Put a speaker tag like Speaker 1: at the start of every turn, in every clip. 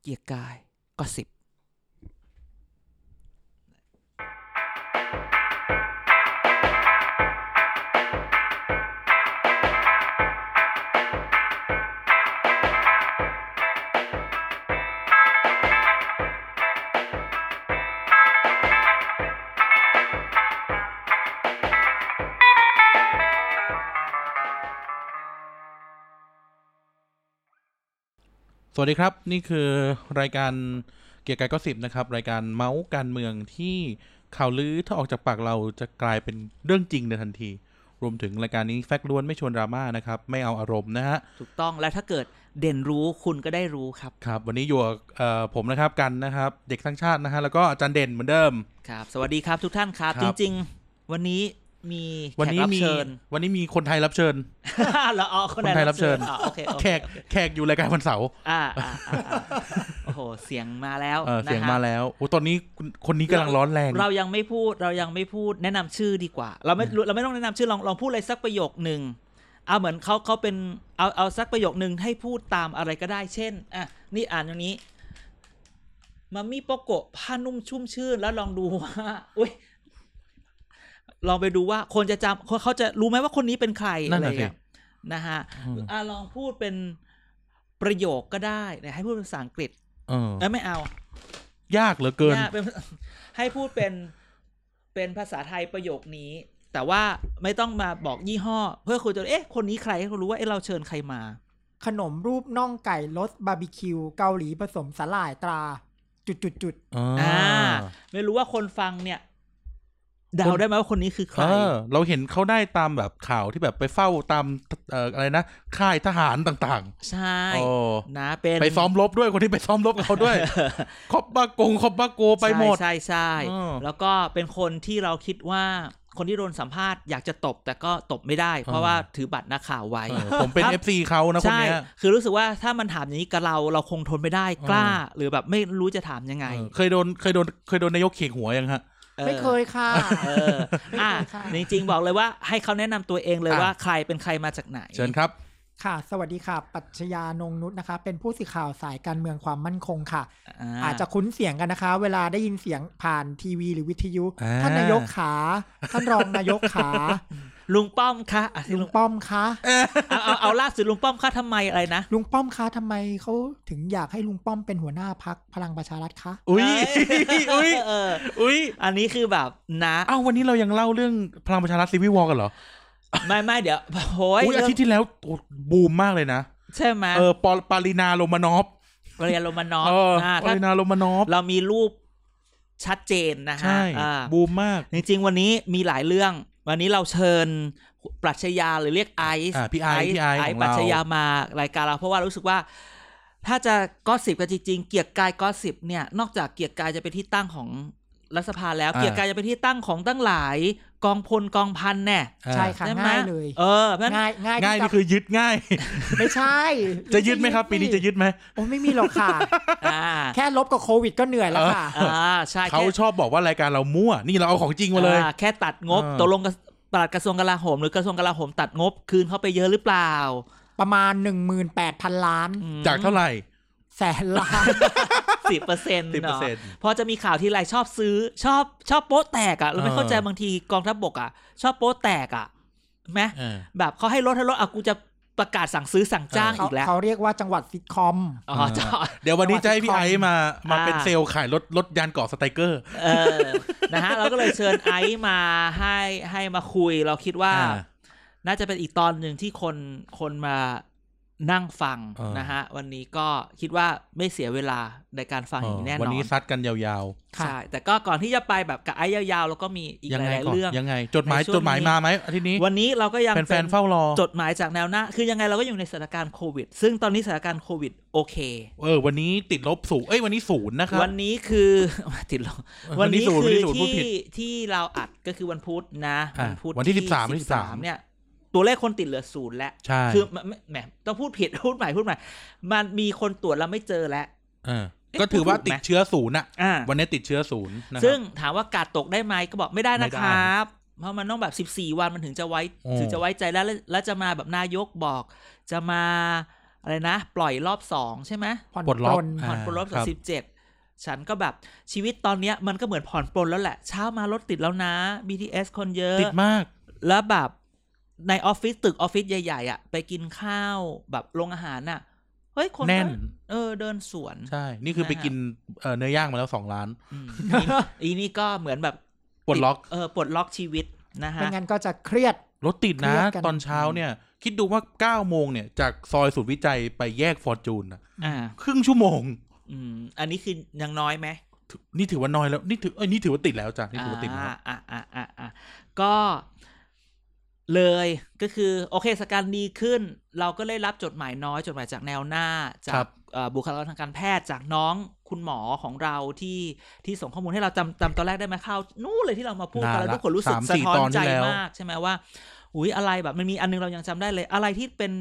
Speaker 1: เกียร์กายก็สิบ
Speaker 2: สวัสดีครับ นี่คือรายการเกียร์กายก็สิบนะครับ รายการเมาส์การเมืองที่ข่าวลือถ้าออกจากปากเราจะกลายเป็นเรื่องจริงในทันที รวมถึงรายการนี้แฟกต์ล้วนไม่ชวนดราม่านะครับ ไม่เอาอารมณ์นะฮะ
Speaker 1: ถูกต้องและถ้าเกิดเด่นรู้คุณก็ได้รู้ครับ
Speaker 2: ครับ วันนี้อยู่กับเอ่อผมนะครับกันนะครับ เด็กทั้างชาตินะฮะแล้วก็อาจารย์เด่นเหมือนเดิม
Speaker 1: ครับ สวัสดีครับทุกท่านครับ
Speaker 2: ค
Speaker 1: จ
Speaker 2: รับ
Speaker 1: ริง ๆ วันนี้มีแข
Speaker 2: วัน
Speaker 1: ก
Speaker 2: นี้
Speaker 1: รับ
Speaker 2: มี
Speaker 1: เชิญ
Speaker 2: วันนี้มีคนไทยรับเชิญ
Speaker 1: เราเอาคน
Speaker 2: คนไทยรับเชิญ
Speaker 1: อ๋อโอเคโอเค
Speaker 2: แขกแขกอยู่รายการวันเสาร์
Speaker 1: อ่าอ่าอ่าอ่าโอ้โหเสียงมาแล้ว
Speaker 2: เออ
Speaker 1: นะ
Speaker 2: เสียง
Speaker 1: ฮะ
Speaker 2: มาแล้วโอ้ตอนนี้คุณคนนี้กำลังร้อนแรง
Speaker 1: เรายังไม่พูดเรายังไม่พูดแนะนำชื่อดีกว่า เราไม่เราไม่ต้องแนะนำชื่อลองลองพูดอะไรสักประโยคหนึ่งเอาเหมือนเขาเขาเป็นเอาเอาสักประโยคหนึ่งให้พูดตามอะไรก็ได้ เช่นอ่ะนี่อ่านตรงนี้มามีโปโกะผ้านุ่มชุ่มชื่น แล้วลองดูว่า อุ้ยลองไปดูว่าคนจะจำคนเขาจะรู้ไหมว่าคนนี้เป็นใคร
Speaker 2: นั่
Speaker 1: อะ
Speaker 2: น
Speaker 1: ไร
Speaker 2: น่ะ
Speaker 1: อย่าง
Speaker 2: สิ
Speaker 1: นะฮะ
Speaker 2: อืม
Speaker 1: อ่ะลองพูดเป็นประโยคก็ได้นะให้พูดเป็นภาษาอังกฤษ
Speaker 2: เออ
Speaker 1: เอ้ยไม่เอา
Speaker 2: ยากเหลือเกิน
Speaker 1: ยากเป็น ให้พูดเป็นเป็นภาษาไทยประโยคนี้ แต่ว่าไม่ต้องมาบอกยี่ห้อ เพื่อคุณจะเอ๊ะคนนี้ใครให้เขารู้ว่าเอ๊ะเราเชิญใครมา
Speaker 3: ขนมรูปน่องไก่รสบาร์บีคิว เกาหลีผสมสลายตรา จุดจุดจุด
Speaker 2: อ่า
Speaker 1: อ่า ไม่รู้ว่าคนฟังเนี่ยเดาได้ไหมว่าคนนี้คือใคร
Speaker 2: เออเราเห็นเขาได้ตามแบบข่าวที่แบบไปเฝ้าตามเอ่ออะไรนะค่ายทหารต่าง
Speaker 1: ใช่
Speaker 2: ๆโอ้
Speaker 1: นะเป็น
Speaker 2: ไปซ้อมรบด้วยคนที่ไปซ้อมรบกับเขา ด้วย คอบบากงคอบบาโกไปหมด
Speaker 1: ใช่ใช่ใช่
Speaker 2: เออ
Speaker 1: แล้วก็เป็นคนที่เราคิดว่าคนที่โดนสัมภาษณ์อยากจะตบแต่ก็ตบไม่ได้ เพราะ
Speaker 2: เออ
Speaker 1: ว่าถือบัตรนักข่าวไว้
Speaker 2: เออผมเป็น
Speaker 1: ครับ
Speaker 2: FC เขานะคน
Speaker 1: ใช่
Speaker 2: เนี้ย
Speaker 1: คือรู้สึกว่าถ้ามันถามอย่างนี้กับเราเราคงทนไม่ได้กล้า หรือแบบไม่รู้จะถามยังไง
Speaker 2: เออเคยโดนเคยโดนเคยโดนนายกเขียหัวยังฮะ
Speaker 3: ๆ ไม่เคยค่ะ
Speaker 1: เอออ่ะ
Speaker 3: ไม่เคยค่ะ
Speaker 1: จริงๆ บอกเลยว่าให้เขาแนะนำตัวเองเลย
Speaker 2: อ่ะ
Speaker 1: ว่าใครเป็นใครมาจากไหน
Speaker 2: เชิญครับ
Speaker 3: ค่ะ สวัสดีค่ะ ปัชญานงนุษนะคะ เป็นผู้สื่อข่าวสายการเมืองความมั่นคงค่ะ อาจจะคุ้นเสียงกันนะคะ เวลาได้ยินเสียงผ่านทีวีหรือวิทยุ
Speaker 2: อ่า
Speaker 3: ท่านนายกขา ท่านรองนายก ขา
Speaker 1: ลุงป้อมคะอ่ะที่
Speaker 3: ลุ
Speaker 1: ลุ
Speaker 3: ง
Speaker 1: ง
Speaker 3: ป้อมคะ
Speaker 1: เอาเอาเอาล่าสุดลุงป้อมคะทำไมอะไรนะ
Speaker 3: ลุงป้อมคะทำไมเขาถึงอยากให้ลุงป้อมเป็นหัวหน้าพักพลังประชารัฐคะ
Speaker 2: อุ้ย
Speaker 1: เ
Speaker 2: อุ้ย
Speaker 1: เออ
Speaker 2: อุ้ย
Speaker 1: อันนี้คือแบบนะ
Speaker 2: เอ้าวันนี้เรายังเล่าเรื่องพลังประชารัฐซีวิวอลกันเหรอ
Speaker 1: ไม่ไม่เดี๋ยวโอ้ย
Speaker 2: อุ้ยอาทิตย์ที่แล้วโอ้บูมมากเลยนะ
Speaker 1: ใช่ไหม
Speaker 2: เออปอปารินาโรมานอฟ
Speaker 1: เรียนโรมานอฟ
Speaker 2: เออ
Speaker 1: นะ
Speaker 2: ปา
Speaker 1: ถ้า
Speaker 2: รินาโรมานอฟ
Speaker 1: เรามีรูปชัดเจนนะฮะ
Speaker 2: ใช่
Speaker 1: อ่า
Speaker 2: บูมมาก
Speaker 1: จริงๆ วันนี้มีหลายเรื่อง วันนี้เราเชิญปรัชญาหรือเรียกไอซ์
Speaker 2: อ่าพี่ไอซ์พี่ไอซ์
Speaker 1: ไอ
Speaker 2: ข
Speaker 1: ซ์
Speaker 2: อง
Speaker 1: ป
Speaker 2: เรา
Speaker 1: รัชญามารายการเราเพราะว่ารู้สึกว่า ถ้าจะก็สิบกันจริงๆ เกียรติกายก็สิบเนี่ย นอกจากเกียรติกายจะเป็นที่ตั้งของรัฐสภาแล้ว เกียรติกายจะเป็นที่ตั้งของตั้งหลาย กองพลกองพันแน่
Speaker 3: ใช่ค่ะ
Speaker 1: ใช่ไหม
Speaker 3: ง่ายเลย
Speaker 1: เออเพราะฉะนั้น
Speaker 3: ง่ายง่าย
Speaker 2: ง่าย
Speaker 3: ที่
Speaker 2: นี่คือยึด ง่าย
Speaker 3: ไม่ใช่
Speaker 2: จะยึดไหมครับ ปีนี้จะยึดไหม
Speaker 3: โอ้ไม่มีหรอกค่ะ
Speaker 1: อ่า
Speaker 3: แค่ลบกับโควิดก็เหนื่อยแล้วค่ะ
Speaker 1: อ่าใช่
Speaker 2: เขา
Speaker 1: แค่
Speaker 2: ชอบบอกว่ารายการเรามั่ว นี่เราเอาของจริงมาเลย
Speaker 1: อ่แค่ตัดงบ
Speaker 2: อ่า
Speaker 1: ตกลงกับปลัดกระทรวงกลาโหม หรือกระทรวงกลาโหมตัดงบคืนเขาไปเยอะหรือเปล่า
Speaker 3: ประมาณ 18,000 ล้าน
Speaker 2: จากเท่าไหร่
Speaker 3: แสนล้าน
Speaker 1: สิบเปอร์เซ็นต์
Speaker 2: สิบเปอร์เซ็นต์
Speaker 1: พอจะมีข่าวที่ไรชอบซื้อชอบชอบโป๊ะแตกอะ่ะเราไม่
Speaker 2: เออ
Speaker 1: เข้าใจบางทีกองทัพบบกอะ่ะ ชอบโป๊ะแตกอะ่ะไหมแบบเขาให้ลดให้ลดอ่ะกูจะประกาศสั่งซื้อสั่งจ้าง
Speaker 3: เขา
Speaker 1: อีกแล้ว
Speaker 3: เขาเรียกว่าจังหวัดซิทคอม
Speaker 1: อ๋อจอด
Speaker 2: เดี๋ยววันนี้จะให้พี่
Speaker 3: จังห
Speaker 2: ไอ
Speaker 3: วัด
Speaker 2: ซ์มา มา
Speaker 1: อ่า
Speaker 2: เป็นเซลล์ขายรถรถยานเกาะสไตรเกอร์
Speaker 1: เออนะฮะเราก็เลยเชิญไอซ์มาให้ให้มาคุย เราคิดว่า
Speaker 2: อ่า
Speaker 1: น่าจะเป็นอีกตอนหนึ่งที่คนคนมานั่งฟัง
Speaker 2: เออ
Speaker 1: นะฮะ วันนี้ก็คิดว่าไม่เสียเวลาในการฟังอย่างแน่นอน
Speaker 2: วันนี้ซัดกันยาว
Speaker 1: ใช่แต่ก็ก่อนที่จะไปแบบกับไอซ์ยาวๆแล้วก็มีอีก
Speaker 2: ๆ ยั
Speaker 1: ห
Speaker 2: ไง
Speaker 1: ลาย
Speaker 2: ก่
Speaker 1: ๆ
Speaker 2: อน
Speaker 1: เรื่อง
Speaker 2: ยังไง จดหมาย
Speaker 1: ในช่วง
Speaker 2: จดหมาย
Speaker 1: นี้
Speaker 2: มาไหมอาทิตย์นี้
Speaker 1: วันนี้เราก็ยัง
Speaker 2: แฟ
Speaker 1: เป็น น
Speaker 2: ๆเฝ้ารอ
Speaker 1: จดหมายจากแนวหน้า คือยังไงเราก็อยู่ในสถานการณ์โควิด ซึ่งตอนนี้สถานการณ์โควิดโอเค
Speaker 2: เออวันนี้ติดลบศูนย์เอ้ยวันนี้ศูนย์นะครับ
Speaker 1: วันนี้คือ ติดลบ
Speaker 2: วั
Speaker 1: วัน น
Speaker 2: นี้
Speaker 1: นี้
Speaker 2: ศูนย์
Speaker 1: คือ
Speaker 2: วันนี้ศูนย์พูด
Speaker 1: ที่
Speaker 2: ผิด
Speaker 1: ที่เราอัดก็คือวันพุธนะ
Speaker 2: อ่ะ
Speaker 1: วัพุธ
Speaker 2: วันที่13วันที่13
Speaker 1: เนี่ย ตัวเลขคนติดเหลือศูนย์แล้ว
Speaker 2: ใช่
Speaker 1: คือแหมแหมต้องพูด ผิด พูดใหม่พูดใหม่ มันมีคนตรวจแล้วไม่เจอแล้ว
Speaker 2: เออ
Speaker 1: เอ๊ะ
Speaker 2: ก็ถือว่าติ
Speaker 1: พูดถูก
Speaker 2: ด
Speaker 1: ไหม
Speaker 2: เชื้อศูนย์อะ
Speaker 1: อ่า
Speaker 2: วันนี้ติดเชื้อศูนย์นะครับ
Speaker 1: ซึ่งถามว่ากาดตกได้ไหมก็บอกไม่ได้
Speaker 2: ไม่
Speaker 1: นะ
Speaker 2: ได้
Speaker 1: ครับ เพราะมันต้องแบบ 14 วันมันถึงจะไว้
Speaker 2: โอ้
Speaker 1: ถึงจะไว้ใจแล้วแล้วแล้วจะมาแบบนายกบอก จะมา อะไรนะ ปล่อยรอบสองใช่ไหม
Speaker 3: ผ่อน
Speaker 2: ปลดล็อก
Speaker 3: ปน
Speaker 2: อ่า
Speaker 1: ผ่อนปลนรอบ
Speaker 2: ครั
Speaker 1: สาม
Speaker 2: บ
Speaker 1: สิบเจ็ดฉันก็แบบชีวิตตอนเนี้ยมันก็เหมือนผ่อนปลนแล้วแหละ เช้ามารถติดแล้วนะ BTS คนเยอะ
Speaker 2: ติดมาก
Speaker 1: แล้วแบบในออฟฟิศตึกออฟฟิศใหญ่ๆอ่ะไปกินข้าวแบบโรงอาหารน่ะเฮ้ยคนก็
Speaker 2: แน่น
Speaker 1: เออเดินสวน
Speaker 2: ใช่ นี่คือ
Speaker 1: นะฮะ
Speaker 2: ไปกินเอ่อเนื้อย่างมาแล้วสองร้าน
Speaker 1: อืมอีนี่ก็เหมือนแบบ
Speaker 2: ปลดล็อก
Speaker 1: เออปลดล็อกชีวิตนะฮะ
Speaker 3: ไม่งั้นก็จะเครียด
Speaker 2: รถติด
Speaker 3: เครี
Speaker 2: นะ
Speaker 3: ยดกัน
Speaker 2: ตอนเช้าเนี่ย คิดดูว่าเก้าโมงเนี่ย จากซอยศูนย์วิจัยไปแยกฟอร์จูนน่ะ
Speaker 1: อ่า
Speaker 2: ครึ่งชั่วโมง
Speaker 1: อืม อันนี้คือยังน้อยไหม
Speaker 2: นี่ถือว่าน้อยแล้ว นี่ถือเอ้ยนี่ถือว่าติดแล้วจ้ะนี่ถือว่าติดแล้ว
Speaker 1: อ่าอ่าอ่าอ่าก็เลยก็คือโอเคสการดีขึ้น เราก็ได้รับจดหมายน้อยจดหมายจากแนวหน้า จา
Speaker 2: ครั
Speaker 1: ก
Speaker 2: บ
Speaker 1: เอ่อบุคลากรทางการแพทย์จากน้องคุณหมอของเราที่ที่ส่งข้อมูลให้เราจำจำตอนแรกได้ไหมเข้าวนู่นเลยที่เรามาพูดกัน
Speaker 2: นาน
Speaker 1: แล้ว
Speaker 2: ละ
Speaker 1: ทุกคนรู้สึก
Speaker 2: สาม
Speaker 1: สะ
Speaker 2: สี่
Speaker 1: ท้อน
Speaker 2: ตอนที่
Speaker 1: ใจ
Speaker 2: แล้ว
Speaker 1: มากใช่ไหมว่า อุ้ยอะไรแบบมันมีอันนึงเรายังจำได้เลย อะไรที่เป็น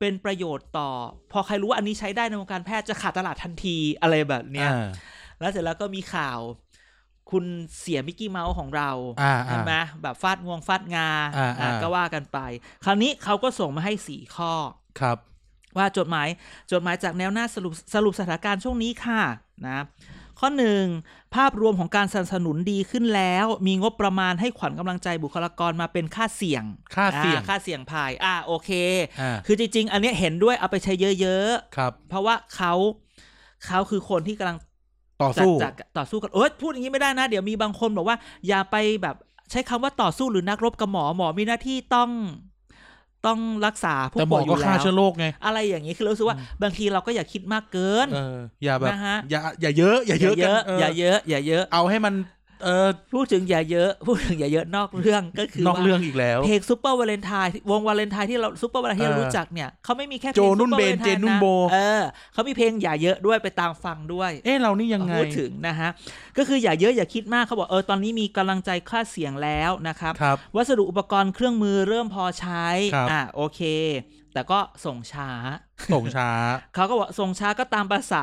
Speaker 1: เป็นประโยชน์ต่อ พอใครรู้ว่าอันนี้ใช้ได้ในวงการแพทย์จะขาดตลาดทันทีอะไรแบบเนี้ย
Speaker 2: อ่า
Speaker 1: แล้วเสร็จแล้วก็มีข่าว คุณเสียมิกกี้เมาส์ของเรา
Speaker 2: อ่า
Speaker 1: ใช่ไหมแบบฟาดงวงฟาดงา
Speaker 2: อ่า
Speaker 1: อ่ะ
Speaker 2: อ่า
Speaker 1: ก็ว่ากันไป คราวนี้เขาก็ส่งมาให้สี่ข้อ
Speaker 2: ครับ
Speaker 1: ว่าจดหมายจดหมายจากแนวหน้าสรุปสรุปสถานการณ์ช่วงนี้ค่ะนะข้อหนึ่งภาพรวมของการสนับสนุนดีขึ้นแล้ว มีงบประมาณให้ขวัญกำลังใจบุคลากรมาเป็นค่าเสี่ยง
Speaker 2: ค่าเสี่ยง
Speaker 1: อ่ค่าเสี่ยงภายอ่าโอเค
Speaker 2: อ่า
Speaker 1: คือจริง ๆ อันเนี้ยเห็นด้วยเอาไปใช้เยอะ
Speaker 2: ครับ
Speaker 1: ๆ เพราะว่าเขาเขาคือคนที่กำลัง
Speaker 2: ต่อ
Speaker 1: จะ
Speaker 2: สู้
Speaker 1: จะต่อสู้กันเอ้ยพูดอย่างนี้ไม่ได้นะ เดี๋ยวมีบางคนบอกว่า อย่าไปแบบใช้คำว่าต่อสู้หรือนักรบกับหมอหมอมีหน้าที่ต้อง ต้องรักษาผู้
Speaker 2: แต่หม
Speaker 1: ป่ว
Speaker 2: อย
Speaker 1: อ
Speaker 2: ก็
Speaker 1: ยู่แล้
Speaker 2: ฆ่าว เชื้อโรคไง
Speaker 1: อะไรอย่างนี้คือเรารู้สึกว่า
Speaker 2: อืม
Speaker 1: บางทีเราก็อย่าคิดมากเกิน
Speaker 2: เออ อย่าแบบ
Speaker 1: นะฮะ
Speaker 2: อย่า อย่าเยอะ อย่าเยอะ
Speaker 1: อ
Speaker 2: กัน
Speaker 1: ย่า
Speaker 2: เอออย่
Speaker 1: อาเยอะ อย่าเยอะ
Speaker 2: เอาให้มัน เออ
Speaker 1: พูดถึงอย่าเยอะพูดถึงอย่าเยอะนอกเรื่องก็คือน
Speaker 2: อก
Speaker 1: ว่า
Speaker 2: เรื่องอีกแล้ว
Speaker 1: เพลงซูเปอร์วาเลนไทน์วงวาเลนไทน์ที่เราซูเปอร์วาเลนไทน์ที่เรา
Speaker 2: เออ
Speaker 1: รู้จักเนี่ยเขาไม่มีแค่พลง
Speaker 2: โจนุ่น
Speaker 1: Super
Speaker 2: เบน
Speaker 1: Valentine
Speaker 2: เจนุ่นโบ
Speaker 1: ะเออเขามีเพลงอย่าเยอะด้วยไปตามฟังด้วย
Speaker 2: เอ๊ะเรานี่ยังไง
Speaker 1: พูดถึงนะฮะ ก็คืออย่าเยอะอย่าคิดมากเขาบอกเออตอนนี้มีกำลังใจค่าเสียงแล้วนะครับ
Speaker 2: ครับ
Speaker 1: วัสดุอุปกรณ์เครื่องมือเริ่มพอใช้
Speaker 2: ครับ
Speaker 1: อ่ะโอเค แต่ก็ส่งช้า
Speaker 2: ส่งช้า
Speaker 1: เขาก็บอกส่งช้าก็ตามภาษา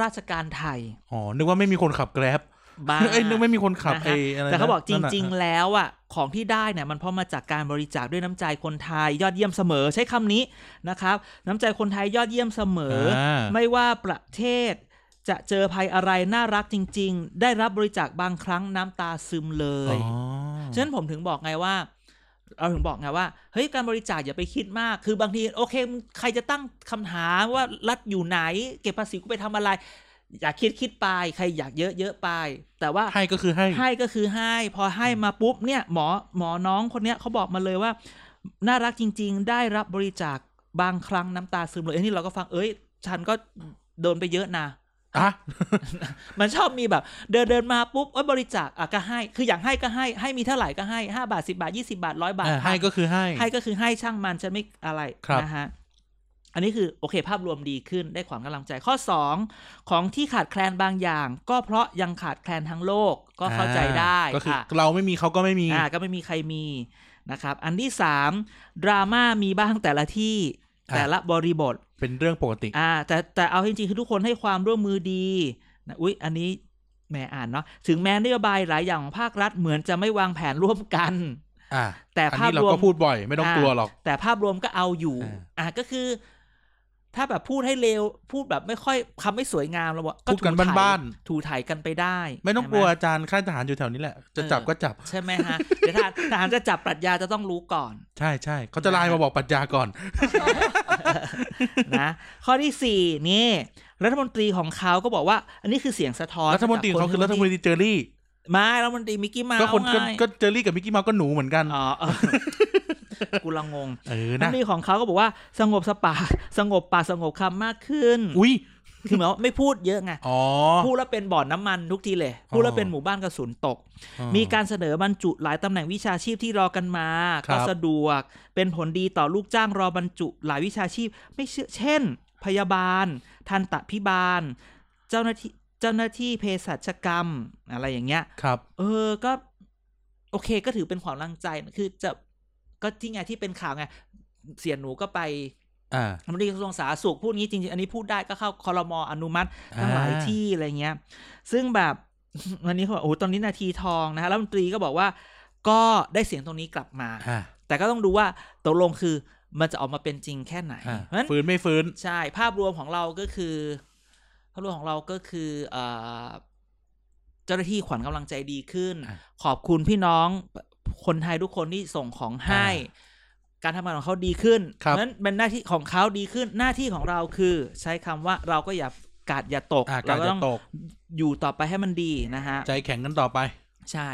Speaker 1: ราชการไทย
Speaker 2: อ๋อ นึกว่าไม่มีคนขับแกร็บ
Speaker 1: บ้าง
Speaker 2: เอ้ยนึกไม่มีคนขับ
Speaker 1: นะ
Speaker 2: เอ
Speaker 1: ฮะ
Speaker 2: อะไรนะ
Speaker 1: แต่เขาบอกจ
Speaker 2: นั่นน่ะ
Speaker 1: ริง ๆ แล้วอ่ะของที่ได้เนี่ยมันเพราะมาจากการบริจาคด้วยน้ำใจคนไทยยอดเยี่ยมเสมอใช้คำนี้นะครับ น้ำใจคนไทยยอดเยี่ยมเสมอ
Speaker 2: า
Speaker 1: ไม่ว่าประเทศจะเจอภัยอะไรน่ารักจริง ๆ ได้รับบริจาคบางครั้งน้ำตาซึมเลย
Speaker 2: อ๋อ
Speaker 1: ฉะนั้นผมถึงบอกไงว่า เราถึงบอกไงว่า เฮ้ยการบริจาคอย่าไปคิดมาก คือบางทีโอเคมึงใครจะตั้งคำถามว่ารัฐอยู่ไหน เก็บภาษีกูไปทำอะไร อยากคิดคิดไป ใครอยากเยอะเยอะไป แต่ว่า
Speaker 2: ให้ก็คือให้
Speaker 1: ให้ก็คือให้พอให้มาปุ๊บเนี่ยหมอหมอน้องคนเนี้ยเขาบอกมาเลยว่า น่ารักจริง ๆ ได้รับบริจาคบางครั้งน้ำตาซึมเลยเอ้ยนี่เราก็ฟังเอ้ย ฉันก็โดนไปเยอะนะ
Speaker 2: อ่ะ
Speaker 1: มันชอบมีแบบ เดินเดินมาปุ๊บเอ้ยบริจาคอ่ะก็ให้ คืออยากให้ก็ให้ให้มีเท่าไหร่ก็ให้ห้าบาทสิบาทยี่สิบาทร้อยบาท
Speaker 2: อ่าให้ก็คือให้
Speaker 1: ให้ก็คือให้ช่างมันฉันไม่อะไร
Speaker 2: ครับ
Speaker 1: นะฮะอันนี้คือโอเค ภาพรวมดีขึ้นได้ความกำลังใจข้อสองของที่ขาดแคลนบางอย่าง ก็เพราะยังขาดแคลนทั้งโลกก็เข้าใจได้
Speaker 2: อ่าก็คืออะ เราไม่มีเขาก็ไม่มี
Speaker 1: อ่าก็ไม่มีใครมีนะครับ อันที่สามดราม่ามีบ้างแต่ละที่
Speaker 2: อ่ะ
Speaker 1: แต่ละบริบท
Speaker 2: เป็นเรื่องปกติ
Speaker 1: อ่าแต่แต่เอาจริงๆคือทุกคนให้ความร่วมมือดีนะอุ๊ย อันนี้แหม่อ่านเนาะถึงแม้นโยบายหลายอย่างของภาครัฐเหมือนจะไม่วางแผนร่วมกัน
Speaker 2: อ่า
Speaker 1: แต่
Speaker 2: อัน
Speaker 1: ภาพ
Speaker 2: นี้เรา
Speaker 1: รวม
Speaker 2: ก็พูดบ่อย ไม่ต้อง
Speaker 1: อ่า
Speaker 2: กลัวหรอก
Speaker 1: แต่ภาพรวมก็เอาอยู่
Speaker 2: อ่า
Speaker 1: อ่าก็คือ ถ้าแบบพูดให้เร็วพูดแบบไม่ค่อยคำไม่สวยงามเราบอก
Speaker 2: พูดกัน
Speaker 1: ถูไถ
Speaker 2: บ้าน
Speaker 1: ถูไถ่ายกันไปได้
Speaker 2: ไม่ต้อง
Speaker 1: ใช่ห
Speaker 2: กลัวอาจารย์ค่ายทหารอยู่แถวนี้แหละ จะ
Speaker 1: เออ
Speaker 2: จับก็จับ
Speaker 1: ใช่ไหมฮะเดี๋ยวทหารทหารจะจับปรัชญาจะต้องรู้ก่อน
Speaker 2: ใช่ใช่เขาจะไลน์มาบอกปรัจญาก่อน
Speaker 1: นะข้อที่สี่นี่รัฐมนตรีของเขาก็บอกว่า อันนี้คือเสียงสะท้อน
Speaker 2: รัฐมนตรีของเขาคือรัฐมนตรีเจอรี่
Speaker 1: ไม่รัฐมนตรีมิกกี้เมาส์
Speaker 2: ก็คนก็
Speaker 1: ไง
Speaker 2: ก็เจอรี่กับมิกกี้เมาส์ก็หนูเหมือนกัน
Speaker 1: อ๋อ เออกูละงง
Speaker 2: เออ
Speaker 1: รัฐม
Speaker 2: นะ
Speaker 1: นตรีของเขาก็บอกว่าสงบสปาสงบปากสงบคำมากขึ้น
Speaker 2: อุ้ย
Speaker 1: คือหมายว่าไม่พูดเยอะไง
Speaker 2: อ๋อ
Speaker 1: พูดแล้วเป็นบ่อนน้ำมันทุกทีเลย พูดแล้วเป็นหมู่บ้านกระสุนตก มีการเสนอบรรจุหลายตำแหน่งวิชาชีพที่รอกันมา
Speaker 2: ครับ
Speaker 1: ก็สะดวก เป็นผลดีต่อลูกจ้างรอบรรจุหลายวิชาชีพ ไม่เชื่อเช่น พยาบาล ทันตพิบาล เจ้าหน้าที่เจ้าหน้าที่เภสัชกรรม อะไรอย่างเงี้ย
Speaker 2: ครับ
Speaker 1: เออก็ โอเคก็ถือเป็นความรังใจคือจะก็ที่ไงที่เป็นข่าวไง เสียหนูก็ไป
Speaker 2: อ่า
Speaker 1: รัฐมนตรีกระทรวงสาธารณสุขพูดงี้จริงๆ อันนี้พูดได้ก็เข้าคอรมออนุมัติ ทั้งหลายที่อะไรเงี้ย ซึ่งแบบ วันนี้เขาบอกโอ้โหตอนนี้นาทีทองนะฮะรัฐมนตรีก็บอกว่า ก็ได้เสียงตรงนี้กลับมา
Speaker 2: อ่า
Speaker 1: แต่ก็ต้องดูว่าตกลงคือ มันจะออกมาเป็นจริงแค่ไหน
Speaker 2: อ่ะ
Speaker 1: เพราะฉะนั้น
Speaker 2: ฟื้นไม่ฟื้น
Speaker 1: ใช่ภาพรวมของเราก็คือภาพรวมของเราก็คือเอ่อเจ้าหน้าที่ขวัญกำลังใจดีขึ้น
Speaker 2: อ่ะ
Speaker 1: ขอบคุณพี่น้องคนไทยทุกคนที่ส่งของให้
Speaker 2: อ่
Speaker 1: การทำงานของเขาดีขึ้นเพ
Speaker 2: ครั
Speaker 1: ราะ
Speaker 2: บ
Speaker 1: ฉะนั้นเป็นหน้าที่ของเขาดีขึ้นหน้าที่ของเราคือ ใช้คำว่าเราก็อย่ากาดอย่าตก
Speaker 2: อ่ะกา
Speaker 1: เรา
Speaker 2: ร
Speaker 1: ก็
Speaker 2: จะ
Speaker 1: ต้อง
Speaker 2: ตก
Speaker 1: อยู่ต่อไปให้มันดีนะฮะ
Speaker 2: ใจแข็งกันต่อไป
Speaker 1: ใช่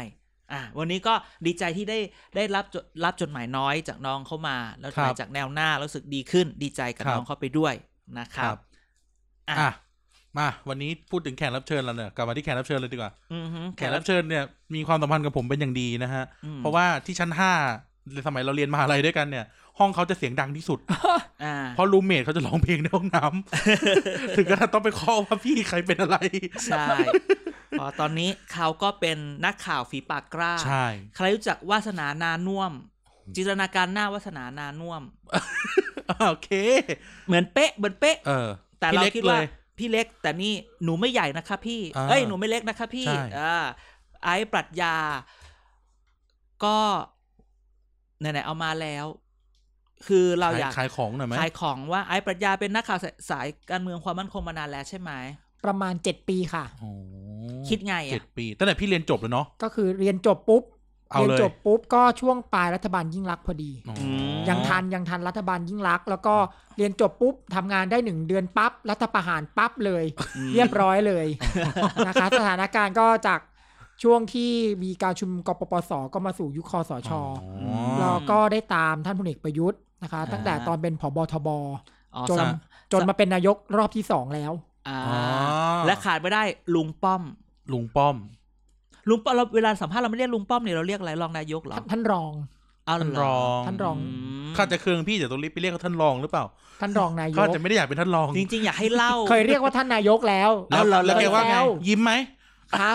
Speaker 1: อ่ะ วันนี้ก็ดีใจที่ได้ได้รับจดรับจดหมายน้อยจากน้องเข้ามา แล้วจดหมาย
Speaker 2: ครับ
Speaker 1: จากแนวหน้ารู้สึกดีขึ้น ดีใจกับ
Speaker 2: ครับ
Speaker 1: น้องเข้าไปด้วยนะครับ อ่ะ
Speaker 2: อ่ะมา วันนี้พูดถึงแขกรับเชิญแล้วเนี่ยกลับมาที่แขกรับเชิญเลยดีกว่า
Speaker 1: อือฮึ
Speaker 2: แขกรับเชิญเนี่ยมีความสัมพันธ์กับผมเป็นอย่างดีนะฮะ
Speaker 1: อืม
Speaker 2: เพราะว่าที่ชั้นห้าสมัยเราเรียนมหาลัยด้วยกันเนี่ย ห้องเขาจะเสียงดังที่สุด
Speaker 1: อ่า
Speaker 2: เพราะรูมเมทเขาจะร้องเพลงในห้องน้ำ ถึงก็ต้องไปเคอว่าพี่ใครเป็นอะไร
Speaker 1: ใช่เพอตอนนี้เขา ก็เป็นนักข่าวฝีปากกล้า
Speaker 2: ใช่
Speaker 1: ใครรู้จักวาสนานานุ่วม จินตนาการหน้าวาสนานานุ่วม
Speaker 2: โอเค
Speaker 1: เหมือนเป๊ะ เหมือนเป๊ะ
Speaker 2: เออ
Speaker 1: แต่
Speaker 2: พี่
Speaker 1: เรา
Speaker 2: ล็ก
Speaker 1: คิดว่า
Speaker 2: เลย
Speaker 1: พี่เล็กแต่นี่หนูไม่ใหญ่นะคะพี่
Speaker 2: อ่า
Speaker 1: เอ้ยหนูไม่เล็กนะคะพี่
Speaker 2: ใช่
Speaker 1: อ่าไอ้ปรัชญา ก็ไหนๆเอามาแล้ว คือเราอยาก
Speaker 2: ขายของหน่อยไหม
Speaker 1: ขายของว่าไอ้ปรัชญาเป็นนักข่าวสายสายการเมืองความมั่นคงมานานแล้วใช่ไหม
Speaker 3: ประมาณเจ็ดปีค่ะ
Speaker 2: โอ้
Speaker 1: คิดไง
Speaker 2: เจ็ด
Speaker 1: อ่ะ
Speaker 2: ปี ตั้งแต่พี่เรียนจบแล้วเนาะ
Speaker 3: ก็คือเรียนจบปุ๊บ
Speaker 2: เอา
Speaker 3: ยน
Speaker 2: เลย
Speaker 3: จบปุ๊บก็ช่วงปลายรัฐบาลยิ่งรักษณ์พอดี
Speaker 2: อ๋อ
Speaker 3: ยังทันยังทันรัฐบาลยิ่งรักษณ์แล้วก็เรียนจบปุ๊บทำงานได้หนึ่งเดือนปั๊บรัฐประหารปั๊บเลย
Speaker 1: อืม
Speaker 3: เรียบร้อยเลย นะคะ สถานการณ์ก็จากช่วงที่มีการชุมนุมกปปสก็มาสู่ยุคคอสช
Speaker 2: อ๋อ
Speaker 3: เราก็ได้ตามท่านพลเอกประยุทธ์นะคะ ตั้งแต่ตอนเป็นผบทบ
Speaker 1: อ๋อ
Speaker 3: จน
Speaker 1: สะ
Speaker 3: จนมาเป็นนายกรอบที่สองแล้ว
Speaker 1: อ่า
Speaker 2: อ๋อ
Speaker 1: และขาดไม่ได้ลุงป้อม
Speaker 2: ลุงป้อม
Speaker 1: ลุงป้อมเราเวลาสัมภาษณ์เราไม่เรียกลุงป้อมเนี่ยเราเรียกอะไรรองนายกเหรอ
Speaker 3: ท่านท่านรอง
Speaker 1: เอาเห
Speaker 2: ท่าน
Speaker 1: ร
Speaker 2: ร
Speaker 1: อ
Speaker 2: อง
Speaker 3: ท่านรอง
Speaker 1: อืม
Speaker 2: ข้าจะเคืองพี่แต่ต้องรีบไปเรียกเขาท่านรองหรือเปล่า
Speaker 3: ท่านรองนาย
Speaker 2: ข้าก จะไม่ได้อยากเป็นท่านรอง
Speaker 1: จริง ๆ อยากให้เล่า
Speaker 3: เคยเรียกว่าท่านนายกแล้ว
Speaker 2: แล้ว
Speaker 1: เอาเหรอ
Speaker 2: แล้วแกว่าไง
Speaker 3: แล้ว
Speaker 2: ยิ้มไหม
Speaker 3: คะ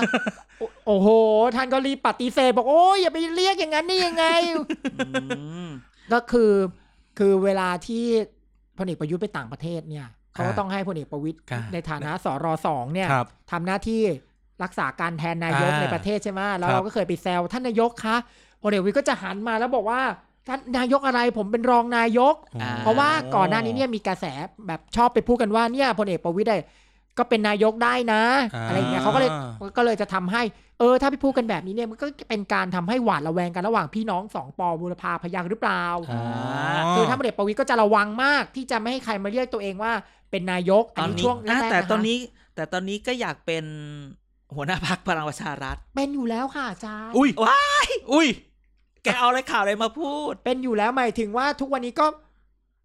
Speaker 3: โอโอ้โห ท่านก็รีบปฏิเสธบอกโอ้ยอย่าไปเรียกอย่างนั้นนี่ยังไง
Speaker 1: อืม
Speaker 3: ก็คือคือเวลาที่พลเอกประยุทธ์ไปต่างประเทศเนี่ยเขาก็
Speaker 2: อ่า
Speaker 3: ต้องให้พลเอกประวิตย
Speaker 2: อ่า
Speaker 3: ในฐานะสรสองเนี่ย
Speaker 2: ครับ
Speaker 3: ทำหน้าที่รักษาการแทนนายก
Speaker 2: อ่า
Speaker 3: ในประเทศใช่ไหมแล้ว
Speaker 2: ครับ
Speaker 3: เราก็เคยไปแซวท่านนายกคะพลเอกประวิตยก็จะหันมาแล้วบอกว่าท่านนายกอะไรผมเป็นรองนายก
Speaker 1: อ่า
Speaker 3: เพราะว่าก่อนหน้านี้เนี่ยมีกระแสแบบชอบไปพูดกันว่าเนี่ยพลเอกประวิตยได้ก็เป็นนายกได้นะ
Speaker 2: อ่า
Speaker 3: อะไรอย่างเงี้ยเขาก็เลยก็เลยจะทำให้เออถ้าไปพูดกันแบบนี้เนี่ยมันก็เป็นการทำให้หวาดระแวงกันระหว่างพี่น้องสองปอบุรพาพยัคฆ์หรือเปล่า
Speaker 2: อ๋อ
Speaker 3: คือถ้าพลเอกประวิตยก็จะระวังมากที่จะไม่ให้ใครมาเรียกตัวเองว่าเป็นนายก
Speaker 1: ต
Speaker 3: อั
Speaker 1: อน น
Speaker 3: นี้
Speaker 1: นี้
Speaker 3: ช่วง
Speaker 1: อ่ะ
Speaker 3: แรกๆ
Speaker 1: แต่ตอน
Speaker 3: ะ
Speaker 1: นี้แต่ตอนนี้ก็อยากเป็นหัวหน้าพักพลังประชารัฐ
Speaker 3: คะเป็นอยู่แล้วค่ะอาจารย์
Speaker 2: อุ้ย
Speaker 1: ว้า
Speaker 2: อุ้ย
Speaker 1: แกเอาอะไรข่าวอะไรมาพูด
Speaker 3: เป็นอยู่แล้วหมายถึงว่าทุกวันนี้ก็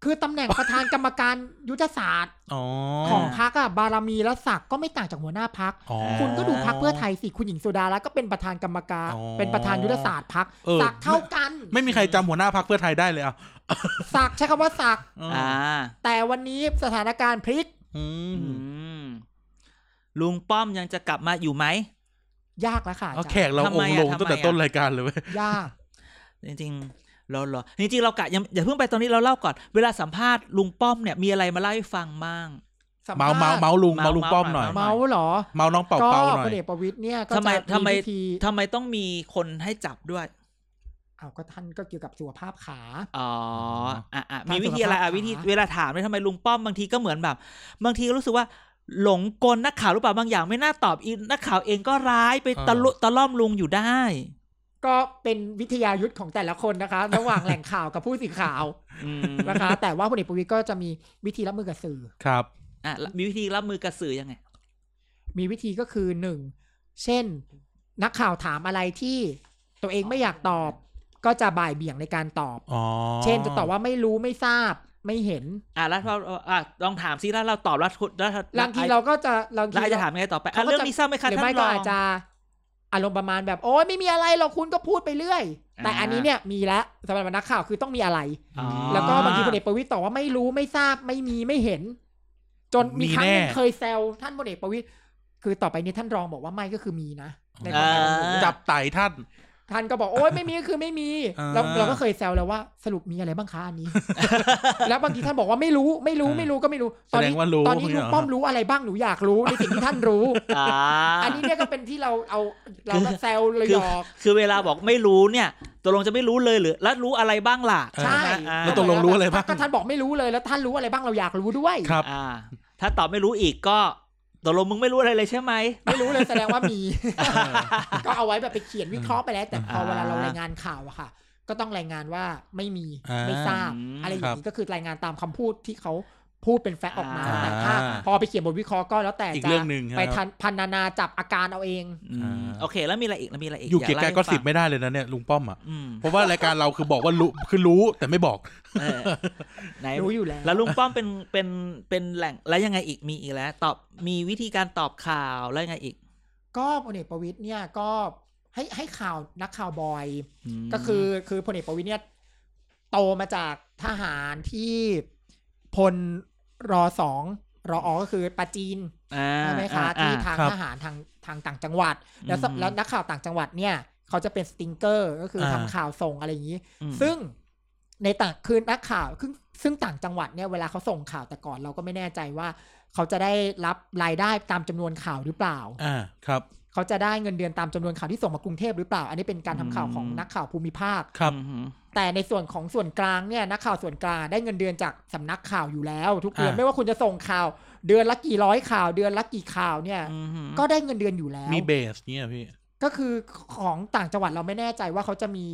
Speaker 3: คือตำแหน่งประธานกรรมการ ยุทธศาสตร์
Speaker 2: อ๋อ
Speaker 3: ของพรรคอะบารมีและศักดิ์ก็ไม่ต่างจากหัวหน้าพรรค
Speaker 2: อ๋อ
Speaker 3: คุณก็ดูพรรคเพื่อไทยสิคุณหญิงสุดารัตน์ก็เป็นประธานกรรมการ
Speaker 2: อ๋อ
Speaker 3: เป็นประธานยุทธศาสตร์พรรค
Speaker 2: เออ
Speaker 3: ศักดิ์เท่ากัน
Speaker 2: ไม่มีใครจำหัวหน้าพักเพื่อไทยได้เลยอ่ะ
Speaker 3: ศักดิ์ใช้คำว่าศักดิ์
Speaker 1: อ่า
Speaker 3: แต่วันนี้สถานการณ์พลิก
Speaker 2: อืม
Speaker 1: อืม ลุงป้อมยังจะกลับมาอยู่ไหม
Speaker 3: ยากแล้วค่ะอา
Speaker 2: เอาแข
Speaker 3: จารย์
Speaker 2: กเรา
Speaker 1: ทำ
Speaker 2: อ
Speaker 1: ไม
Speaker 2: ง
Speaker 1: อ่ะ
Speaker 2: ค์ลง
Speaker 1: ทำไม
Speaker 2: ตั้งแต่
Speaker 1: อ่ะ
Speaker 2: ต้นรายการเลยเว้ย
Speaker 3: ยาก
Speaker 1: จริงๆเราเหรอจริงๆเรากะยังอย่าเพิ่งไปตอนนี้เราเล่าก่อน เวลาสัมภาษณ์ลุงป้อมเนี่ยมีอะไรมาเล่าให้ฟังบ้าง
Speaker 3: สัมภ
Speaker 2: เมา
Speaker 3: ษณ์
Speaker 2: เมาเมาลุงเมาลุง
Speaker 1: เมา
Speaker 2: ป้อมหน่อย
Speaker 1: เมา
Speaker 3: เมาส์เหรอ
Speaker 2: เมาน้องเป่า
Speaker 3: ก็
Speaker 2: เป่าหน่อ
Speaker 3: พ
Speaker 2: ย
Speaker 3: ลเอกประวิตยเนี่ยก็
Speaker 1: ทำไม
Speaker 3: จะ
Speaker 1: ทำไม
Speaker 3: พิธี
Speaker 1: ทำไมต้องมีคนให้จับด้วย
Speaker 3: เอาก็ท่านก็เกี่ยวกับสุขภาพขา
Speaker 1: อ๋ออ่ะอ่ะ
Speaker 3: ตาม
Speaker 1: มีวิธีอะไรอ่ะ
Speaker 3: สุขภาพ
Speaker 1: วิธี
Speaker 3: ขา
Speaker 1: เวลาถามเนี่ยทำไมลุงป้อมบางทีก็เหมือนแบบ บางทีก็รู้สึกว่า หลงกลนักข่าวหรือเปล่าบางอย่างไม่น่าตอบอีนักข่าวเองก็ร้ายไป
Speaker 2: เออ
Speaker 1: ตะลุตะล่อมลุงอยู่ได้
Speaker 3: ก็เป็นวิทยายุทธของแต่ละคนนะคะ ระหว่างแหล่งข่าวกับผู้สื่อข่าว
Speaker 1: อืม
Speaker 3: นะคะ แต่ว่าพลเอกประวิตยก็จะมีวิธีรับมือกับสื่อ
Speaker 2: ครับ
Speaker 1: อ่ะแล้วมีวิธีรับมือกระสือยังไง
Speaker 3: มีวิธีก็คือหนึ่งเช่น นักข่าวถามอะไรที่ตัวเองไม่อยากตอบ ก็จะบ่ายเบี่ยงในการตอบ
Speaker 2: อ๋อ
Speaker 3: เช่นจะตอบว่าไม่รู้ไม่ทราบไม่เห็น
Speaker 1: อ่ะแล้วเราอ่ะลองถามซิแล้วเราตอบแล้วคุณแล้วถ้
Speaker 3: บางทีเราก็จะบาง
Speaker 1: แล้ว
Speaker 3: ที
Speaker 1: ไอ้จะถามยังไงต่อไปอ่ะ
Speaker 3: เขาก็จะ
Speaker 1: เรื่องนี้ทราบไหมคะ
Speaker 3: หรือ
Speaker 1: ท่าน
Speaker 3: ไม่
Speaker 1: ร
Speaker 3: ก็
Speaker 1: อง
Speaker 3: อาจจะอารมณ์ประมาณแบบโอ้ยไม่มีอะไรหรอกคุณก็พูดไปเรื่อย แต่
Speaker 1: อ่า
Speaker 3: อันนี้เนี่ยมีแล้วสำหรับนักข่าวคือต้องมีอะไร
Speaker 1: อ๋อ
Speaker 3: แล้วก็บางทีพลเอกประวิตยตอบว่าไม่รู้ไม่ทราบไม่มีไม่เห็น จนมีครั้งหนึง
Speaker 2: มีแน่
Speaker 3: เคยแซวท่านพลเอกประวิตยคือต่อไปนี้ท่านรองบอกว่าไม่ก็คือมีนะใน
Speaker 1: อ่
Speaker 3: ความหมายของผ
Speaker 1: า
Speaker 3: ม
Speaker 2: จับไต่ท่าน
Speaker 3: ท่านก็บอกโอ๊ยไม่มีคือไม่มี
Speaker 2: อ่า
Speaker 3: เราเราก็เคยแซวแล้วว่าสรุปมีอะไรบ้างคะอั นนี้ แล้วบางทีท่านบอกว่าไม่รู้ไม่รู้
Speaker 2: อ่า
Speaker 3: ไม่รู้ก็ไม่รู้ ตอนนี้
Speaker 2: แสดงว่ารู้
Speaker 3: ตอนนี้
Speaker 2: เนี่ย
Speaker 3: ลุ
Speaker 2: เหรอ
Speaker 3: งป้อมรู้อะไรบ้างหนูอยากรู้ในสิ่งที่ท่านรู้
Speaker 1: อ่า
Speaker 3: อันนี้เนี่ยก็เป็นที่เราเอาเราก็แซวเลย
Speaker 1: คื
Speaker 3: หย
Speaker 1: อ
Speaker 3: อก
Speaker 1: คือเวลาบอกไม่รู้เนี่ยตกลงจะไม่รู้เลยหรือแล้วรู้อะไรบ้างล่ะ
Speaker 3: ใช่
Speaker 1: ไหมอ่า
Speaker 2: แล้วตกลงรู้อะไรบ้าง
Speaker 3: ก็ท่านบอกไม่รู้เลยแล้วท่านรู้อะไรบ้างเราอยากรู้ด้วย
Speaker 2: ครับ
Speaker 1: อ่า ถ้าตอบไม่รู้อีกก็ตกลงมึงไม่รู้อะไรเลยใช่ไหม
Speaker 3: ไม่รู้เลยแสดงว่ามี
Speaker 2: เออ
Speaker 3: ก็เอาไว้แบบไปเขียนวิเคราะห์ไปแล้ว แต่พอ
Speaker 1: อ่า
Speaker 3: เวลาเรารายงานข่าวอะค่ะ ก็ต้องรายงานว่าไม่มี
Speaker 2: อ่า
Speaker 3: ไม่ทราบ
Speaker 1: อืม
Speaker 3: อะไรอย่า
Speaker 2: ครั
Speaker 3: ง
Speaker 2: บ
Speaker 3: นี้ก็คือรายงานตามคำพูดที่เขาพูดเป็นแฟกต์ออกมา
Speaker 2: อ่า
Speaker 3: แต่ถ้าพอไปเขียนบทวิเคราะห์ก็แล้วแต่
Speaker 2: อีก
Speaker 3: จะ
Speaker 2: เรื่องหนึ่งครับ
Speaker 3: ไปทันพันนานาจับอาการเอาเอง
Speaker 1: อืมโอเค แล้วมีอะไรอีกแล้วมีอะไรอีก
Speaker 2: อยู่เกียร์
Speaker 1: า
Speaker 2: ไกล
Speaker 1: ล่าให้
Speaker 2: ก็
Speaker 1: ฟัง
Speaker 2: สิบไม่ได้เลยนะเนี่ยลุงป้อมอ่ะ
Speaker 1: อืม
Speaker 2: เพราะว่ารายการเราคือบอกว่ารู้คือรู้แต่ไม่บอก
Speaker 1: เออไห น
Speaker 3: รู้อยู่แล้ว
Speaker 1: แล้วลุงป้อมเป็นเป็นเป็นแหล่งแล้วยังไงอีกมีอีกแล้ว ตอบมีวิธีการตอบข่าวแล้วยังไงอีก
Speaker 3: ก็พลเอกประวิตยเนี่ยก็ให้ให้ข่าวนักข่าวบอย
Speaker 1: ม
Speaker 3: ก็คือคือพลเอกประวิตยเนี่ยโตมาจากทหารที่พลรอสองรออก็คือปาจีน ใช่ไหมคะที่ทาง
Speaker 2: ครับ
Speaker 3: ทหารทางทางต่างจังหวัด แล้วส
Speaker 1: อืม
Speaker 3: แล้วนักข่าวต่างจังหวัดเนี่ย เขาจะเป็นสติงเกอร์ก็คืออา ทำข่าวส่งอะไรอย่างนี้
Speaker 1: อืม
Speaker 3: ซึ่งในต่างคือนักข่าวซึ่งซึ่งต่างจังหวัดเนี่ยเวลาเขาส่งข่าวแต่ก่อนเราก็ไม่แน่ใจว่า เขาจะได้รับรายได้ตามจำนวนข่าวหรือเปล่า
Speaker 2: อ่าครับ
Speaker 3: เขาจะได้เงินเดือนตามจำนวนข่าวที่ส่งมากรุงเทพหรือเปล่า อันนี้เป็นการทำข่าวของนักข่าวภูมิภาค
Speaker 2: ครับ
Speaker 1: อืม
Speaker 3: แต่ในส่วนของส่วนกลางเนี่ยนักข่าวส่วนกลางได้เงินเดือนจากสำนักข่าวอยู่แล้ว ทุกเดือน
Speaker 2: อ่า
Speaker 3: ไม่ว่าคุณจะส่งข่าว เดือนละกี่ร้อยข่าว เดือนละกี่ข่าวเนี่ย
Speaker 1: อืม
Speaker 3: ก็ได้เงินเดือนอยู่แล้ว
Speaker 2: มีเบสเนี่ยพี่
Speaker 3: ก็คือของต่างจังหวัดเราไม่แน่ใจว่าเขาจะมี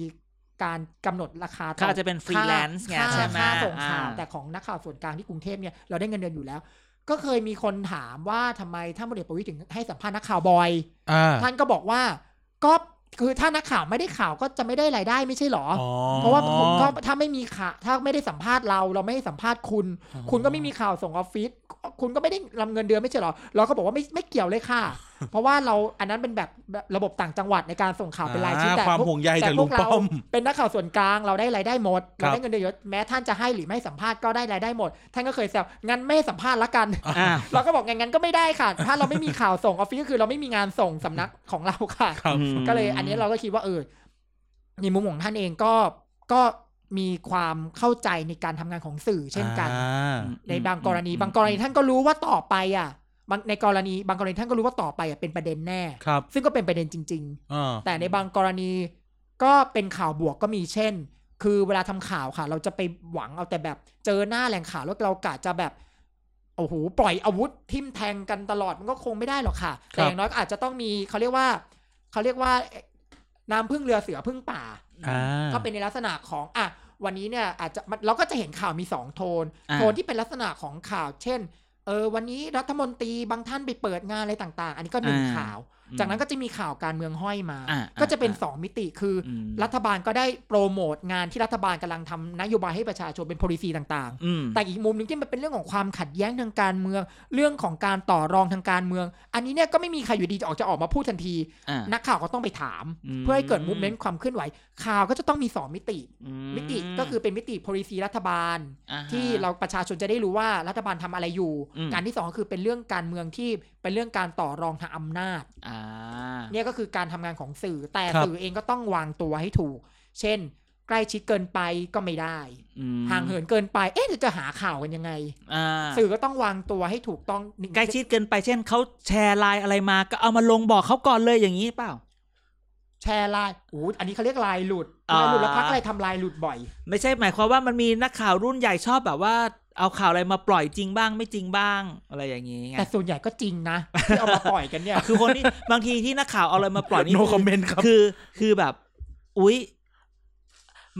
Speaker 3: การกำหนดราคาต่
Speaker 1: เขาอาจจะเป็น freelance ไง
Speaker 3: ค่า
Speaker 1: ใช่ไหม
Speaker 3: ค่าส่งข่าว
Speaker 1: อ่า
Speaker 3: แต่ของนักข่าวส่วนกลางที่กรุงเทพเนี่ยเราได้เงินเดือนอยู่แล้ว ก็เคยมีคนถามว่าทำไมท่านพลเอกประวิตยถึงให้สัมภาษณ์นักข่าวบ่อย
Speaker 2: อ่า
Speaker 3: ท่านก็บอกว่าก็คือถ้านักข่าวไม่ได้ข่าวก็จะไม่ได้รายได้ไม่ใช่หรอ
Speaker 2: อ๋อ
Speaker 3: เพราะว่าผมก็ถ้าไม่มีข่าวถ้าไม่ได้สัมภาษณ์เราเราไม่ให้สัมภาษณ์คุณ
Speaker 2: อ๋อ
Speaker 3: คุณก็ไม่มีข่าวส่งออฟฟิศคุณก็ไม่ได้รับเงินเดือนไม่ใช่เหรอ เราก็บอกว่าไม่ไม่เกี่ยวเลยค่ะ เพราะว่าเราอันนั้นเป็นแบบแบบระบบต่างจังหวัดในการส่งข่าวเป็นรายชื่อ
Speaker 2: อ่
Speaker 3: แต่
Speaker 2: ความ
Speaker 3: พวก
Speaker 2: ห่วงใยจาก
Speaker 3: พ
Speaker 2: ลุ
Speaker 3: ว
Speaker 2: ง
Speaker 3: กเรา
Speaker 2: ป้อม
Speaker 3: เป็นนักข่าวส่วนกลางเราได้รายได้หมด
Speaker 2: ครั
Speaker 3: เรา
Speaker 2: บ
Speaker 3: ได้เงินเดือนเยอะแม้ท่านจะให้หรือไม่สัมภาษณ์ก็ได้รายได้หมด ท่านก็เคยแซวงั้นไม่ให้สัมภาษณ์ละ กัน
Speaker 1: อ่า
Speaker 3: เราก็บอกงั้นงั้นก็ไม่ได้ค่ะ ถ้าเราไม่มีข่าวส่งออฟฟิศก็คือเราไม่มีงานส่งสำนักของเราค่ะ
Speaker 2: ครับ
Speaker 1: อืม
Speaker 3: ก็เลยอันนี้เราก็คิดว่าเออในมุมของท่านเองก็ก็มีความเข้าใจในการทำงานของสื่อเช่นกัน
Speaker 2: อ่า
Speaker 3: ในบางกรณี บางกรณีท่านก็รู้ว่าต่อไปอ่ะบางในกรณี บางกรณีท่านก็รู้ว่าต่อไปอ่ะเป็นประเด็นแน่
Speaker 2: ครับ
Speaker 3: ซึ่งก็เป็นประเด็นจริง
Speaker 2: อ่า
Speaker 3: ๆ แต่ในบางกรณีก็เป็นข่าวบวกก็มีเช่น คือเวลาทำข่าวค่ะ เราจะไปหวังเอาแต่แบบ เจอหน้าแหล่งข่าวแล้วเรากะจะแบบโอ้โหปล่อยอาวุธทิ่มแทงกันตลอดมันก็คงไม่ได้หรอกค่ะ
Speaker 2: ครั
Speaker 3: แต่
Speaker 2: บ
Speaker 3: อย่างน้อยก็อาจจะต้องมีเขาเรียกว่าเขาเรียกว่าน้ำพึ่งเรือเสือพึ่งป่า
Speaker 2: อ่า
Speaker 3: ก็เป็นในลักษณะของอ่ะวันนี้เนี่ยอาจจะมันเราก็จะเห็นข่าวมีสองโทน
Speaker 1: อ่า
Speaker 3: โทนที่เป็นลักษณะของข่าว เช่นเออวันนี้รัฐมนตรีบางท่านไปเปิดงานอะไรต่างๆ อันนี้ก็หนึ่งข่าว จากนั้นก็จะมีข่าวการเมืองห้อยมา
Speaker 1: อ่า
Speaker 3: ก็จะเป็น
Speaker 1: อ่า
Speaker 3: 2 มิติคืออ
Speaker 1: ม
Speaker 3: รัฐบาลก็ได้โปรโมทงานที่รัฐบาลกำลังทำนโยบายให้ประชาชนเป็น policy ต่าง
Speaker 1: อืม
Speaker 3: ๆ แต่อีกมุมหนึ่งที่มันเป็นเรื่องของความขัดแย้งทางการเมือง เรื่องของการต่อรองทางการเมือง อันนี้เนี่ยก็ไม่มีใครอยู่ดีจะออกจะออกมาพูดทันที
Speaker 1: อ่า
Speaker 3: นักข่าวก็ต้องไปถาม
Speaker 1: อืม
Speaker 3: เพื่อให้เกิดมูฟเมนต์ความเคลื่อนไหว ข่าวก็จะต้องมี 2 มิติ
Speaker 1: อื
Speaker 3: มิติก็คือเป็นมิติ policy รัฐบาล
Speaker 1: าฮะ
Speaker 3: ที่เราประชาชนจะได้รู้ว่ารัฐบาลทำอะไรอยู่
Speaker 1: อืม
Speaker 3: การที่สองก็คือเป็นเรื่องการเมืองที่เป็นเรื่องการต่อรองทางอำนาจ
Speaker 1: อ่า
Speaker 3: เนี่ยก็คือการทำงานของสื่อ แต่
Speaker 2: ครับ
Speaker 3: สื่อเองก็ต้องวางตัวให้ถูก เช่น ใกล้ชิดเกินไปก็ไม่ได้
Speaker 1: อืม
Speaker 3: ห่างเหินเกินไป เอ๊ะเดี๋ยวจะหาข่าวกันยังไง
Speaker 1: อ่า
Speaker 3: สื่อก็ต้องวางตัวให้ถูกต้องหนึ่ง
Speaker 1: ใกล้ชิดเกินไปเช่นเขาแชร์ไลน์อะไรมาก็เอามาลงบอกเขาก่อนเลยอย่างนี้เปล่า
Speaker 3: แชร์ไลน์โอ้โหอันนี้เขาเรียกไลน์หลุด
Speaker 1: อ่า
Speaker 3: ไลน์หลุดแล้วพักอะไรทำไลน์หลุดบ่อย
Speaker 1: ไม่ใช่หมายความว่ามันมีนักข่าวรุ่นใหญ่ชอบแบบว่า เอาข่าวอะไรมาปล่อยจริงบ้างไม่จริงบ้างอะไรอย่างนี้ไง
Speaker 3: แต่ส่วนใหญ่ก็จริงนะที่เอามาปล่อยกัน เนี่ย
Speaker 1: คือคนที่บางทีที่นักข่าวเอาอะไรมาปล่อยนี่
Speaker 2: no
Speaker 1: คือ
Speaker 2: comment ครับ
Speaker 1: คือคือแบบอุ๊ย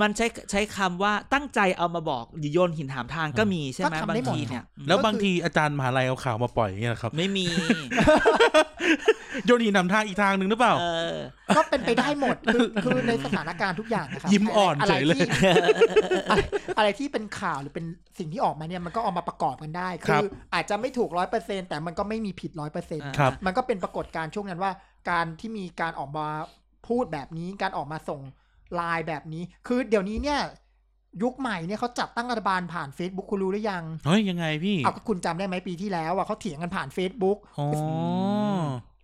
Speaker 1: มันใช้ใช้คำว่าตั้งใจเอามาบอกโยนหินถามทางก็มีใช่ไหม
Speaker 3: ก็ทำ
Speaker 1: บา
Speaker 3: ได้
Speaker 1: ง
Speaker 3: หมด
Speaker 1: ทีเนี่ย
Speaker 2: แล้วบางทีอาจารย์มหาลัยเอาข่าวมาปล่อยอย่างเงี้ยเหรอครับ
Speaker 1: ไม่มี
Speaker 2: โยนหินนำทางอีกทางหนึ่งหรือเปล่า
Speaker 1: เออ
Speaker 3: ก็เป็นไปได้หมด คือคือในสถานการณ์ทุกอย่างนะครับ
Speaker 2: ยิ้มอ่อนะ เฉ
Speaker 3: ไร
Speaker 2: ยเลย
Speaker 3: ที่อะไรอะไรที่เป็นข่าวหรือเป็นสิ่งที่ออกมาเนี่ยมันก็เอามาประกอบกันได้
Speaker 2: ครับ
Speaker 3: คืออาจจะไม่ถูกร้อยเปอร์เซ็นแต่มันก็ไม่มีผิดร้อยเปอร์เซ็น
Speaker 1: อ่า
Speaker 2: ครับ
Speaker 3: มันก็เป็นปรากฏการณ์ช่วงนั้นว่า การที่มีการออกมาพูดแบบนี้ การออกมาส่งไลน์แบบนี้ คือเดี๋ยวนี้เนี่ย ยุคใหม่เนี่ยเขาจัดตั้งรัฐบาลผ่าน Facebook คุณรู้หรือยัง
Speaker 2: เฮ้ยยังไงพี่
Speaker 3: เอาก็คุณจำได้ไหมปีที่แล้วอ่ะเขาเถียงกันผ่าน Facebook
Speaker 2: อ๋อ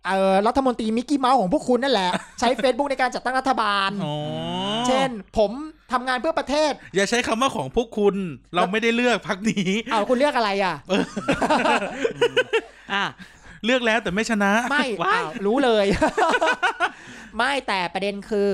Speaker 3: เอ่อรัฐมนตรีมิกกี้เมาส์ของพวกคุณนั่นแหละ ใช้ Facebook ในการจัดตั้งรัฐบาล
Speaker 2: อ๋อ
Speaker 3: เช่น ผมทำงานเพื่อประเทศ
Speaker 2: อย่าใช้คำว่าของพวกคุณเราไม่ได้เลือกพักนี้
Speaker 3: เอาคุณเลือกอะไรอ่ะ
Speaker 1: อ่ะ
Speaker 2: เลือกแล้วแต่ไม่ชนะ
Speaker 3: ไม่
Speaker 1: Why?
Speaker 3: อ้าวรู้เลย ไม่แต่ประเด็นคือ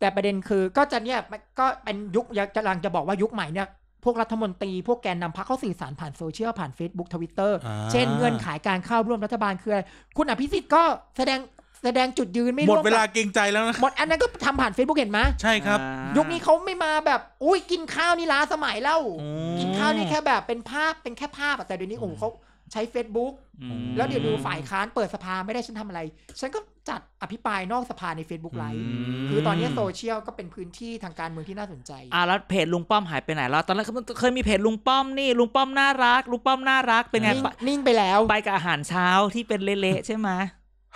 Speaker 3: แต่ประเด็นคือก็จะเนี่ยมันก็เป็นยุคกำลังจะบอกว่ายุคใหม่เนี่ย พวกรัฐมนตรี พวกแกนนำพรรคเขาสื่อสารผ่านโซเชียลผ่าน Facebook Twitter
Speaker 2: อ่า
Speaker 3: เช่นเงื่อนไขายการเข้าร่วมรัฐบาลคืออะไร คุณอภิสิทธิ์ก็แสดงแสดงจุดยืนไม่
Speaker 2: หม
Speaker 3: ร่
Speaker 2: ด
Speaker 3: วม
Speaker 2: เวลา
Speaker 3: กับ
Speaker 2: เกรงใจแล้วนะ
Speaker 3: หมดอันนั้นก็ทำผ่าน Facebook เห็นไหม
Speaker 2: ใช่ครับ
Speaker 1: อ่า
Speaker 3: ยุคนี้เขาไม่มาแบบ อุ้ยกินข้าวนี่ล้าสมัยเล่า
Speaker 2: โอ้
Speaker 3: กินข้าวนี่แค่แบบเป็นภาพเป็นแค่ภาพอะแต่เดี๋ยวนี้โอ้โหเขาใช้ Facebook
Speaker 1: อืม
Speaker 3: แล้วเดี๋ยวดูฝ่ายค้านเปิดสภาไม่ได้ฉันทำอะไร ฉันก็จัดอภิปรายนอกสภาใน Facebook ไลฟ์
Speaker 2: อืม
Speaker 3: คือตอนนี้โซเชียลก็เป็นพื้นที่ทางการเมืองที่น่าสนใจ
Speaker 1: อ่ะแล้วเพจลุงป้อมหายไปไหนแล้วตอนแรกเคยมีเพจลุงป้อมนี่ลุงป้อมน่ารักลุงป้อมน่ารักเป็นไง
Speaker 3: นิ่ง
Speaker 1: ไป
Speaker 3: นิ่งไปแล้ว
Speaker 1: ไปกับอาหารเช้าที่เป็นเละๆใช่ไหม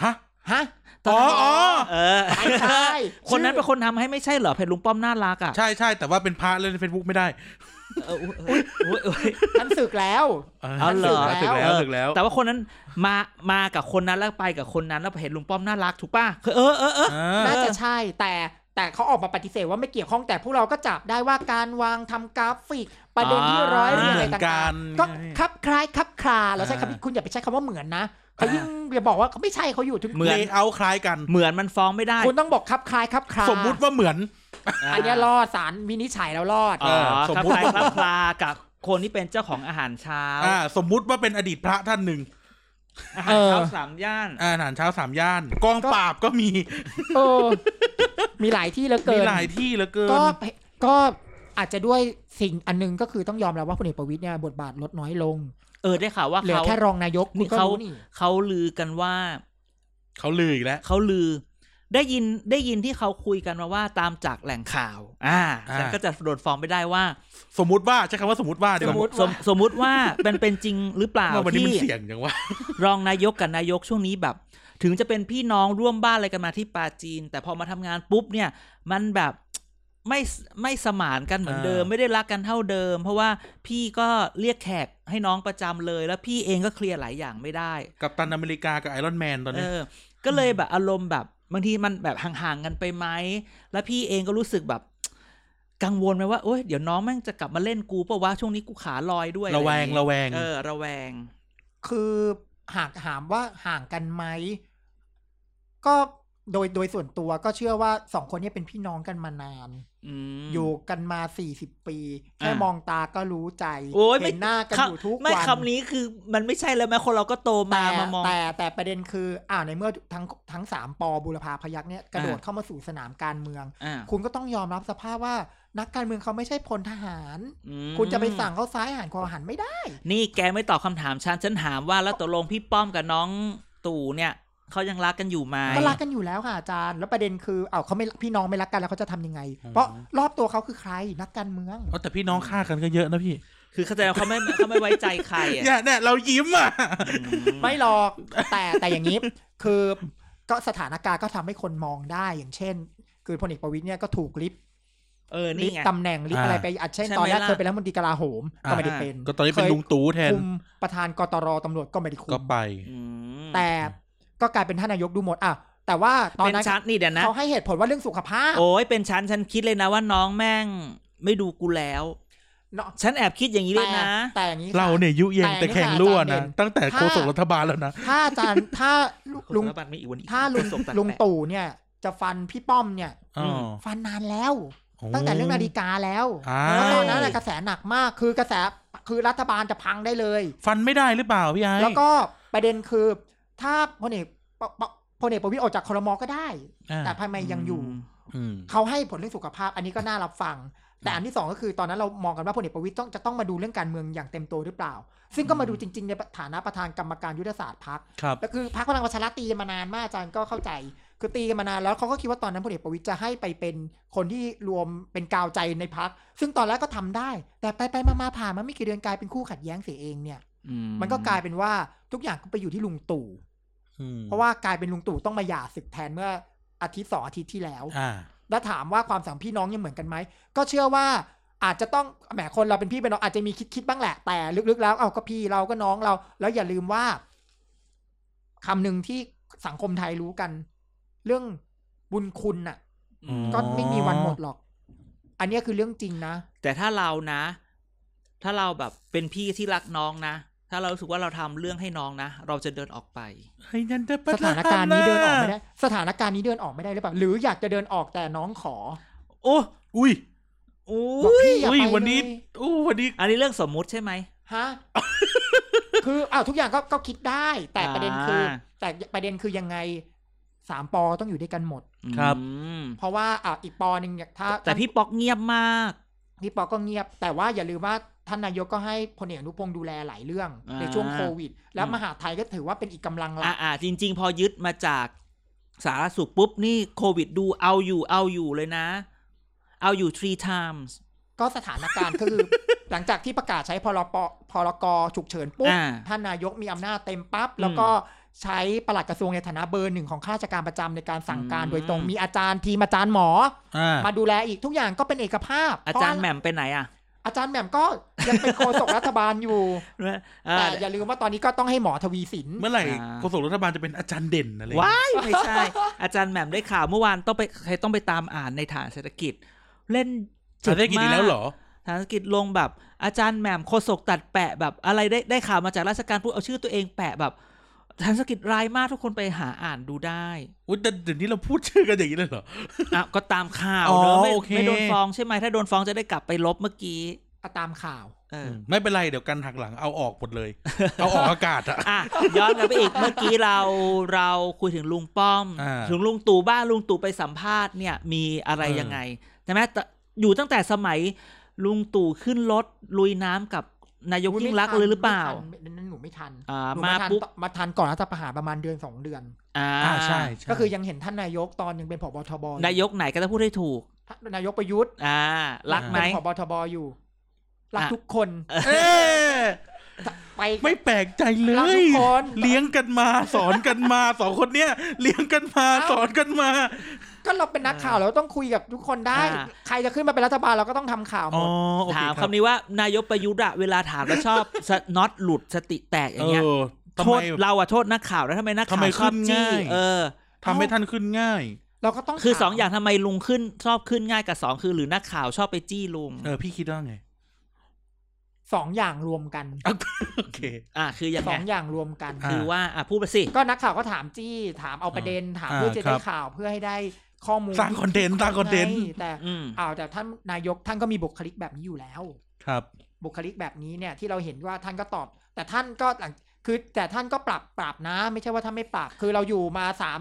Speaker 2: ฮะ
Speaker 3: ฮะ
Speaker 1: ตนนั้น
Speaker 2: อ๋ออ๋อ
Speaker 1: เออ
Speaker 3: ไม่ใช่
Speaker 1: คนนั้นเป็น
Speaker 3: ชื่อ
Speaker 1: คนทำให้ไม่ใช่เหรอเพจลุงป้อมน่ารักอ่ะ
Speaker 2: ใช่ใช่แต่ว่าเป็นพระเล่นเฟซบุ๊กไม่ได้
Speaker 1: เอออุ๊ยอุ๊ยอุ๊ยอุ๊ย
Speaker 3: ท่านศึกแล้ว
Speaker 1: เอาเหรอ
Speaker 2: ถึงแล้ว
Speaker 1: เออ
Speaker 2: ถึงแล้ว
Speaker 1: แต่ว่าคนนั้นมามากับคนนั้นแล้วไปกับคนนั้นแล้วเห็นลุงป้อมน่ารักถูกป่ะคือเออเออเออ
Speaker 2: อ่า
Speaker 3: น่าจะใช่แต่แต่เขาออกมาปฏิเสธว่าไม่เกี่ยวข้องแต่พวกเราก็จับได้ว่าการวางทำกราฟิก ประเด็นที่ร้อยเรียงอะไร
Speaker 2: เหมือนกั
Speaker 3: ต่าง
Speaker 2: น
Speaker 3: ๆก็คับคล้ายคับคลาเราใช้
Speaker 2: อ่า
Speaker 3: คำคุณอย่าไปใช้คำว่าเหมือนนะเขายิ่งจะบอกว่าเขาไม่ใช่เขาอยู่ทุก
Speaker 1: เหมือน
Speaker 2: เลเอาคล้ายกัน
Speaker 1: เหมือนมันฟ้องไม่ได้
Speaker 3: คุณต้องบอกคับคล้ายคับคลา
Speaker 2: สมมุติว่าเหมือน
Speaker 3: อันเนี้ยรอดสารวินิจฉัยแล้วรอด
Speaker 1: อ๋อ
Speaker 2: สม
Speaker 1: ครับ
Speaker 2: มุติ
Speaker 1: ใครครับปลากับคนที่เป็นเจ้าของอาหารเช้า
Speaker 2: อ่า สมมุติว่าเป็นอดีตพระท่านหนึ่ง
Speaker 1: อาหา
Speaker 3: เอ
Speaker 1: ร
Speaker 3: อ
Speaker 1: เช้าสามย่าน
Speaker 2: อาหารเช้าสามย่าน กองปราบก็มี
Speaker 3: เออ มีหลายที่เหลือเกิ
Speaker 2: มี
Speaker 3: น
Speaker 2: หลายที่เหลือเกิน
Speaker 3: ก็ก็อาจจะด้วยสิ่งอันหนึงก็คือต้องยอมรับว่าพลเอกประวิตยเนี่ยบทบาทลดน้อยลง
Speaker 1: เออได้ข่าวว่า
Speaker 3: เหลือ
Speaker 1: เขา
Speaker 3: แค่รองนายก
Speaker 1: นี่
Speaker 3: คุณก็
Speaker 1: เขา
Speaker 3: รู้นี่
Speaker 1: เขาลือกันว่า
Speaker 2: เขาลืออีกแล้ว
Speaker 1: เขาลือ ได้ยินได้ยินที่เขาคุยกันมาว่าตามจากแหล่งข่าว อ่า
Speaker 2: อ่า
Speaker 1: ฉันก็จะโดดฟ้องไม่ได้ว่า
Speaker 2: สมมติว่าใช้คำว่าสมมติว่าดีก
Speaker 1: ส
Speaker 2: ว่าม
Speaker 1: มติสมสมมติว่าเป็นเป็นจริงหรือเปล่า
Speaker 2: ว่าวัน
Speaker 1: ที่
Speaker 2: นี้มันเสี่ยงจังวะ
Speaker 1: รองนายกกับนายกช่วงนี้แบบ ถึงจะเป็นพี่น้องร่วมบ้านอะไรกันมาที่ปาจีน แต่พอมาทำงานปุ๊บเนี่ย มันแบบไม่ไม่สมานกันเหมือนเดิม
Speaker 2: อ่า
Speaker 1: ไม่ได้รักกันเท่าเดิม เพราะว่าพี่ก็เรียกแขกให้น้องประจำเลย แล้วพี่เองก็เคลียร์หลายอย่างไม่ได้
Speaker 2: กับตันอเมริกากับไอรอนแมนตอน
Speaker 1: เอ
Speaker 2: นี้
Speaker 1: อ ก็เลยแบบอารมณ์แบบบางทีมันแบบห่างๆกันไปไหม แล้วพี่เองก็รู้สึกแบบ กังวลไหมว่าโอ๊ยเดี๋ยวน้องแม่งจะกลับมาเล่นกูเปล่าวะช่วงนี้กูขาลอยด้วยอไอ
Speaker 2: ระแว
Speaker 1: ย่า
Speaker 2: ง
Speaker 1: นี้
Speaker 2: ระแวง
Speaker 1: เออ ระแวง
Speaker 3: คือหากถามว่าห่างกันไหม ก็โดยโดยส่วนตัวก็เชื่อว่าสองคนเนี้เป็นพี่น้องกันมานาน
Speaker 1: อืม
Speaker 3: อยู่กันมาสี่สิบปี แค่
Speaker 1: อ่าม
Speaker 3: มองตาก็รู้ใจ
Speaker 1: โอ้ยไม่
Speaker 3: เห็นหน้ากันอยู่ทุกวัน
Speaker 1: ไม่คำนี้คือมันไม่ใช่แล้วไหมคนเราก็โตมา
Speaker 3: แต่
Speaker 1: มามอง
Speaker 3: แต่แต่ประเด็นคืออ้าวในเมื่อทั้งทั้งสามปอบุรพาพยักษ์เนี่ยกระโดด
Speaker 1: อ่า
Speaker 3: เข้ามาสู่สนามการเมือง
Speaker 1: อ่า
Speaker 3: คุณก็ต้องยอมรับสภาพว่านักการเมืองเขาไม่ใช่พลทหาร
Speaker 1: อืม
Speaker 3: คุณจะไปสั่งเขาซ้ายหันขวาหันไม่ได้
Speaker 1: นี่แกไม่ตอบคำถามฉันฉันถามว่าแล้วตกลงพี่ป้อมกับน้องตู่เนี่ยเขายังรักกันอยู่ไหม
Speaker 3: ก็รักกันอยู่แล้วค่ะอาจารย์ แล้วประเด็นคืออ้าวเขาไม่พี่น้องไม่รักกันแล้วเขาจะทำยังไง
Speaker 2: อืม
Speaker 3: เพราะรอบตัวเขาคือใครนักการเมือง
Speaker 2: เอาแต่พี่น้องฆ่ากันก็เยอะนะพี่
Speaker 1: คือเข้าใจว่าเขาไม่เขาไม่ไว้ใจใครอ่ะ
Speaker 2: เนี่ยเนี่ยเรายิ้มอ่ะ
Speaker 3: ไม่หรอกแต่แต่อย่างนี้ คือก็สถานการณ์ก็ทำให้คนมองได้อย่างเช่น คือพลเอกประวิตยเนี่ยก็ถูกลิฟต์
Speaker 1: เออ
Speaker 3: ลิ
Speaker 1: นี่
Speaker 3: ฟ
Speaker 1: ไง
Speaker 3: ต์ตำแหน่งลิฟต์
Speaker 2: อ่า
Speaker 3: อะไรไปอัดเช่น
Speaker 1: ใช่ไหม
Speaker 3: ตอนแรก
Speaker 1: ล่ะ
Speaker 3: เคยเป็นรัฐมนตรีกลาโหมก็ไม่ได้
Speaker 2: อ่า
Speaker 3: เป็น
Speaker 2: ก็ตอนนี้เป็นลุงตู่แทน
Speaker 3: คุมประธานกตรตำรวจก็ไม่ได้คุ
Speaker 2: ก็
Speaker 3: ม
Speaker 2: ไป
Speaker 1: อืม
Speaker 3: แต่ก็กลายเป็นท่านนายกดูหมดอ่ะแต่ว่าตอน
Speaker 1: เป็น
Speaker 3: นั้น
Speaker 1: ชั้นนี่เดี๋ยวนะ
Speaker 3: เขาให้เหตุผลว่าเรื่องสุขภาพ
Speaker 1: โอ้ยเป็นชั้นฉันคิดเลยนะว่าน้องแม่งไม่ดูกูแล้ว
Speaker 3: เนาะ
Speaker 1: ฉันแอบคิดอย่างนี้ด้วย
Speaker 3: แต่
Speaker 1: นะ
Speaker 3: แต่อย่างนี้ค่ะ
Speaker 2: เราเนี่ยยุแยง
Speaker 3: แต่
Speaker 2: แต่
Speaker 3: นี่
Speaker 2: แข่งรั่ว
Speaker 3: ค่ะอาจาร
Speaker 2: นะ
Speaker 3: ย์เด่น
Speaker 2: ตั้งแต่
Speaker 3: ถ้า
Speaker 2: โฆษกรัฐบาลแล้วนะ
Speaker 3: ถ้าอาจารย์ ถ้าลุงลุง
Speaker 1: คนละบัตรไม่อีกวันนี้
Speaker 3: ถ้าลุง
Speaker 1: ส่ตัด
Speaker 3: ลุง
Speaker 1: แปะ
Speaker 3: ตู่เนี่ย จะฟันพี่ป้อมเนี่ย
Speaker 2: อ๋อ
Speaker 3: ฟันนานแล้ว
Speaker 2: โอ้
Speaker 3: ตั้งแต่เรื่องนาฬิกาแล้ว
Speaker 2: อ้า
Speaker 3: เพราะตอนนั้น
Speaker 2: ว
Speaker 3: น่ะกระแสหนักมากคือกระแสคือรัฐบาลจะพังได้เลย
Speaker 2: ฟันไม่ได้หรือเปล่าพี่ไอ้
Speaker 3: แล้วก็ประเด็นคือ ถ้าพลเอกปปพลเอกประวิตยออกจากครมก็ได้
Speaker 2: อ่า
Speaker 3: แต่ทำไมยังอยู่
Speaker 2: อืม
Speaker 3: เขาให้ผลเรื่องสุขภาพอันนี้ก็น่ารับฟัง แต่อันที่สองก็คือตอนนั้นเรามองกันว่าพลเอกประวิตยต้องจะต้องมาดูเรื่องการเมืองอย่างเต็มตัวหรือเปล่า ซึ่งก็มาดูจริง ๆ ในฐานะประธานกรรมการยุทธศาสตร์พัก
Speaker 2: ครับ
Speaker 3: ก็คือพักพลังประชารัฐตีกันมานานมากอาจารย์ก็เข้าใจ คือตีกันมานานแล้วเขาก็คิดว่าตอนนั้นพลเอกประวิตยจะให้ไปเป็นคนที่รวมเป็นกาวใจในพักซึ่งตอนแรกก็ทำได้ แต่ไปไปมามาผ่านมาไม่กี่เดือนกลายเป็นคู่ขัดแย้งเสียเองเนี่ย มันก็กลายเป็นว่าทุกอย่างก็ไปอยู่ที่ลุงตู่
Speaker 2: อืม
Speaker 3: เพราะว่ากลายเป็นลุงตู่ต้องมาหย่าศึกแทนเมื่ออาทิตย์สองอาทิตย์ที่แล้ว
Speaker 2: อ่า
Speaker 3: แล้วถามว่าความสัมพันธ์พี่น้องยังเหมือนกันไหม ก็เชื่อว่าอาจจะต้องแหมคนเราเป็นพี่เป็นน้องอาจจะมีคิดคิดบ้างแหละ แต่ลึกๆแล้วเอาก็พี่เราก็น้องเรา แล้วอย่าลืมว่าคำหนึ่งที่ สังคมไทยรู้กัน เรื่องบุญคุณน่ะ
Speaker 1: อืม
Speaker 2: อ๋อ
Speaker 3: ก็ไม่มีวันหมดหรอก อันเนี้ยคือเรื่องจริงนะ
Speaker 1: แต่ถ้าเรานะ ถ้าเราแบบเป็นพี่ที่รักน้องนะ ถ้าเรารู้สึกว่าเราทำเรื่องให้น้องนะ เราจะเดินออกไป
Speaker 2: เฮ้ยนั่นจะ
Speaker 3: สถานการณ์นี้เดินออกไม่ได้ สถานการณ์นี้เดินออกไม่ได้หรือเปล่า หรืออยากจะเดินออกแต่น้องขอ
Speaker 1: โอ้
Speaker 2: อุ้ย
Speaker 1: โอ้
Speaker 3: บอกพี่อย่า
Speaker 2: อุ้ย
Speaker 3: ไป
Speaker 2: วันนี้
Speaker 3: เลย
Speaker 2: อู้วันนี้
Speaker 1: อันนี้เรื่องสมมุติใช่ไหม
Speaker 3: ฮะ คืออ้าวทุกอย่างก็ก็คิดได้ แต่ประเด็นคือ
Speaker 1: อ่า
Speaker 3: แต่ประเด็นคือยังไงสามปอต้องอยู่ด้วยกันหมด
Speaker 2: ครับ
Speaker 1: อืม
Speaker 3: เพราะว่าอ่าอีกปอหนึ่งเนี่ยถ้า
Speaker 1: แต่พี่ป๊อกเงียบมาก
Speaker 3: พี่ปอก็เงียบ แต่ว่าอย่าลืมว่าท่านนายกก็ให้พลเอกอนุพงศ์ดูแลหลายเรื่อง
Speaker 1: อ่า
Speaker 3: ในช่วงโควิด แล้ว
Speaker 1: อืม
Speaker 3: มหาดไทยก็ถือว่าเป็นอีกกำลังหลั
Speaker 1: อ่าก อ่าจริง ๆ พอยึดมาจากสาธารณสุขปุ๊บนี่โควิดดูเอาอยู่เอาอยู่เลยนะ เอาอยู่ three times
Speaker 3: ก็สถานการณ์ก็คือ หลังจากที่ประกาศใช้พรปพรกฉุกเฉินปุ๊บ
Speaker 1: อ่า
Speaker 3: ท่านนายกมีอำนาจเต็มปั๊บแล้วก็ใช้ปลัดกระทรวงในฐานะเบอร์หนึ่งของข้าราชการประจำในการสั่งการโดยตรงมีอาจารย์ทีมอาจารย์หมอ
Speaker 2: อ่า
Speaker 3: มาดูแลอีกทุกอย่างก็เป็นเอกภาพ
Speaker 1: อาจารย์แห
Speaker 3: เพะ
Speaker 1: ม่มไปไหนอ่ะ
Speaker 3: อาจารย์แหม่มก็ยังเป็นโฆษกรัฐบาลอยู่
Speaker 1: เอ่อ
Speaker 3: แต่อย่าลืมว่าตอนนี้ก็ต้องให้หมอทวีสิน
Speaker 2: เมื่อไหร่
Speaker 1: อ่า
Speaker 2: โฆษกรัฐบาลจะเป็นอาจารย์เด่นอะไรอย่างเงี้ย
Speaker 1: ว้ายไม่ใช่ อาจารย์แหม่มได้ข่าวเมื่อวานต้องไปใครต้องไปตามอ่านในฐานเศรษฐกิจ เล่น
Speaker 2: เศรษฐกิจอีกแล้วเหรอ
Speaker 1: ฐานเศรษฐกิจลงแบบ อาจารย์แหม่มโฆษกตัดแปะแบบอะไรได้ได้ข่าวมาจากราชการพูดเอาชื่อตัวเองแปะแบบฐานเศรษฐกิจรายมากทุกคนไปหาอ่านดูได้
Speaker 2: อุ้ยแต่เดี๋ยวนี้เราพูดชื่อกันอย่างนี้เลยเหรอ
Speaker 1: อ่ะก็ตามข่าว
Speaker 2: อ๋อ
Speaker 1: เนอะไม่
Speaker 2: โอเค
Speaker 1: ไม่โดนฟ้องใช่ไหมถ้าโดนฟ้องจะได้กลับไปลบเมื่อกี้
Speaker 3: ตามข่าว
Speaker 1: เอออ
Speaker 2: ไม่เป็นไรเดี๋ยวกันหักหลังเอาออกหมดเลย เอาออกอากาศอะ
Speaker 1: อ่ะย้อนกลับไปอีกเมื่อกี้เราเราคุยถึงลุงป้อม
Speaker 2: อ่า
Speaker 1: ถึงลุงตู่บ้านลุงตู่ไปสัมภาษณ์เนี่ย มีอะไร
Speaker 2: เออ
Speaker 1: ยังไงใช่ไหมแต่อยู่ตั้งแต่สมัยลุงตู่ขึ้นรถลุยน้ำกับนายกยิ่งรักษณ์เลยหรือเปล่า
Speaker 3: ไม่ทันนั่นหนูไม่ทัน
Speaker 1: อ่า
Speaker 3: หนู
Speaker 1: มา
Speaker 3: ทัน
Speaker 1: ปุ๊บ
Speaker 3: ตอนมาทันก่อนรัฐประหารประมาณเดือนสองเดือน
Speaker 1: อ่า
Speaker 2: อ่าใช่ใช่
Speaker 3: ก็คือยังเห็นท่านนายกตอนยังเป็นผบทบอน
Speaker 1: ายกไหนก็จะพูดให้ถูก
Speaker 3: นายกประยุทธ์
Speaker 1: อ่า รักไหม
Speaker 3: เป็นผบทบอยู่ รัก
Speaker 1: อ่ะ
Speaker 3: ทุกคน
Speaker 2: เอ๊ะ
Speaker 3: ไป
Speaker 2: ไม่แปลกใจเล
Speaker 3: เราทุ
Speaker 2: ย
Speaker 3: กคน
Speaker 2: เลี้ยงกันมาสอนกันมาสองคนเนี้ยเลี้ยงกันมาสอนกันมา
Speaker 3: ก็เราเป็นนักข่าวเราต้องคุยกับทุกคนได้
Speaker 1: อ่า
Speaker 3: ใครจะขึ้นมาเป็นรัฐบาลเราก็ต้องทำข่าวห
Speaker 2: อ๋
Speaker 3: ม
Speaker 2: อ
Speaker 3: ด
Speaker 2: โอเค
Speaker 1: ถาม
Speaker 2: รับ
Speaker 1: คำนี้ว่านายกประยุทธ์อะเวลาถามแล้วชอบ สน็อตหลุดสติแตกอย่างเงี้ย
Speaker 2: เออทำ
Speaker 1: โท
Speaker 2: ไม
Speaker 1: ษเราอะโทษนักข่าวแล้วทำไมนัก
Speaker 2: ทำ
Speaker 1: ข่า
Speaker 2: ไม
Speaker 1: วชอบ
Speaker 2: ขึ้น
Speaker 1: จี้
Speaker 2: ง่าย
Speaker 1: เออ
Speaker 2: ทำให้ท่านขึ้นง่าย
Speaker 3: เราก็ต้อง
Speaker 1: คือ
Speaker 3: ถม
Speaker 1: สองอย่างทำไมลุงขึ้นชอบขึ้นง่ายกับสองคือหรือนักข่าวชอบไปจี้ลุง
Speaker 2: เออพี่คิดว่าไง
Speaker 3: สองอย่างรวมกัน
Speaker 2: โอเค
Speaker 1: อ่าคือยัง
Speaker 3: ส
Speaker 1: ไง
Speaker 3: องอย่างรวมกัน
Speaker 2: อ่
Speaker 1: คือว่าอ่ะพูดไปสิ
Speaker 3: ก็นักข่าวก็ถามจี้ถามเอาประเด็นถาม
Speaker 2: อ่า
Speaker 3: เพื่อจะ
Speaker 2: ค
Speaker 3: ได้
Speaker 2: รับ
Speaker 3: ข่าวเพื่อให้ได้ข้อมูล
Speaker 2: สร้างคอนเทนต์สร้างคอนเทนต์
Speaker 3: ให้แต่
Speaker 1: อืม
Speaker 3: อ้าวแต่ท่านนายกท่านก็มีบุคลิกแบบนี้อยู่แล้ว
Speaker 2: ครับ
Speaker 3: บุคลิกแบบนี้เนี่ยที่เราเห็นว่าท่านก็ตอบ แต่ท่านก็หลังคือแต่ท่านก็ปรับปรับนะ ไม่ใช่ว่าท่านไม่ปรับคือเราอยู่มาสาม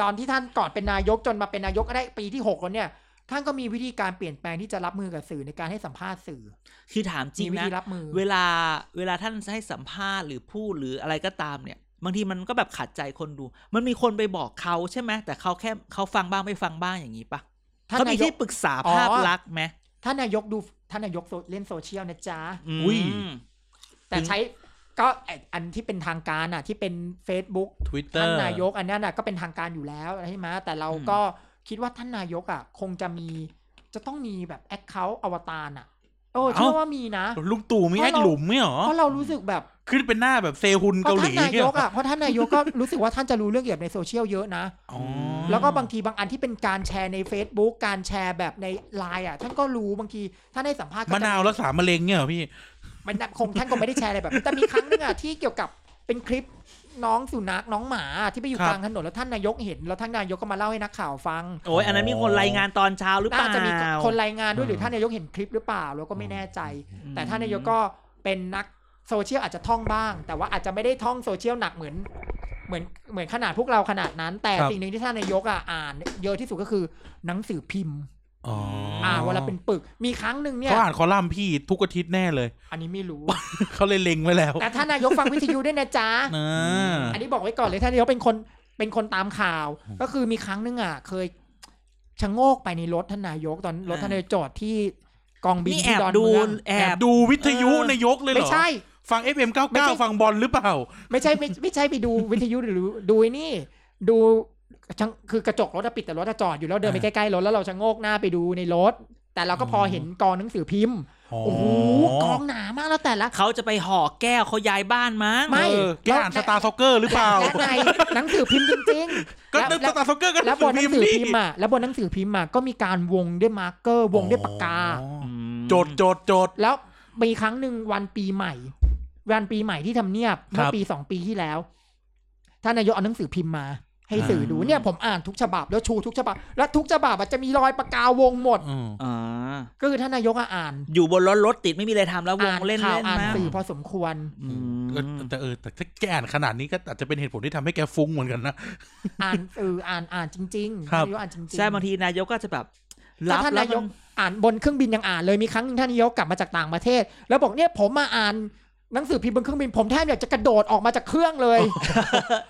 Speaker 3: ตอนที่ท่านก่อนเป็นนายกจนมาเป็นนายกได้ปีที่หกแล้วเนี่ย ท่านก็มีวิธีการเปลี่ยนแปลงที่จะรับมือกับสื่อในการให้สัมภาษณ์สื่อ
Speaker 1: คือถามจริง
Speaker 3: มีวิ
Speaker 1: นะ
Speaker 3: ธีรับมือ
Speaker 1: เวลาเวลาท่านให้สัมภาษณ์หรือพูดหรืออะไรก็ตามเนี่ย บางทีมันก็แบบขัดใจคนดู มันมีคนไปบอกเขาใช่ไหมแต่เขาแค่เขาฟังบ้างไม่ฟังบ้างอย่างนี้ปะ
Speaker 3: ท่าน
Speaker 1: เขามี
Speaker 3: นายก
Speaker 1: ที่ปรึกษา
Speaker 3: อ๋อ
Speaker 1: ภาพลักษณ์ไหม
Speaker 3: ท่านนายกดูท่านนายกโซเล่นโซเชียลนะจ๊ะ
Speaker 2: อุ้ย
Speaker 1: ม
Speaker 3: แต่
Speaker 1: ถึง
Speaker 3: ใช้ก็ไอ้อันที่เป็นทางการอ่ะ ที่เป็น Facebook ท่า
Speaker 2: Twitter
Speaker 3: นนายกอันนั้นน่ะก็เป็นทางการอยู่แล้วใช่ไหมแต่เราก็คิดว่าท่านนายกอ่ะ คงจะมีจะต้องมีแบบแอคเคาท์อวตารอ่ะเออเชื่อ
Speaker 2: เอ้า
Speaker 3: ว่ามีนะ
Speaker 2: ลุงตู่มี
Speaker 3: เพ
Speaker 2: แอ
Speaker 3: ราะ
Speaker 2: ค
Speaker 3: เรา
Speaker 2: หลุมไม่หรอ
Speaker 3: เพราะเรารู้สึกแบบ
Speaker 2: ขึ้นเป็นหน้าแบบเซฮุนเการ
Speaker 3: เพาะ
Speaker 2: ห
Speaker 3: ท่า
Speaker 2: ลี
Speaker 3: นนาย
Speaker 2: เนี่ย
Speaker 3: กอ่ะเพราะท่านนายกก็ รู้สึกว่าท่านจะรู้เรื่องเกี่ยวกับในโซเชียลเยอะนะ
Speaker 2: อ๋อ
Speaker 3: แล้วก็บางทีบางอันที่เป็นการแชร์ใน Facebook การแชร์แบบในไลน์อ่ะท่านก็รู้บางทีท่านให้สัมภาษณ์ก็
Speaker 2: มะ
Speaker 3: จะ
Speaker 2: นาวรักษามะเร็งเนี่ยเหรอพี่
Speaker 3: มันคงท่านคงไม่ได้แชร์อะไรแบบนั้นแต่มีครั้งหนึงอะที่เกี่ยวกับเป็นคลิปน้องสุนัขน้องหมาที่ไปอยู่
Speaker 2: ครับ
Speaker 3: กลางถนนแล้วท่านนายกเห็น แล้วท่านนายกก็มาเล่าให้นักข่าวฟัง
Speaker 1: โอ้ยอันนั้นมีคนรายงานตอนเช้าหรือเป
Speaker 3: น่า
Speaker 1: ล่า
Speaker 3: จะมีคนรายงานด้วย
Speaker 2: อ่า
Speaker 3: หรือท่านนายกเห็นคลิปหรือเปล่าเราก็ไม่แน่ใจ
Speaker 1: อืม
Speaker 3: แต่ท่านนายกก็เป็นนักโซเชียลอาจจะท่องบ้าง แต่ว่าอาจจะไม่ได้ท่องโซเชียลหนักเหมือน เหมือนเหมือนขนาดพวกเราขนาดนั้น แต่
Speaker 2: ครับ
Speaker 3: สิ่งหนึ่งที่ท่านนายกอะอ่าน เยอะที่สุดก็คือหนังสือพิมพ์
Speaker 2: อ๋ออ
Speaker 3: อ่านวันละเป็นปึก มีครั้งหนึ่งเนี่ย
Speaker 2: เขาอ่านคอลัมน์พี่ทุกอาทิตย์แน่เลย
Speaker 3: อันนี้ไม่รู้
Speaker 2: เขาเลยเล็งไว้แล้ว
Speaker 3: แต่ท่านนายกฟังวิทยุด้วยนะจ๊ะ
Speaker 2: นะ
Speaker 3: อันนี้บอกไว้ก่อนเลยท่านนายกเป็นคนเป็นคนตามข่าว ก็คือมีครั้งหนึงอ่ะ เคยชะโงกไปในรถท่านนายกตอนรถ
Speaker 1: อ่า
Speaker 3: ท่านนายกจอดที่กองบิน
Speaker 1: นี่แอ
Speaker 3: ที่
Speaker 1: บ
Speaker 3: ดอน
Speaker 1: ดู
Speaker 3: เมือง
Speaker 1: แอ
Speaker 2: แอบบ ดูวิทยุ
Speaker 1: เออ
Speaker 2: นายกเลยเหรอ
Speaker 3: ไม่ใช่
Speaker 2: ฟัง FM
Speaker 3: ไม่ใช่
Speaker 2: 99 ฟังบอลหรือเปล่า
Speaker 3: ไม่ใช่ไม่ไม่ใช่ไปดูวิทยุหรือดูไอ้นี่ ดูช่างคือกระจกรถอะปิดแต่รถอะจอดอยู่แล้วเดินไปใกล้ๆรถแล้วเราชะโงกหน้าไปดูในรถ แต่เราก็พอเห็นกองหนังสือพิมพ์
Speaker 2: โอ้
Speaker 3: โอ้โหกองหนามากแล้วแต่ละ
Speaker 1: เขาจะไปห่อแก้วเขาย้ายบ้านมั้ง
Speaker 3: ไม่
Speaker 2: เออแกอ่านสตาร์ซ็อกเกอร์หรือเปล่า
Speaker 3: และในหนังสือพิมพ์จริงๆ
Speaker 2: ก็
Speaker 3: และ
Speaker 2: นึกส
Speaker 3: และ
Speaker 2: ตาร์ซ็อกเกอร์ก็
Speaker 3: และบนหนังสือพิมพ์อ่ะและบนหนังสือพิมพ์อ่ะก็มีการวงด้วยมาร์กเกอร์วงด้วยปากกา
Speaker 2: อ๋อ
Speaker 1: อืม
Speaker 2: โจทย์โจทย์โจทย์
Speaker 3: แล้วมีครั้งหนึ่งวันปีใหม่ วันปีใหม่ที่ทำเนียบเมื่อปีสองปีที่แล้วท่านนายกเอาหนังสือพิมพ์มา ให้สื่อดู
Speaker 1: อ่า
Speaker 3: เนี่ยผมอ่านทุกฉบับแล้วชูทุกฉบับ และทุกฉบับอะจะมีรอยปากกาวงหมด
Speaker 2: อืม
Speaker 1: อ่า
Speaker 3: ก็คือท่านนายกอะอ่าน
Speaker 1: อยู่บนรถรถติดไม่มีอะไรทำแล้วว
Speaker 3: อ่าง น
Speaker 1: เล่น
Speaker 3: ข่าว
Speaker 1: เล่น
Speaker 3: อ่าน
Speaker 1: นะ
Speaker 3: สื่อพอสมควร
Speaker 1: อืม
Speaker 2: เออแต่เออแต่ถ้าแกอ่านขนาดนี้ก็อาจจะเป็นเหตุผลที่ทำให้แกฟุ้งเหมือนกันนะ
Speaker 3: อ่านสื่ออ่านอ่านจริงๆ
Speaker 2: ครั
Speaker 3: ท่า
Speaker 2: บ
Speaker 3: นนายกอ่านจริงๆ
Speaker 1: ใช่บางทีนายกก็จะแบบ
Speaker 3: ก็
Speaker 1: รับ
Speaker 3: ท่าน
Speaker 1: แล้ว
Speaker 3: นายก
Speaker 1: มัน
Speaker 3: อ่านบนเครื่องบินยังอ่านเลยมีครั้งหนึงท่านนายกกลับมาจากต่างประเทศ แล้วบอกเนี่ยผมมาอ่านหนังสือพิมพ์บนเครื่องบินผมแทบอยากจะกระโดดออกมาจากเครื่องเลย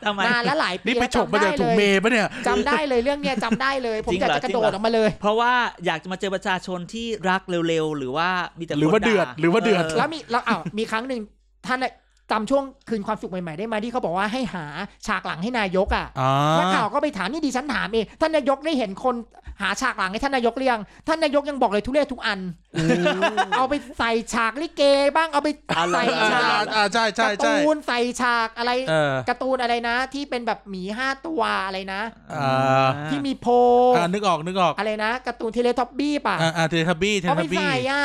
Speaker 1: ทำไม
Speaker 3: นานและหลายปี
Speaker 2: นี่ไป
Speaker 3: แล้ว
Speaker 2: ฉกมาจาก
Speaker 3: จำด้
Speaker 2: ถุง
Speaker 3: ลย
Speaker 2: เมย์ปะเนี่ย
Speaker 3: จำได้เลยเรื่องเนี้ยจำได้เลย ผ ม
Speaker 1: จริง
Speaker 3: อยาก
Speaker 1: เหรอ
Speaker 3: จะกระโด
Speaker 1: จริ
Speaker 3: ด
Speaker 1: งเหรอ
Speaker 3: ออกมาเลย
Speaker 1: เพราะว่าอยากจะมาเจอประชาชนที่รักเร็วๆ หรือว่ามีแต่
Speaker 2: หรือว่า
Speaker 1: คน
Speaker 2: เดือดหรือว่าเดือด
Speaker 3: แล้วมีแล้วอ้าวมีครั้งหนึ่งท่านน่ะจำช่วงคืนความสุขใหม่ ๆ ได้ไหมที่เขาบอกว่าให้หาฉากหลังให้นายกอ่ะ
Speaker 2: อ่า
Speaker 3: นักข่าวก็ไปถามนี่ดิฉันถามเองท่านนายกได้เห็นคนหาฉากหลังให้ท่านนายกเรียง ท่านนายกยังบอกเลยทุเรศทุกอัน เอาไปใส่ฉากลิเกบ้างเอาไป
Speaker 1: อะไร
Speaker 3: ใส่
Speaker 2: อ่า
Speaker 3: ฉา
Speaker 2: อ่าก อ่าใช่ใช่
Speaker 3: การ์
Speaker 2: ใช่
Speaker 3: ตูนใส่ฉากอะไร
Speaker 2: เออ
Speaker 3: การ์ตูนอะไรนะ ที่เป็นแบบหมีห้าตัวอะไรนะ
Speaker 2: อ่า
Speaker 3: ที่มีโพ
Speaker 2: อ่านึกออกนึกออก
Speaker 3: อะไรนะการ์ตูนเทเลท็อปบี้ป่ะ
Speaker 2: อ่าอ่าเทเลทับบี้เทเล
Speaker 3: เอาไป
Speaker 2: ทับบี้
Speaker 3: ใส่อ่ะ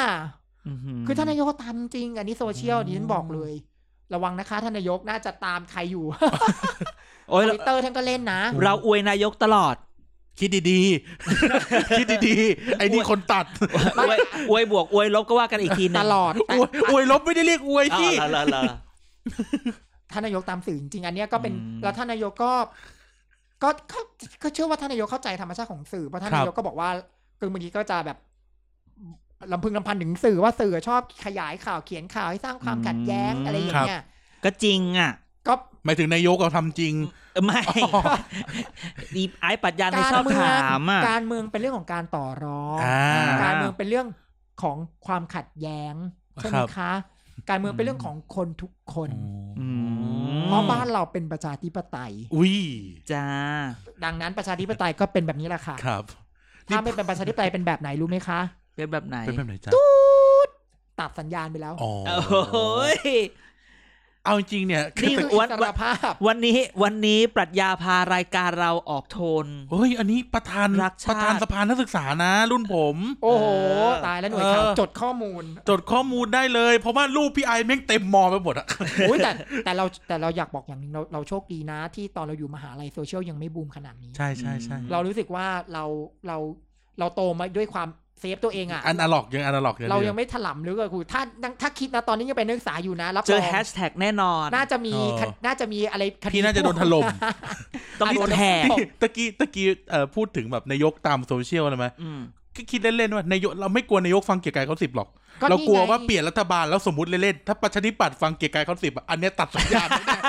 Speaker 1: ม
Speaker 3: คือท่านนายกก็ตามจริง อันนี้โซเชียลดิฉันบอกเลย ระวังนะคะท่านนายกน่าจะตามใครอยู่
Speaker 1: โอ้
Speaker 3: ท
Speaker 1: ยเรา
Speaker 3: วิตเตอร์ท่านก็เล่นนะ
Speaker 1: เราอวยนายกตลอด
Speaker 2: คิดดีๆ คิดดีๆ ไอ้นี่คนตัด
Speaker 1: อวยอวยบวกอวยลบก็ว่ากันอีกทีหนึง
Speaker 3: ตลอด
Speaker 2: อวยอวยลบไม่ได้เรียกอวย
Speaker 1: อ้าว
Speaker 2: ที่
Speaker 1: เหรอเหรอเหรอ
Speaker 3: ท่านนายกตามสื่อจริงๆอันเนี้ยก็เป็น
Speaker 1: อืม
Speaker 3: แล้วท่านนายกก็ก็ก็ก็เชื่อว่าท่านนายกเข้าใจธรรมชาติของสื่อเพราะท่าน
Speaker 2: ครับ
Speaker 3: นายกก็บอกว่าคือบางทีก็จะแบบลำพึงลำพันถึงสื่อว่าสื่อชอบขยายข่าวเขียนข่าวให้สร้างความขัดแย้งอะไรอย่างเงี้ย
Speaker 1: ก็จริงอ่ะ
Speaker 3: ก็
Speaker 2: หมายถึงนายกเอาทำจริง
Speaker 1: เออไม่ดีไอ้ปรัดยาใน
Speaker 3: การ
Speaker 1: ชอบ
Speaker 3: เมือง
Speaker 1: ถามอ่ะ
Speaker 3: การเมืองเป็นเรื่องของการต่อรอง
Speaker 2: อ่า
Speaker 3: การเมืองเป็นเรื่องของความขัดแย้งใช่ไห
Speaker 2: ค
Speaker 3: ม
Speaker 2: รับ
Speaker 3: คะ การเมืองเป็นเรื่องของคนทุกคน
Speaker 1: อืม
Speaker 3: เพราะบ้านเราเป็นประชาธิปไตย
Speaker 2: อุ้ย
Speaker 1: จ้า
Speaker 3: ดังนั้นประชาธิปไตยก็เป็นแบบนี้แหละค่ะ
Speaker 2: ครับ
Speaker 3: ถ้าไม่เป็นประชาธิปไตยเป็นแบบไหนรู้ไหมคะ
Speaker 1: เป็นแบบไหน
Speaker 2: เป็นแบบไหนจ๊ะ
Speaker 3: ตัดสัญญาณไปแล้ว
Speaker 2: อ๋อ
Speaker 1: โอ้ย
Speaker 2: เอาจริงๆเนี่ยคือ
Speaker 3: นี่คือ
Speaker 1: แต่วั
Speaker 3: อิ
Speaker 1: น
Speaker 3: สรภาพ
Speaker 1: วันนี้วันนี้ปรัชญาพารายการเราออกโทน
Speaker 2: เฮ้ยอันนี้ประธาน
Speaker 1: รักชาติ
Speaker 2: ประธานสภานักศึกษานะ รุ่นผม
Speaker 3: โอ้โห
Speaker 1: เออ
Speaker 3: ตายแล้วหน่วยข่าว
Speaker 2: เออ
Speaker 3: จดข้อมูล
Speaker 2: จดข้อมูลได้เลย เพราะว่ารูปพี่ไอแม่งเต็มมอไปหมดอะ
Speaker 3: โอ้ยแต่แต่เราแต่เราอยากบอกอย่างหนึงเราเราโชคดีนะ ที่ตอนเราอยู่มหาลัยโซเชียลยังไม่บูมขนาดนี้
Speaker 2: ใช่ใช่ใช่
Speaker 3: เรารู้สึกว่าเราเราเราโตมาด้วยความเซฟตัวเองอ่ะ
Speaker 2: อันอะล็อกยังอันอะล็อก
Speaker 3: เรายังไม่ถลำลึกอะครูถ้าถ้าคิดนะตอนนี้ยังเป็นนักศึกษาอยู่นะรับ
Speaker 1: เจ
Speaker 3: ร
Speaker 1: อ
Speaker 3: อง
Speaker 1: แฮชแท็กแน่นอน
Speaker 3: น่าจะมีคดน่าจะมีอะไรคดี
Speaker 2: พี่น่าจะโดนถล่ม
Speaker 1: ต้องโดนแหก
Speaker 2: ที่ตะกี้ตะกี้เอ่อพูดถึงแบบนายกตามโซเชียลนะไหม
Speaker 1: อืม
Speaker 2: ก็คิดเล่นๆว่านายกเราไม่กลัวนายกฟังเกียร์กายเขาสิบหรอก
Speaker 3: นี่ไง
Speaker 2: เรากลัวว่าเปลี่ยนรัฐบาลแล้วสมมติเล่นๆถ้าประชาธิปัตย์ฟังเกียร์กายเขาสิบอะอันเนี้ยตัดสัญญาณ ไม่ได้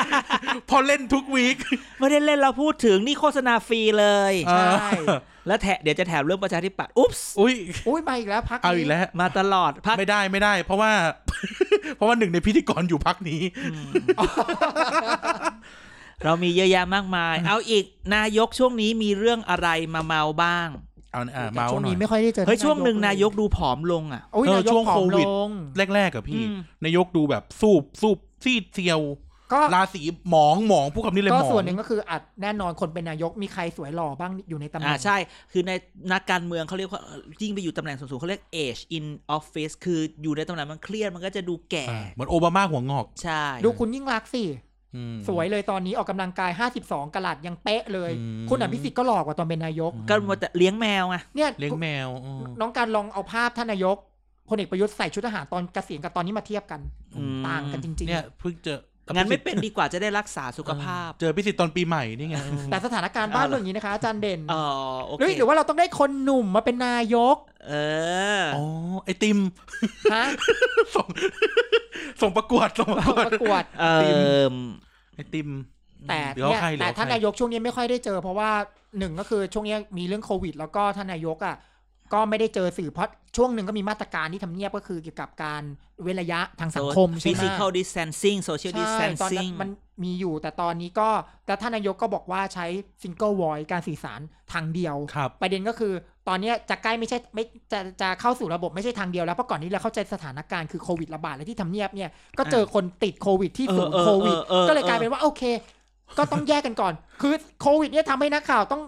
Speaker 2: พอเล่นทุกวีค
Speaker 1: ไม่ได้เล่นเราพูดถึงนี่โฆษณาฟรีเลย
Speaker 2: อ่ะ
Speaker 3: ใช่
Speaker 1: และแถเดี๋ยวจะแถมเรื่องประชาธิปัตย์อุ๊ปส์
Speaker 2: อุ้ย
Speaker 3: อุ้ยมาอีกแล้วพัก
Speaker 2: เอาอีกแล้ว
Speaker 1: มาตลอดพัก
Speaker 2: ไม่ได้ไม่ได้ เพราะ ว่า เพราะว่าหนึ่งในพิธีกรอยู่พักนี้
Speaker 1: เรามีเยอะแยะมากมาย เอาอีกนายกช่วงนี้มีเรื่องอะไรมาเมาบ้าง
Speaker 2: เอาอ่ะ
Speaker 3: แต่
Speaker 2: เมาส์
Speaker 3: ช่วง
Speaker 2: หน่อ
Speaker 3: นี้
Speaker 2: ย
Speaker 3: ไม่ค่อยได้เจอ
Speaker 1: เฮ้ย ช่วงหนึ่งนายก
Speaker 3: เล
Speaker 1: ดูผอมลงอ่ะ
Speaker 3: โอ้
Speaker 2: เออน
Speaker 3: ยายก
Speaker 2: ช่วง
Speaker 3: ผอ
Speaker 2: โค
Speaker 3: ม
Speaker 2: วิ
Speaker 3: ล
Speaker 2: ด
Speaker 3: ง
Speaker 2: แรกๆอะพี่
Speaker 1: อืม
Speaker 2: นายกดูแบบสูบสูบซีดเซียว
Speaker 3: ก็
Speaker 2: ราศีหมองหมองผู้คำนี้เลย
Speaker 3: ก็
Speaker 2: หมอง
Speaker 3: ส่วนหนึ่งก็คืออัดแน่นอนคนเป็นนายกมีใครสวยหล่อบ้างอยู่ในตำแหน่
Speaker 1: อ่าง ใช่ คือในนักการเมืองเขาเรียกว่ายิ่งไปอยู่ตำแหน่งสูงๆเขาเรียก age in office คืออยู่ในตำแหน่งมันเครียดมันก็จะดูแก่
Speaker 2: อ่าเหมือนโอบามาหัวงอก
Speaker 1: ใช่
Speaker 3: ดูคุณยิ่งรักษณ์สิ
Speaker 2: อืม
Speaker 3: สวยเลยตอนนี้ออกกำลังกาย 52กะลัดยังเป๊ะเลย
Speaker 2: อืม
Speaker 3: คุณอภิสิทธิ์ก็หล่อกว่าตอนเป็นนายก
Speaker 1: ก็มัวแต่เลี้ยงแมวไง
Speaker 3: เนี่ย
Speaker 2: เลี้ยงแมวอืม
Speaker 3: น้องการลองเอาภาพท่านนายกพลเอกประยุทธ์ใส่ชุดทหารตอนเกษียณกับตอนนี้มาเทียบกัน
Speaker 1: อืม
Speaker 3: ต่างกันจริง
Speaker 2: เนี่ยเพิ่งเจอ
Speaker 1: งั้นไม่เป็นดีกว่าจะได้รักษาสุขภาพ
Speaker 2: เจอพิสิทธิ์ตอนปีใหม่นี่ไง
Speaker 3: ๆ แต่สถานการณ์บ้านเมืองอย่างนี้นะคะอาจารย์เด่น
Speaker 1: เออโอ
Speaker 3: หรือ
Speaker 1: เค
Speaker 3: หรือว่าเราต้องได้คนหนุ่มมาเป็นนายก
Speaker 1: เออ
Speaker 2: อ๋อไอติม
Speaker 3: ฮะ
Speaker 2: ส่ง ส่งประกวดส่งประกว
Speaker 3: ป
Speaker 2: ด
Speaker 3: ระกวด
Speaker 1: เอม
Speaker 2: ไอติม
Speaker 3: แต่
Speaker 2: เดี๋ยว
Speaker 3: เนี่ย
Speaker 2: ใครเหรอ
Speaker 3: แต่ท่าน
Speaker 2: ใคร
Speaker 3: นายกช่วงนี้ไม่ค่อยได้เจอ เพราะว่าหนึ่งก็คือช่วงนี้มีเรื่องโควิด แล้วก็ท่านนายกอ่ะก็ไม่ได้เจอสื่อเพราะช่วงหนึ่งก็มีมาตรการที่ทำเนียบก็คือเกี่ยวกับการเว้นระยะทางสังคมใช่ไหม
Speaker 1: physical distancing social
Speaker 3: ใช่ตอนนั้น
Speaker 1: distancing
Speaker 3: มันมีอยู่แต่ตอนนี้ก็แต่ท่านนายกก็บอกว่าใช้ single voice การสื่อสารทางเดียว
Speaker 2: ครับ
Speaker 3: ประเด็นก็คือ ตอนเนี้ยจะใกล้ไม่ใช่ไม่จะจะเข้าสู่ระบบไม่ใช่ทางเดียวแล้วเพราะก่อนนี้เราเข้าใจสถานการณ์คือโควิดระบาดและที่ทำเนียบเนี่ยก็เจอคนติดโควิดที่ศูนย์
Speaker 1: เออเออ
Speaker 3: โควิด
Speaker 1: เออเออ
Speaker 3: ก็เลยกลายเป็นว่าโอเค ก็ต้องแยกกันก่อน คือโควิดเนี่ยทำให้นักข่าวต้อง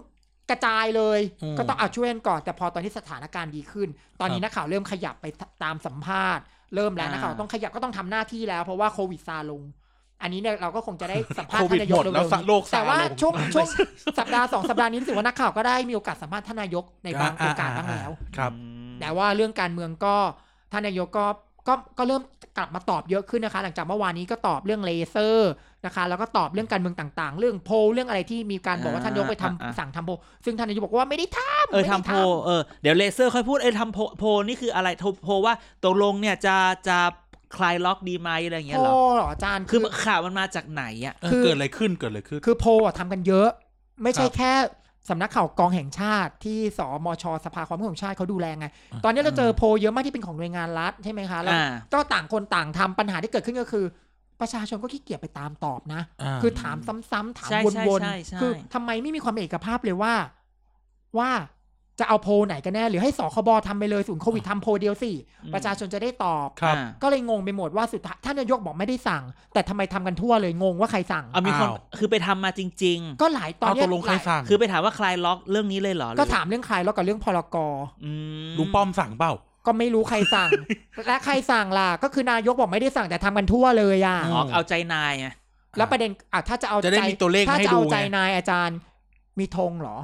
Speaker 3: กระจายเลย
Speaker 2: อืม
Speaker 3: ก็ต้องเอาช่วยกันก่อนแต่พอตอนที่สถานการณ์ดีขึ้น ตอนนี้
Speaker 2: ครับ
Speaker 3: นักข่าวเริ่มขยับไปตามสัมภาษณ์เริ่มแล้ว
Speaker 1: อ่า
Speaker 3: นักข่าวต้องขยับก็ต้องทำหน้าที่แล้วเพราะว่าโควิดซาลง อันนี้เนี่ยเราก็คงจะได้สัมภาษณ์
Speaker 2: โควิด
Speaker 3: ท่านนาย
Speaker 2: หม
Speaker 3: ก
Speaker 2: ด
Speaker 3: เร็วๆ
Speaker 2: แล้ว
Speaker 3: นี้
Speaker 2: สะโลก
Speaker 3: แต่ว่า
Speaker 2: สะลง
Speaker 3: ช่วงช่วงสัปดาห์สองสัปดาห์นี้รู้สึกว่านักข่าวก็ได้มีโอกาสสัมภาษณ์ท่านนายกในบางโอกาสบ้างแล้ว
Speaker 2: ครับ
Speaker 1: อืม
Speaker 3: แต่ว่าเรื่องการเมืองก็ท่านนายกก็ก็ก็เริ่มกลับมาตอบเยอะขึ้นนะคะ หลังจากเมื่อวานนี้ก็ตอบเรื่องเลเซอร์นะคะ แล้วก็ตอบเรื่องการเมืองต่างๆ เรื่องโพลเรื่องอะไรที่มีการบอกว่าท่านนายกไปทำ
Speaker 1: อ่าอ่า
Speaker 3: สั่งทำโพลซึ่งท่านนายกบอกว่าไม่ได้ทำ
Speaker 1: เออ
Speaker 3: ไม่ได้
Speaker 1: ทำโพลเออเดี๋ยวเลเซอร์ค่อยพูดเออทำโพลโพลนี่คืออะไรโทโพลว่าตกลงเนี่ยจะจะคลายล็อกดีไหมอะไรอย่าง
Speaker 3: โพ
Speaker 1: เงี้ย
Speaker 3: ล
Speaker 1: เหรอ
Speaker 3: เหรออาจารย์
Speaker 1: คือข่าวมันมาจากไหนอ่ะ
Speaker 2: เออ
Speaker 3: คือ
Speaker 2: เกิดอะไรขึ้นเกิดอะไรขึ้น
Speaker 3: คือโพลอะทำกันเยอะ ไม่ใช่
Speaker 2: ครับ
Speaker 3: แค่สำนักข่าวกองแห่งชาติที่สมชสภาความมั่นคงแห่งชาติเขาดูแลไง
Speaker 2: อ่า
Speaker 3: ตอนนี้เราเจอโพลเยอะมากที่เป็นของหน่วยงานรัฐใช่ไหมคะแล้ว
Speaker 1: อ่า
Speaker 3: ก็ต่างคนต่างทำปัญหาที่เกิดขึ้นก็คือ ประชาชนก็ขี้เกียจไปตามตอบนะ
Speaker 2: อ่า
Speaker 3: คือถามซ้ำๆถาม
Speaker 1: ใช่ใช่
Speaker 3: วน
Speaker 1: ใช่ใช่
Speaker 3: ๆคือทำไมไม่มีความเอกภาพเลยว่า ว่าจะเอาโพลไหนกันแน่หรือให้สคบทำไปเลยศูนย์โควิดทำโพลเดียวสิประชาชนจะได้ตอบ
Speaker 2: ครับ
Speaker 1: อ่า
Speaker 3: ก็เลยงงไปหมดว่าสุดท้ายท่านนายกบอกไม่ได้สั่ง แต่ทำไมทำกันทั่วเลยงงว่าใครสั่ง
Speaker 1: เอามีคน
Speaker 2: อ้าว
Speaker 1: คือไปทำมาจริง
Speaker 3: ก็หลายตอน
Speaker 2: เอา
Speaker 3: เนี้
Speaker 2: ต
Speaker 3: ย
Speaker 2: กลง
Speaker 3: ห
Speaker 2: ใคร
Speaker 3: ลาย
Speaker 2: สั่ง
Speaker 1: ๆ คือไปถามว่าคลายล็อกเรื่องนี้เลยเหรอหรือ
Speaker 3: ก็ถามเรื่องใครแล้วกับเรื่องพลกร
Speaker 1: อืม
Speaker 2: ลุงป้อมสั่งเปล่า
Speaker 3: ก็ไม่รู้ใครสั่ง และใครสั่งล่ะ ก็คือนายกบอกไม่ได้สั่งแต่ทำกันทั่วเลยอ่ะ
Speaker 2: อื
Speaker 1: อ
Speaker 2: ม
Speaker 1: อกเอาใจนายไง
Speaker 3: แล้วประเด็นอ่ะถ้าจะเอา
Speaker 2: จะได้
Speaker 3: ใจ
Speaker 2: มีตัวเลข
Speaker 3: ถ้า
Speaker 2: ให้
Speaker 3: จะ
Speaker 2: ดู
Speaker 3: เอาใจ
Speaker 2: ไง
Speaker 3: นายอาจารย์ มีธงเหรอ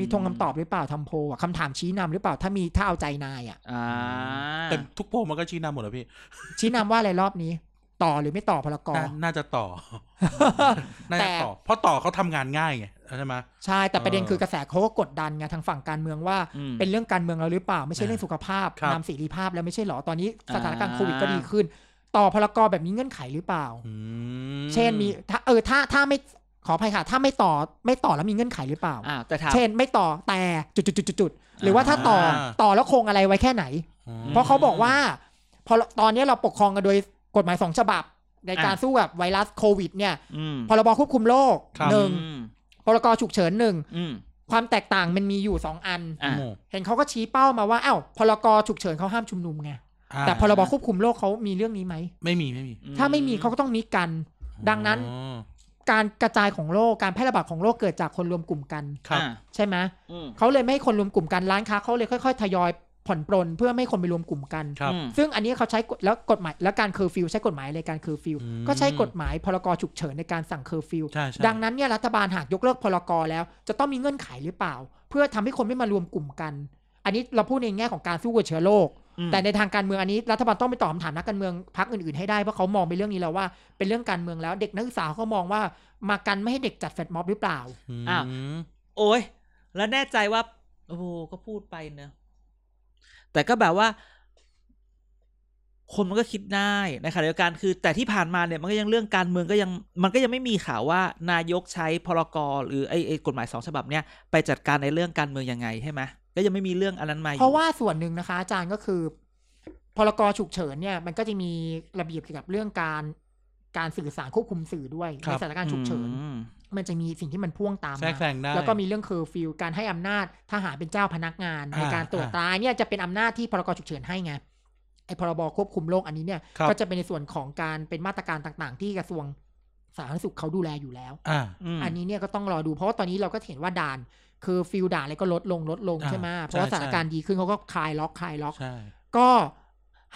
Speaker 3: มีธงคำตอบหรือเปล่าทำโพลอ่ะคำถามชี้นำหรือเปล่าถ้ามีถ้าเอาใจนายอ่ะ
Speaker 1: อ่า
Speaker 2: แต่ทุกโพลมันก็ชี้นำหมดแล้วพี่
Speaker 3: ชี้นำว่าอะไรรอบนี้ ต่อหรือไม่ต่อพลกร
Speaker 2: นาน่าจะต่อ น่า
Speaker 3: แต่
Speaker 2: จะต่อ เพราะต่อเขาทำงานง่ายไงใช่ไหม
Speaker 3: ใช่แต่ประเด็น
Speaker 2: เออ
Speaker 3: คือกระแสเขาก็กดดันไงทางฝั่งการเมืองว่า
Speaker 1: อืม
Speaker 3: เป็นเรื่องการเมืองเราหรือเปล่าไม่ใช่เรื่องสุขภาพ
Speaker 2: ครับ
Speaker 3: นำเสรีภาพแล้วไม่ใช่เหรอตอนนี้สถานการณ์
Speaker 1: อ่า
Speaker 3: โควิดก็ดีขึ้น ต่อพลกรแบบนี้เงื่อนไขหรือเปล่า
Speaker 2: อืม
Speaker 3: เช่นมีถ้าเออถ้าถ้าไม่ขออภัยค่ะ ถ้าไม่ต่อไม่ต่อแล้วมีเงื่อนไขหรือเปล่า
Speaker 1: อ่าแต่ถาม
Speaker 3: เช่นไม่ต่อแต่จุดจุดจุดจุดจุดหรือว่าถ้าต่อ
Speaker 2: อ่า
Speaker 3: ต่อแล้วคงอะไรไว้แค่ไหน
Speaker 2: อืม
Speaker 3: เพราะเขาบอกว่า พอตอนนี้เราปกครองกันโดยกฎหมายสองฉบับ ในการ
Speaker 1: อ่ะ
Speaker 3: สู้กับไวรัสโควิดเนี่ย
Speaker 1: อืม
Speaker 3: พรบควบคุมโรค
Speaker 2: ครับ
Speaker 3: หนึ่ง
Speaker 1: อืม
Speaker 3: พรกฉุกเฉินหนึ่ง
Speaker 1: อืม
Speaker 3: ความแตกต่างมันมีอยู่สองอัน
Speaker 1: อ่า
Speaker 2: อืม
Speaker 3: เห็นเขาก็ชี้เป้ามาว่าอ้าวพรกฉุกเฉินเขาห้ามชุมนุมไง
Speaker 2: อ่า
Speaker 3: แต่พรบควบคุมโรคเขามีเรื่องนี้ไหม
Speaker 2: ไม่มีไม่มี
Speaker 3: ถ้าไม่มีเขาก็ต้องมีกัน ดังนั้น
Speaker 2: อ๋อ
Speaker 3: การกระจายของโรคการแพร่ระบาดของโรคเกิดจากคนรวมกลุ่มกัน
Speaker 2: ครับ
Speaker 1: อ่า
Speaker 3: ใช่ไหม
Speaker 1: อืม
Speaker 3: เขาเลยไม่ให้คนรวมกลุ่มกันร้านค้าเขาเลยค่อย ๆ ทยอยผ่อนปรนเพื่อไม่ให้คนไปรวมกลุ่มกัน
Speaker 2: ครับ
Speaker 1: อืม
Speaker 3: ซึ่งอันนี้เขาใช้กฎแล้วกฎหมายแล้วการเคอร์ฟิวใช้กฎหมายอะไรการเคอร์ฟิว
Speaker 2: อืม
Speaker 3: ก็ใช้กฎหมายพรกฉุกเฉินในการสั่งเคอร์ฟิว
Speaker 2: ใช่ใช่
Speaker 3: ดังนั้นเนี่ยรัฐบาลหากยกเลิกพรกแล้ว จะต้องมีเงื่อนไขหรือเปล่า เพื่อทำให้คนไม่มารวมกลุ่มกัน อันนี้เราพูดในแง่ของการสู้กับเชื้อโรค
Speaker 1: อืม
Speaker 3: แต่ในทางการเมืองอันนี้รัฐบาลต้องไปตอบคำถามนักการเมืองพรรคอื่นๆให้ได้เพราะเขามองไปเรื่องนี้แล้วว่าเป็นเรื่องการเมืองแล้ว เด็กนักศึกษาเขาก็มองว่ามากันไม่ให้เด็กจัดแฟลตม็อบหรือเปล่า
Speaker 2: ม
Speaker 1: อ้าว โอ้ย แล้วแน่ใจว่า โอ้โหก็พูดไปเนอะแต่ก็แบบว่า คนมันก็คิดได้ในขณะเดียวกันคือ แต่ที่ผ่านมาเนี่ยมันก็ยังเรื่องการเมืองก็ยัง มันก็ยังไม่มีข่าวว่า นายกใช้พรกรหรือไอ้ไอ้กฎหมายสองฉบับเนี่ยไปจัดการในเรื่องการเมืองยังไงใช่ไหมก็ยังไม่มีเรื่องอันนั้นมาอยู่
Speaker 3: เพราะว่าส่วนหนึ่งนะคะ อาจารย์ก็คือ พรกฉุกเฉินเนี่ยมันก็จะมีระเบียบเกี่ยวกับเรื่องการการสื่อสารควบคุมสื่อด้วยในสถานการณ์ฉุกเฉิน
Speaker 1: อืม
Speaker 3: มันจะมีสิ่งที่มันพ่วงตาม
Speaker 2: แทรกแซ
Speaker 3: มาง
Speaker 2: ได้
Speaker 3: แล้วก็มีเรื่องเคอร์ฟิวการให้อำนาจทหารเป็นเจ้าพนักงาน
Speaker 2: อ่า
Speaker 3: ในการตรวจตราเนี่ยจะเป็นอำนาจที่พรกฉุกเฉินให้ไงไอ้พรบควบคุมโรคอันนี้เนี่ย
Speaker 2: ครับ
Speaker 3: ก็จะเป็นในส่วนของการเป็นมาตรการต่างๆ ที่กระทรวงสาธารณสุขเขาดูแลอยู่แล้ว
Speaker 2: อ่า
Speaker 3: อันนี้เนี่ยก็ต้องรอดูเพราะว่าตอนนี้เราก็เห็นว่าด่านคือฟิลด่านอะไรก็ลดลงลดลง
Speaker 2: อ่า
Speaker 3: ใช่ไหมเพ
Speaker 2: ใช่
Speaker 3: ราะว่าสถาน
Speaker 2: ใช่
Speaker 3: การณ์ดีขึ้นเขาก็คลายล็อกคลายล็อก
Speaker 2: ใช่
Speaker 3: ก็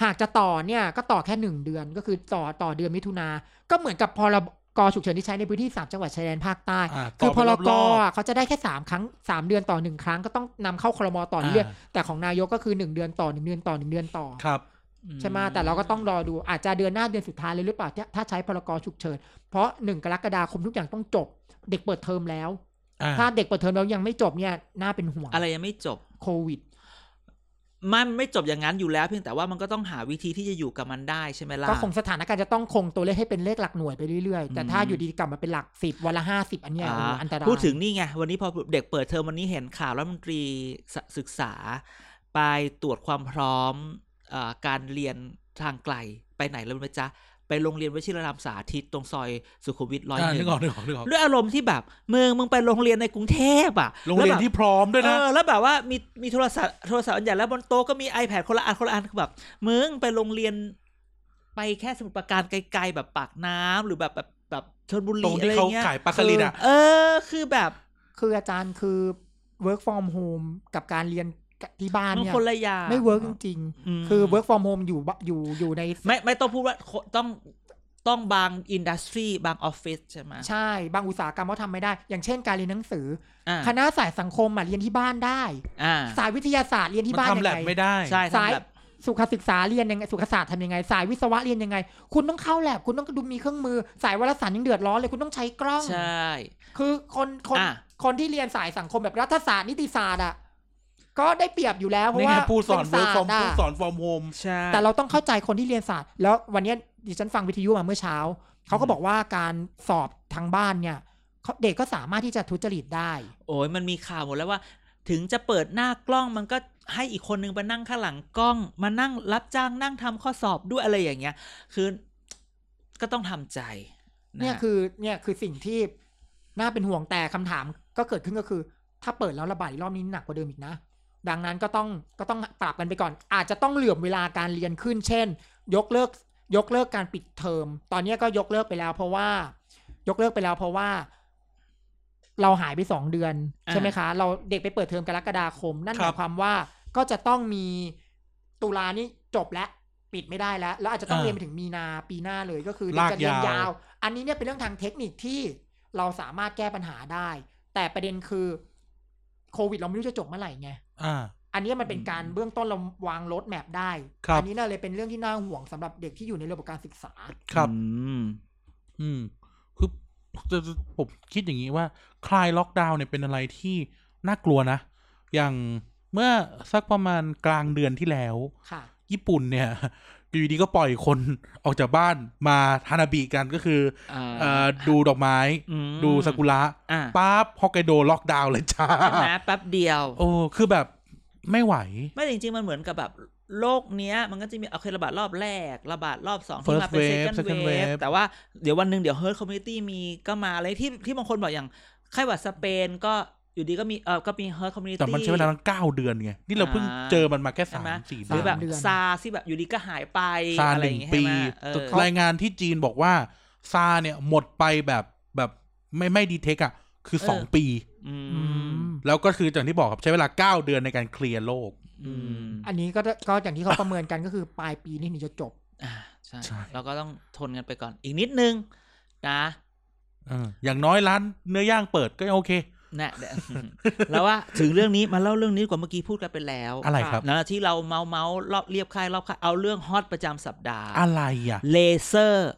Speaker 3: หากจะต่อเนี่ยก็ต่อแค่หนึ่งเดือนก็คือต่อต่อเดือนมิถุนาก็เหมือนกับพรกฉุกเฉินที่ใช้ในพื้นที่สามจังหวัดชายแดนภาคใต้
Speaker 2: อ่าต่อไป
Speaker 3: คือพร
Speaker 2: รอบ
Speaker 3: ก
Speaker 2: ๆ
Speaker 3: อ่ะเขาจะได้แค่สามครั้งสามเดือนต่อหนึ่งครั้งก็ต้องนำเข้าครมต่อเรื่อย
Speaker 2: อ่า
Speaker 3: แต่ของนายกก็คือหนึ่งเดือนต่อหนึ่งเดือนต่อหนึ่งเดือนต่อ
Speaker 2: ครับ
Speaker 3: ใช่ไหมแต่เราก็ต้องรอดูอาจจะเดือนหน้าเดือนสุดท้ายเลยหรือเปล่าที่ถ้าใช้พรกฉุกเฉิน เพราะหนึ่งกรกฎาคมทุกอย่างต้องจบ เด็กเปิดเทอมแล้ว
Speaker 2: อ่า
Speaker 3: ถ้าเด็กเปิดเทอมแล้วยังไม่จบเนี่ยน่าเป็นห่วง
Speaker 1: อะไรยังไม่จบ
Speaker 3: โควิด
Speaker 1: มันไม่จบอย่างนั้นอยู่แล้ว เพียงแต่ว่ามันก็ต้องหาวิธีที่จะอยู่กับมันได้ใช่ไหมล่ะ
Speaker 3: ก็คงสถานการณ์จะต้องคงตัวเลขให้เป็นเลขหลักหน่วยไปเรื่อยๆ แต่ถ้า
Speaker 1: อืม
Speaker 3: อยู่ดีๆกลับมาเป็นหลักสิบวันละห้าสิบอันเนี้ยโอ้โหอันตราย
Speaker 1: พูดถึงนี่ไง วันนี้พอเด็กเปิดเทอมวันนี้เห็นข่าวรัฐมนตรีสศึกษา ไปตรวจความพร้อมเออการเรียนทางไกลไปไหนแล้วรู้ไหมจ๊ะ ไปโรงเรียนวชิรรามสาธิตตรงซอยสุขุมวิทร้อย
Speaker 2: อ่า
Speaker 1: ห
Speaker 2: นึ
Speaker 1: นึ่ง
Speaker 2: กออกนึกออกนึกออก
Speaker 1: ด้วยอารมณ์ที่แบบมึงมึงไปโรงเรียนในกรุงเทพอ่ะ
Speaker 2: โรงเรียน
Speaker 1: แล้วแบบ
Speaker 2: ที่พร้อมด้วย
Speaker 1: เอ
Speaker 2: นะ
Speaker 1: อแล้วแบบว่ามีมีโทรศัพท์โทรศัพท์อันใหญ่แล้วบนโต๊ะก็มี iPad คนละอันคนละอันคือแบบมึงไปโรงเรียน ไปแค่สมุทรปราการไกลๆแบบปากน้ำหรือแบบแบบแบบชนบุ
Speaker 2: ต
Speaker 1: รี
Speaker 2: รง
Speaker 1: อะ
Speaker 2: ที่
Speaker 1: ไรเงี้ย
Speaker 2: เขาขายปลาสลิดอะ
Speaker 1: เออ คือแบบ
Speaker 3: คืออาจารย์คือ work from home กับการเรียนที่บ้า
Speaker 1: มั
Speaker 3: น
Speaker 1: น
Speaker 3: เนี่ย
Speaker 1: คนละอย่าง
Speaker 3: ไม่ work จริง
Speaker 1: อืม
Speaker 3: ๆ คือ work from home อยู่บอยู่อยู่ใน
Speaker 1: ไม่ไม่ต้องพูดว่าโคต้องต้องบางอินดัสทรีบางออฟฟิศใช่ไหม
Speaker 3: ใช่ บางอุตสาหกรรมเขาทำไม่ได้ อย่างเช่นการเรียนหนังสือ
Speaker 1: อ่า
Speaker 3: อคณะสายสังคมอ่ะเรียนที่บ้านได้
Speaker 1: อ่า
Speaker 3: สายวิทยาศาสตร์เรียนที่
Speaker 2: มัน
Speaker 3: บ้านยั
Speaker 2: ทำ
Speaker 3: ง
Speaker 2: แลบ
Speaker 3: ไง
Speaker 2: ไม่ได้
Speaker 1: ใช่
Speaker 3: สาย
Speaker 1: ทำแบบ
Speaker 3: สุขศึกษาเรียนยังไงสุขศาสตร์ทำยังไง สายวิศวะเรียนยังไง คุณต้องเข้าแลบคุณต้องดูมีเครื่องมือ สายวารสารยังเดือดร้อนเลยคุณต้องใช้กล้อง
Speaker 1: ใช่
Speaker 3: คือคนคน
Speaker 1: อ่ะ
Speaker 3: คนที่เรียนสายสังคมแบบรัฐศาสตร์นิติศาสตร์อ่ะก็ได้เปรียบอยู่แล้วเพราะ
Speaker 2: นี่
Speaker 3: ว่า
Speaker 2: ไงผู้สอน
Speaker 3: เป็
Speaker 2: เวิร์ก
Speaker 3: ศา
Speaker 2: ฟอ
Speaker 3: สต
Speaker 2: ม
Speaker 3: ร์อะ
Speaker 2: ผู้สอนฟอร์มโฮม
Speaker 1: ใช่
Speaker 3: แต่เราต้องเข้าใจคนที่เรียนศาสตร์ แล้ววันเนี้ยดิฉันฟังวิทยุมาเมื่อเช้าเขาก็บอกว่าการสอบทางบ้านเนี่ยเขาเด็กก็สามารถที่จะทุจริตได้
Speaker 1: โอ้ยมันมีข่าวหมดแล้วว่า ถึงจะเปิดหน้ากล้องมันก็ให้อีกคนนึงไปนั่งข้างหลังกล้อง มานั่งรับจ้างนั่งทำข้อสอบด้วยอะไรอย่างเงี้ย คือก็ต้องทำใจะ
Speaker 3: เนี่ยคือเนี่ยคือสิ่งที่น่าเป็นห่วงแต่คำถามก็เกิดขึ้นก็คือ ถ้าเปิดแล้วระบาดอีกรอบนี้หนักกว่าเดิมอีกนะ ดังนั้นก็ต้องก็ต้องปรับกันไปก่อน อาจจะต้องเหลื่อมเวลาการเรียนขึ้น เช่น ยกเลิกยกเลิกการปิดเทอม ตอนเนี้ยก็ยกเลิกไปแล้ว เพราะว่า ยกเลิกไปแล้ว เพราะว่า เราหายไปสองเดือน ใช่ไหมคะ เราเด็กไปเปิดเทอมกรกฎาคม นั่นห
Speaker 2: ครั
Speaker 3: มา
Speaker 2: บ
Speaker 3: ยความว่าก็จะต้องมีตุลานี่จบแล้วปิดไม่ได้แล้วแล้วอาจจะต้อง
Speaker 2: อ่า
Speaker 3: เรียนไปถึงมีนาปีหน้าเลยก็คือ คือ
Speaker 2: ลาก
Speaker 3: จะเรียน
Speaker 2: ยาย
Speaker 3: าว ว อันนี้เนี่ยเป็นเรื่องทางเทคนิคที่เราสามารถแก้ปัญหาได้ แต่ประเด็นคือโควิดเราไม่รู้จะจบเมื่อไหร่ไง
Speaker 2: อ่า
Speaker 3: อันนี้มันเป็นการเบื้องต้นเราวางรถแมพได้
Speaker 2: ครับ
Speaker 3: อันี้น่าเลยเป็นเรื่องที่น่าห่วงสำหรับเด็กที่อยู่ในระบบการศึกษา
Speaker 2: ครับ
Speaker 1: อืม
Speaker 2: อืม คือจะจะผมคิดอย่างนี้ว่า คลายล็อกดาวน์เนี่ยเป็นอะไรที่น่ากลัวนะ อย่างเมื่อสักประมาณกลางเดือนที่แล้ว
Speaker 3: ค่ะ
Speaker 2: ญี่ปุ่นเนี่ย อยู่ดีก็ปล่อยคนออกจากบ้านมาฮานาบิกันก็คือ
Speaker 1: อ่า
Speaker 2: เอ่อดูดอกไม้
Speaker 1: อืม
Speaker 2: ดูซากุระ
Speaker 1: อ่า
Speaker 2: ปั๊บฮอกไกโดล็อกดาวน์เลยจ้า
Speaker 1: ใช่ไหมแป๊บเดียว
Speaker 2: โอ้คือแบบไม่ไหว
Speaker 1: ไม่แต่จริงๆ มันเหมือนกับแบบโลกเนี้ย มันก็จะมีโอเคระบาดรอบแรก ระบาดรอบสองที่
Speaker 2: First
Speaker 1: มาเป็น
Speaker 2: wave
Speaker 1: second
Speaker 2: second
Speaker 1: wave
Speaker 2: wave
Speaker 1: แต่ว่าเดี๋ยววันหนึ่งเดี๋ยว herd community มีก็มาอะไรที่ที่บางคนบอกอย่างไข้หวัดสเปนก็อยู่ดีก็มีเออก็มี herd community
Speaker 2: แต่มันใช้เวลาตั้งเก้าเดือนไง นี่เราเพิ่ง
Speaker 1: อ่า
Speaker 2: เจอมันมาแค่
Speaker 1: ใช่
Speaker 2: สาม
Speaker 1: ไหม
Speaker 2: สี่
Speaker 1: ห
Speaker 2: เดื
Speaker 1: รือ อนแบบ
Speaker 3: เดือน
Speaker 1: ซาที่แบบอยู่ดีก็หายไป
Speaker 2: ซา
Speaker 1: อะไร
Speaker 2: ห
Speaker 1: อ
Speaker 2: นึ่
Speaker 1: ย่าง งเงี้ย
Speaker 2: ปี
Speaker 1: ใช่ไหมเออ
Speaker 2: รายงานที่จีนบอกว่า ซาเนี่ยหมดไปแบบแบบไม่ไม่ดีเทคอ่ะ คือสองปี
Speaker 1: อืม
Speaker 2: แล้วก็คืออย่างที่บอกครับใช้เวลาเก้าเดือนในการเคลียร์โลก
Speaker 1: อืม
Speaker 3: อันนี้ก็ก็อย่างที่เขาประเมินกันก็คือปลายปีนี่ถึงจะจบ
Speaker 1: อ่าใช่
Speaker 2: ใช่
Speaker 1: เราก็ต้องทนกันไปก่อนอีกนิดนึงนะ
Speaker 2: เอออย่างน้อยร้านเนื้อย่างเปิดก็ยังโอเค
Speaker 1: นะเดี๋ยว แล้วว่าถึงเรื่องนี้มาเล่าเรื่องนี้ดีกว่าเมื่อกี้พูดกันไปแล้ว
Speaker 2: อะไรครับ
Speaker 1: นะที่เราเมาเมาส์รอบเรียบค่ายรอบค่ายเอาเรื่องฮอตประจำสัปดาห์
Speaker 2: อะไรอ่ะ
Speaker 1: เลเซอร์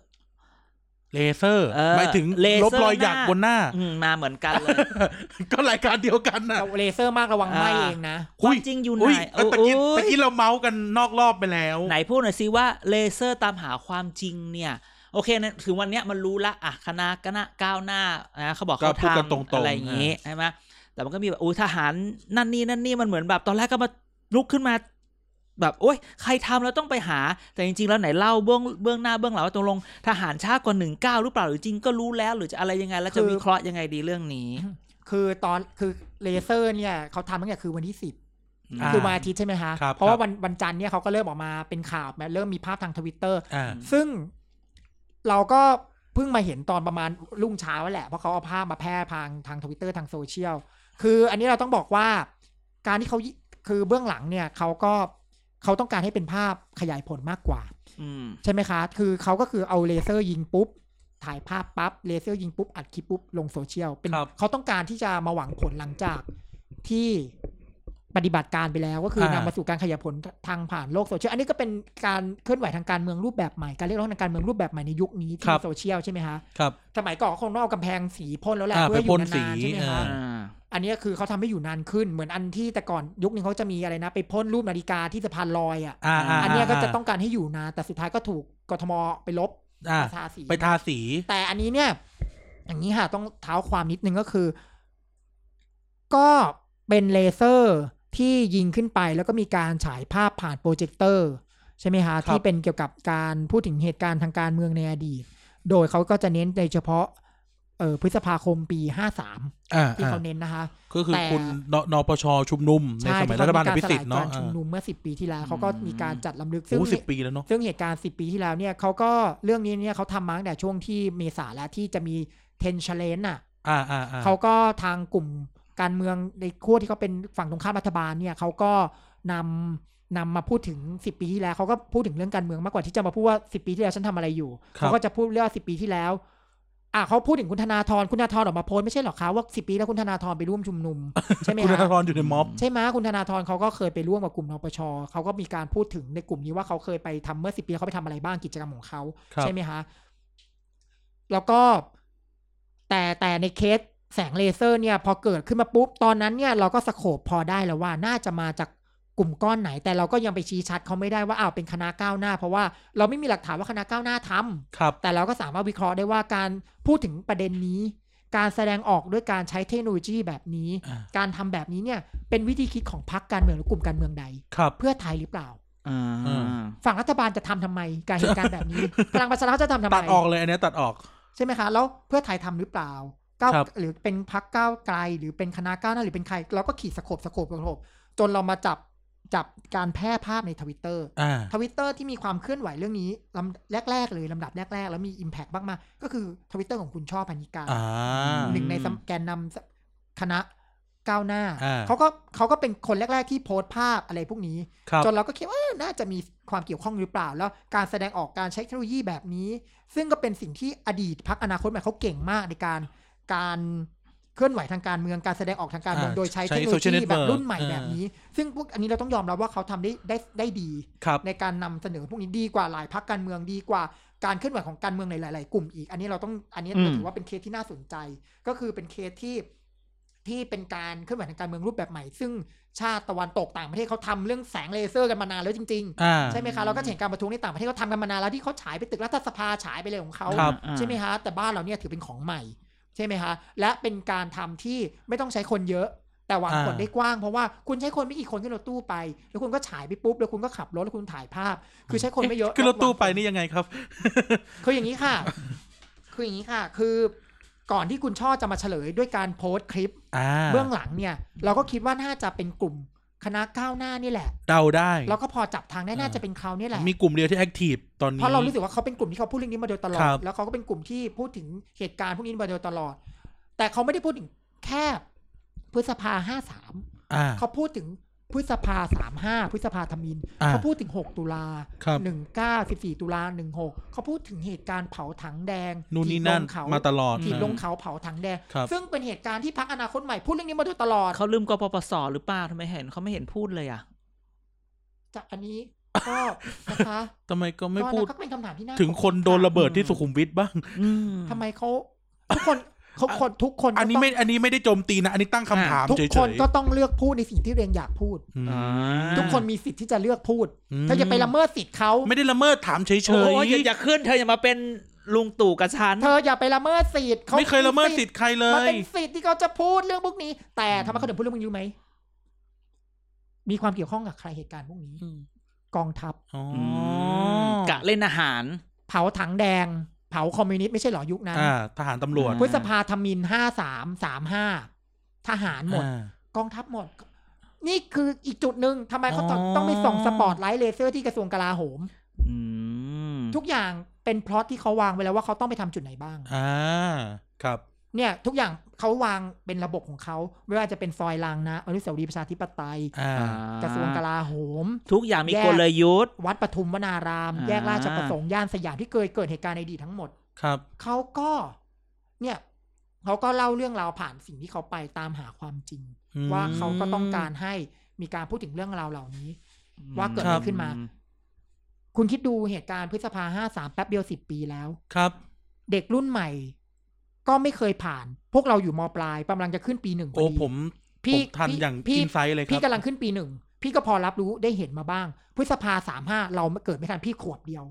Speaker 2: เลเซอร์
Speaker 1: เออ
Speaker 2: หมายถึง
Speaker 1: เลเซอร์
Speaker 2: ลบรอยหยัก
Speaker 1: หน้า
Speaker 2: บนหน้า
Speaker 1: อืมมาเหมือนกันเลย
Speaker 2: ก็รายการเดียวกันน่ะ
Speaker 3: เราเลเซอร์มากระวังไหมเองนะ
Speaker 1: ความจริงอยู่ไหน
Speaker 2: เอ้ยตะกี้
Speaker 1: โอ้ย
Speaker 2: ตะกี้เราเมาส์กันนอกรอบไปแล้ว
Speaker 1: ไหนพูดหน่อยสิว่าเลเซอร์ตามหาความจริงเนี่ย โอเคนะถึงวันเนี้ยมันรู้ละอ่ะคณะคณะก้าวหน้านะเขาบอก
Speaker 2: ก็
Speaker 1: เขา
Speaker 2: พู
Speaker 1: ท
Speaker 2: ดกันตรงๆ
Speaker 1: ำอะไรอย่างงี้ใช่ไหมแต่มันก็มีแบบอู้ทหารนั่นนี่นั่นนี่มันเหมือนแบบ ตอนแรกก็มาลุกขึ้นมา แบบโอ๊ยใครทำแล้วต้องไปหา แต่จริง ๆ แล้วไหนเล่าเบื้องเบื้องหน้าเบื้องหลังว่าตกลงทหารช้ากว่าหนึ่งเก้าวหรือเปล่าหรือจริงก็รู้แล้ว หรือจะอะไรยังไง แล้วจะวิเคราะห์ยังไงดีเรื่องนี้
Speaker 3: คือตอนคือเลเซอร์เนี่ยเขาทำตั้งแต่คือวันที่สิบ
Speaker 2: อ่า
Speaker 3: คือวันอาทิตย์ใช่ไหมคะ
Speaker 2: ครับ
Speaker 3: เพราะว่า
Speaker 2: ครับ
Speaker 3: วันวันจันทร์เนี่ยเขาก็เริ่มออกมาเป็นข่าวมาเริ่มมีภาพทางทวิตเตอร์
Speaker 2: อ่า
Speaker 3: ซึ่งเราก็เพิ่งมาเห็นตอนประมาณรุ่งเช้าแหละ เพราะเขาเอาภาพมาแพร่ทางทางทวิตเตอร์ทางโซเชียล คืออันนี้เราต้องบอกว่า การที่เขายิคือเบื้องหลังเนี่ยเขาก็เขาต้องการให้เป็นภาพขยายผลมากกว่า
Speaker 1: อืม
Speaker 3: ใช่ไหมคะ คือเขาก็คือเอาเลเซอร์ยิงปุ๊บ ถ่ายภาพปั๊บ เลเซอร์ยิงปุ๊บ อัดคลิปปุ๊บ ลงโซเชียล เป็น
Speaker 2: ครับ
Speaker 3: เขาต้องการที่จะมาหวังผลหลังจากที่ปฏิบัติการไปแล้ว ก็คือ
Speaker 2: อ่าน
Speaker 3: นำมาสู่การขยายผลทางผ่านโลกโซเชียล อันนี้ก็เป็นการเคลื่อนไหวทางการเมืองรูปแบบใหม่ การเรียกร้องทางการเมืองรูปแบบใหม่ในยุคนี้
Speaker 2: ครั
Speaker 3: ที่
Speaker 2: บ
Speaker 3: โซเชียลใช่ไหมคะ
Speaker 2: ครับ
Speaker 3: สมัยก่อนคงต้องเอากำแพงสีพ่นแล้วแหละ
Speaker 2: อ่า
Speaker 3: เพื่ออยู่
Speaker 2: ไปพ่นสี
Speaker 3: นานๆใช่ไหม
Speaker 2: เอ
Speaker 3: คะ
Speaker 2: อ
Speaker 1: อ่า
Speaker 3: อันนี้คือเขาทำให้อยู่นานขึ้น เหมือนอันที่แต่ก่อนยุคนึงเขาจะมีอะไรนะ ไปพ่นรูปนาฬิกาที่สะพานลอยอ่ะ
Speaker 2: อ่าา
Speaker 3: อันเนี้ยก็จะต้องการให้อยู่นานแต่สุดท้ายก็ถูกกทมไปลบ
Speaker 2: อ่า
Speaker 3: ทาสี
Speaker 2: ไปทาสี
Speaker 3: แต่อันนี้เนี่ย อย่างนี้ค่ะต้องเท้าความนิดนึงก็คือ ก็เป็นเลเซอร์ที่ยิงขึ้นไปแล้วก็มีการฉายภาพผ่านโปรเจคเตอร์ ใช่ไหมฮะที่เป็นเกี่ยวกับการพูดถึงเหตุการณ์ทางการเมืองในอดีต โดยเขาก็จะเน้นในเฉพาะเออพฤษภาคมปี 53
Speaker 2: อ่า
Speaker 3: ที่
Speaker 2: อ่า
Speaker 3: เขาเน้นนะคะ
Speaker 2: ก็คือ
Speaker 3: แต่
Speaker 2: คุณนนปชชุมนุมใน
Speaker 3: ใช่
Speaker 2: สมัย
Speaker 3: ที่
Speaker 2: รั
Speaker 3: เข
Speaker 2: ฐบาล
Speaker 3: ก
Speaker 2: อภิสิทธิ์
Speaker 3: สลยกา
Speaker 2: เนาะ
Speaker 3: รชุมนุมเมื่อ 10 ปีที่แล้วเขาก็มีการจัดลำลึกซึ่ง
Speaker 2: โอ้สิบปีแล้วเนาะ
Speaker 3: ซึ่งเหตุการณ์ 10 ปีที่แล้วเนี่ยเขาก็เรื่องนี้เนี่ยเขาทำมาตั้งแต่ช่วงที่เมษาแล้วที่จะมีเทนเชเลนน่ะ
Speaker 2: อ่าอ่าอ่า
Speaker 3: เขาก็ทางกลุ่มการเมืองในขั้วที่เขาเป็นฝั่งตรงข้ามรัฐบาลเนี่ยเขาก็นำนำมาพูดถึง 10 ปีที่แล้วเขาก็พูดถึงเรื่องการเมืองมากกว่าที่จะมาพูดว่า 10 ปีที่แล้วฉันทำอะไรอยู่ เขาก็จะพูดเรื่อง 10 ปีที่แล้ว อ่ะเขาพูดถึงคุณธนาธรคุณธนาธรออกมาโพสต์ไม่ใช่หรอกคะว่า 10 ปีแล้วคุณธนาธรไปร่วมชุมนุม ใช่ไหม
Speaker 2: คุณธ
Speaker 3: ฮะ
Speaker 2: นาธรอยู่ในม็อบ
Speaker 3: ใช่ไหมคุณธนาธรเขาก็เคยไปร่วมกับกลุ่มนปชเขาก็มีการพูดถึงในกลุ่มนี้ว่าเขาเคยไปทำเมื่อ 10 ปีเขาไปทำอะไรบ้างกิจกรรมของเขา
Speaker 2: ครับ
Speaker 3: ใช่ไหมคะ แล้วก็แต่แต่ในเคสแสงเลเซอร์เนี่ย พอเกิดขึ้นมาปุ๊บ ตอนนั้นเนี่ยเราก็สโคบพอได้แล้วว่าน่าจะมาจากกลุ่มก้อนไหน แต่เราก็ยังไปชี้ชัดเขาไม่ได้ว่าอ้าวเป็นคณะก้าวหน้า เพราะว่าเราไม่มีหลักฐานว่าคณะก้าวหน้าทำ
Speaker 2: ครับ
Speaker 3: แต่เราก็สามารถวิเคราะห์ได้ว่าการพูดถึงประเด็นนี้ การแสดงออกด้วยการใช้เทคโนโลยีแบบนี้
Speaker 2: อ่า
Speaker 3: การทำแบบนี้เนี่ยเป็นวิธีคิดของพรรคการเมืองหรือกลุ่มการเมืองใด
Speaker 2: ครับ
Speaker 3: เพื่อไทยหรือเปล่า
Speaker 1: อ่า
Speaker 2: อืม
Speaker 3: ฝั่งรัฐบาลจะทำทำไมการเหตุการณ์แบบนี้ พลังประชารัฐจะทำทำไม
Speaker 2: ตัดออกเลยอันเนี้ยตัดออก
Speaker 3: ใช่ไหมคะ แล้วเพื่อไทยทำหรือเปล่าก้าว
Speaker 2: ครับ
Speaker 3: หรือเป็นพักก้าวไกล หรือเป็นคณะก้าวหน้าหรือเป็นใคร เราก็ขีดสโคบสโคบสโคบจนเรามาจับจับการแพร่ภาพในทวิตเตอร์
Speaker 2: อ่า
Speaker 3: ทวิตเตอร์ที่มีความเคลื่อนไหวเรื่องนี้ลำแรก ๆ เลยลำดับแรก ๆ แล้วมี Impact มากๆก็คือทวิตเตอร์ของคุณช่อพันิกา
Speaker 2: อ่า
Speaker 3: หนึ่งในสำแกนนำคณะก้าวหน้า
Speaker 2: อ่า
Speaker 3: เขาก็เขาก็เป็นคนแรก ๆ ที่โพสต์ภาพอะไรพวกนี้
Speaker 2: ครับ
Speaker 3: จนเราก็คิดว่าเอ๊ะน่าจะมีความเกี่ยวข้องหรือเปล่า แล้วการแสดงออกการใช้เทคโนโลยีแบบนี้ ซึ่งก็เป็นสิ่งที่อดีตพักอนาคตใหม่เขาเก่งมากในการการเคลื่อนไหวทางการเมืองการแสดงออกทางการเมือง
Speaker 2: อ่า
Speaker 3: โดยใช้
Speaker 2: ใช้
Speaker 3: เทคโนโล
Speaker 2: social
Speaker 3: ยีแบบ
Speaker 2: network
Speaker 3: รุ่นใหม่
Speaker 2: อ่า
Speaker 3: แบบนี้ ซึ่งพวกอันนี้เราต้องยอมรับว่าเขาทำได้ได้ได้ดี
Speaker 2: ครับ
Speaker 3: ในการนำเสนอพวกนี้ดีกว่าหลายพักการเมืองดีกว่าการเคลื่อนไหวของการเมืองในหลาย ๆ กลุ่มอีก อันนี้เราต้องอันนี้เราถือว่าเป็นเคสที่น่าสนใจ ก็คือเป็นเคสที่ที่เป็นการเคลื่อนไหวทางการเมืองรูปแบบใหม่ ซึ่งชาติตะวันตกต่างประเทศเขาทำเรื่องแสงเลเซอร์กันมานานแล้วจริง
Speaker 2: อ่า
Speaker 3: ๆ ใช่ไหมคะเราก็เห็นการประท้วงในต่างประเทศเขาทำกันมานานแล้วที่เขาฉายไปตึกรัฐสภาฉายไปเลยของเขา
Speaker 2: ครับ
Speaker 1: อ่า
Speaker 3: ใช่ไหมฮะแต่บ้านเราเนี่ยถือเป็นของใหม่ ใช่ไหมฮะและเป็นการทำที่ไม่ต้องใช้คนเยอะ แต่หวัง
Speaker 2: อ่า
Speaker 3: ผลได้กว้างเพราะว่าคุณใช้คนไม่กี่คนขึ้นรถตู้ไป แล้วคุณก็ฉายไปปุ๊บ แล้วคุณก็ขับรถแล้วคุณถ่ายภาพ คือใช้คนไม่เยอะ
Speaker 2: ขึ้นรถตู้ไป
Speaker 3: แล้ว
Speaker 2: นี่
Speaker 3: หวังผล
Speaker 2: ยังไงครับ
Speaker 3: คืออย่างนี้ค่ะ คืออย่างนี้ค่ะ คือก่อนที่คุณช่อจะมาเฉลยด้วยการโพสต์คลิป
Speaker 2: อ่า
Speaker 3: เบื้องหลังเนี่ย เราก็คิดว่าน่าจะเป็นกลุ่มคณะก้าวหน้านี่แหละ
Speaker 2: เดาได้
Speaker 3: เราก็พอจับทางได้
Speaker 2: อ่า
Speaker 3: น่าจะเป็นเขาเนี่ยแหละ
Speaker 2: มีกลุ่มเดียวที่แอคทีฟตอนนี้
Speaker 3: เพราะเรารู้สึกว่าเขาเป็นกลุ่มที่เขาพูดเรื่องนี้มาโดยตลอด
Speaker 2: ครับ
Speaker 3: แล้วเขาก็เป็นกลุ่มที่พูดถึงเหตุการณ์พวกนี้มาโดยตลอด แต่เขาไม่ได้พูดถึงแค่พฤษภาห้าสาม
Speaker 2: อ่า
Speaker 3: เขาพูดถึงพฤษภาสามห้าพฤษภาธมิน
Speaker 2: อ่า
Speaker 3: เขาพูดถึงหกตุลา
Speaker 2: ครับ
Speaker 3: หนึ่งเก้าสิบสี่ตุลาหนึ่งหกเขาพูดถึงเหตุการณ์เผาถังแดง
Speaker 2: นู่นนี่
Speaker 3: ถีบ
Speaker 2: นั่น
Speaker 3: ลงเขา
Speaker 2: มาตลอด
Speaker 3: ถีบ
Speaker 2: นะ
Speaker 3: ลงเขาเผาถังแดง
Speaker 2: ครับ
Speaker 3: ซึ่งเป็นเหตุการณ์ที่พักอนาคตใหม่พูดเรื่องนี้มาโดยตลอด
Speaker 1: เขาลืมกปปสหรือเปล่าทำไมเห็นเขาไม่เห็นพูดเลยอ่ะ
Speaker 3: จากอันนี้ก็นะคะ
Speaker 2: ทำไมก็ไม่
Speaker 3: ก็นะ
Speaker 2: พูด
Speaker 3: ก็เป็นคำถามที่น่า
Speaker 2: ถึงคนโดนระเบิดที่
Speaker 1: อืม
Speaker 2: สุขุมวิทบ้าง
Speaker 1: อืม
Speaker 3: ทำไมเขาทุกคนเขาคนทุกคน
Speaker 2: อันนี้
Speaker 3: ก็ต้อง
Speaker 2: ไม่ อันนี้ไม่ได้โจมตีนะ อันนี้ตั้งคำถาม
Speaker 3: ทุก
Speaker 2: เฉยๆ
Speaker 3: คนก็ต้องเลือกพูดในสิ่งที่ตัวเองอยากพูด
Speaker 2: อืม
Speaker 1: อ่า
Speaker 3: ทุกคนมีสิทธิ์ที่จะเลือกพูด
Speaker 2: อืม
Speaker 3: เธออย่าไปละเมิดสิทธิ์เขา
Speaker 2: ไม่ได้ละเมิดถามเฉยๆ
Speaker 1: โอ้ยอย่าอย่าขึ้นเธออย่ามาเป็นลุงตู่กับฉัน
Speaker 3: เธออย่าไปละเมิดสิทธิ์ขา
Speaker 2: ไม่เคยละเมิดสิทธิ์ใครเล
Speaker 3: มัน
Speaker 2: ย
Speaker 3: เป็นสิทธิ์ที่เขาจะพูดเรื่องพวกนี้ แต่ทำไมเขาถึงพูดเรื่องพวกนี้รู้ไหมมีความเกี่ยวข้องกับใครเหตุการณ์พวกนี้
Speaker 2: อืม
Speaker 3: กองทัพ
Speaker 2: อ๋อ
Speaker 1: อื
Speaker 2: อ
Speaker 1: มกะเล่นอาหาร
Speaker 3: เผาถังแดง เผาคอมมิวนิสต์ไม่ใช่เหรอยุคนั้น
Speaker 2: อ่า ทหารตำรวจ
Speaker 3: พฤษภาธมินห้าสามสามห้าทหารหมด
Speaker 2: อ่า
Speaker 3: กองทัพหมด นี่คืออีกจุดหนึ่งทำไมเขาต้อง
Speaker 2: อ๋อ
Speaker 3: ต้องไปส่องสปอตไลท์เลเซอร์ที่กระทรวงกลาโหม
Speaker 1: อืม
Speaker 3: ทุกอย่างเป็นพล็อตที่เขาวางไว้แล้วว่าเขาต้องไปทำจุดไหนบ้าง
Speaker 2: อ่า ครับ
Speaker 3: เนี่ยทุกอย่างเขาวางเป็นระบบของเขาไม่ว่าจะเป็นซอยลางนะอนุสาวรีย์ประชาธิปไตย
Speaker 2: อ่า
Speaker 1: อ่าก
Speaker 3: ระทรวงกลาโหม
Speaker 1: ทุกอย่างมี
Speaker 3: แยก
Speaker 1: กลยุทธ์
Speaker 3: วัดปทุมวนาราม
Speaker 1: อ่า
Speaker 3: แยกราชประสงค์ย่านสยามที่เคยเกิดเหตุการณ์ในอดีตทั้งหมด
Speaker 2: ครับ
Speaker 3: เขาก็ เนี่ยเขาก็เล่าเรื่องราวผ่านสิ่งที่เขาไปตามหาความจริง
Speaker 2: อืม
Speaker 3: ว่าเขาก็ต้องการให้มีการพูดถึงเรื่องราวเหล่านี้ ว่าเกิดอะไรขึ้นมา
Speaker 1: อืม
Speaker 3: คุณคิดดูเหตุการณ์พฤษภาห้าสามแป๊บเดียวสิบปีแล้ว
Speaker 2: ครับ
Speaker 3: เด็กรุ่นใหม่ ก็ไม่เคยผ่าน พวกเราอยู่มปลายกำลังจะขึ้นปีหนึ่งพ
Speaker 2: โอ้
Speaker 3: ดี
Speaker 2: ผม
Speaker 3: พี่
Speaker 2: ผมทันอย่าง
Speaker 3: พี่
Speaker 2: อินไซต์เลยครั
Speaker 3: พี่
Speaker 2: บ
Speaker 3: กำลังขึ้นปีหนึ่งพี่ก็พอรับรู้ได้เห็นมาบ้าง พฤษภาสามห้าเราเกิดไม่ทันพี่ขวบเดียว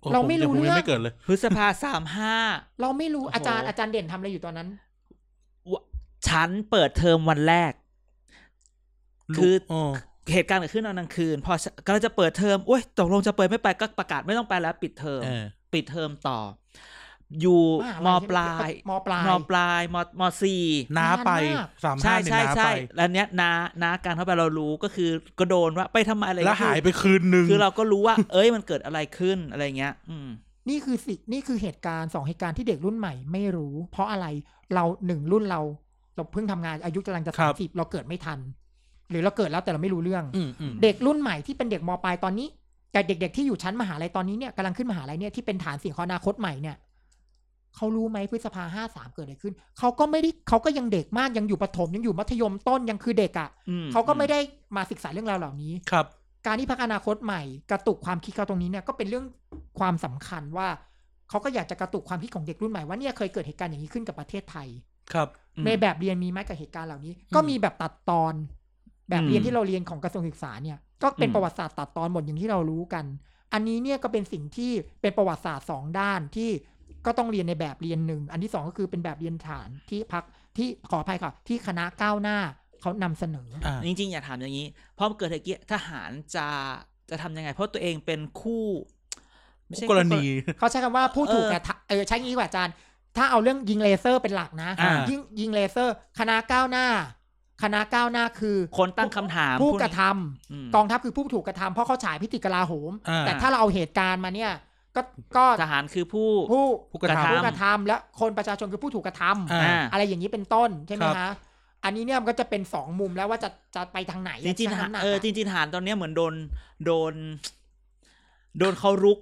Speaker 2: โอ้
Speaker 3: เราไม่รู้
Speaker 2: ผยั
Speaker 3: เรื่อง
Speaker 2: ไม่เกิดเลย
Speaker 1: พฤษภาสามห้า
Speaker 3: เราไม่รู้
Speaker 1: โอ้โห
Speaker 3: อาจารย์อาจารย์เด่นทำอะไรอยู่ตอนนั้น
Speaker 1: ฉันเปิดเทอมวันแรก คือ
Speaker 2: ลูก
Speaker 1: เหตุการณ์เกิดขึ้นตอนกลางคืน พอกำลังจะเปิดเทอมโอ้ยตกลงจะเปิดไม่ไปก็ประกาศไม่ต้องไปแล้วปิดเทอม
Speaker 2: เออ
Speaker 1: ปิดเทอมต่อ อยู่มปลาย
Speaker 3: มปลาย
Speaker 1: มปลายมมสี่
Speaker 2: น้าไป
Speaker 3: นานมาก
Speaker 2: สามห้า
Speaker 1: ใช่
Speaker 2: เนี่ย
Speaker 1: ใช่
Speaker 2: น้า
Speaker 1: ใช่
Speaker 2: ไป
Speaker 1: แล้วเนี้ยนานาการเข้าไปเรารู้ก็คือก็โดนว่าไปทำไมอะไร
Speaker 2: แล้วหา
Speaker 1: คื
Speaker 2: ย
Speaker 1: อ
Speaker 2: ไปคืนนึง
Speaker 1: คือเราก็รู้ว่า เอ้ยมันเกิดอะไรขึ้นอะไรเงี้ย อืม
Speaker 3: นี่คือสินี่คือเหตุการณ์สองเหตุการณ์ที่เด็กรุ่นใหม่ไม่รู้ เพราะอะไรเราหนึ่งรุ่นเราเราเพิ่งทำงานอายุกำลังจะ
Speaker 2: ครั
Speaker 3: สาม
Speaker 2: บ
Speaker 3: สิบเราเกิดไม่ทัน หรือเราเกิดแล้วแต่เราไม่รู้เรื่อง
Speaker 2: อืมอืม
Speaker 3: เด็กรุ่นใหม่ที่เป็นเด็กมปลายตอนนี้กับเด็ก ๆ ที่อยู่ชั้นมหาลัยตอนนี้เนี่ยกำลังขึ้นมหาลัยเนี่ยที่เป็นฐานสิ่งของอนาคตใหม่เนี่ยเขารู้ไหมพฤษภาห้าสามเกิดอะไรขึ้นเขาก็ไม่ได้เขาก็ยังเด็กมากยังอยู่ประถมยังอยู่มัธยมต้นยังคือเด็กอะ่ะ
Speaker 1: อื
Speaker 3: เขาก็ไม่ได้มาศึกษาเรื่องราวเหล่านี้
Speaker 2: ครับ
Speaker 3: การที่พักอนาคตใหม่กระตุกความคิดเขาตรงนี้เนี่ยก็เป็นเรื่องความสำคัญว่าเขาก็อยากจะกระตุกความคิดของเด็กรุ่นใหม่ว่าเนี่ยเคยเกิดเหตุการณ์อย่างนี้ขึ้นกับประเทศไทย
Speaker 2: ครับอืม
Speaker 3: ในแบบเรียนมีไหมกับเหตุการณ์เหล่านี้ ก็มีแบบตัดตอน แบบเรียนที่เราเรียนของกระทรวงศึกษาเนี่ย ก็เป็น
Speaker 2: อืม
Speaker 3: ประวัติศาสตร์ตัดตอนหมดอย่างที่เรารู้กัน อันนี้เนี่ยก็เป็นสิ่งที่เป็นประวัติศาสตร์สองด้านที่ก็ต้องเรียนในแบบเรียนหนึ่งอันที่สองก็คือเป็นแบบเรียนฐานที่พักที่ขออภัยค่ะ ที่คณะก้าวหน้าเขานำเสนอ
Speaker 2: อ่า
Speaker 1: จริงๆ อย่าถามอย่างนี้เพราะเกิดเหตุเกี้ยทหารจะจะทำยังไง เพราะตัวเองเป็นคู่ไม่ใช่
Speaker 2: กรณี
Speaker 3: เขาใช้คำว่าผู้ถูกกระทำเออใช้งี้ดีกว่าอาจารย์ ถ้าเอาเรื่องยิงเลเซอร์เป็นหลักนะ
Speaker 2: อ่ายิ
Speaker 3: ยิงยิงเลเซอร์ คณะก้าวหน้า คณะก้าวหน้าคือ
Speaker 1: คนตั้งคำถาม
Speaker 3: ผู้
Speaker 1: พวนี้
Speaker 3: กระทำ
Speaker 1: ม
Speaker 3: กองทัพคือผู้ถูกกระทำเพราะเขาฉายพิธีกลาโหม
Speaker 2: อ่า
Speaker 3: แต่ถ้าเราเอาเหตุการณ์มาเนี่ยก็ก็
Speaker 1: ทหารคือผู้
Speaker 3: ผู้
Speaker 2: ผู้กระ
Speaker 1: กระ
Speaker 2: ท
Speaker 1: ทำ
Speaker 3: ผู้กระทำและคนประชาชนคือผู้ถูกกระทำ
Speaker 2: อ่า
Speaker 1: อ่า
Speaker 3: อะไรอย่างนี้เป็นต้นใช่ไหมคะอันนี้เนี่ยมันก็จะเป็นสองมุมแล้วว่าจะจะไปทางไหน
Speaker 1: จริงๆทหาร
Speaker 3: น้ำหนัก
Speaker 1: เออจริงๆทหารตอนเนี้ยเหมือนโดนโดน โดนเขารุก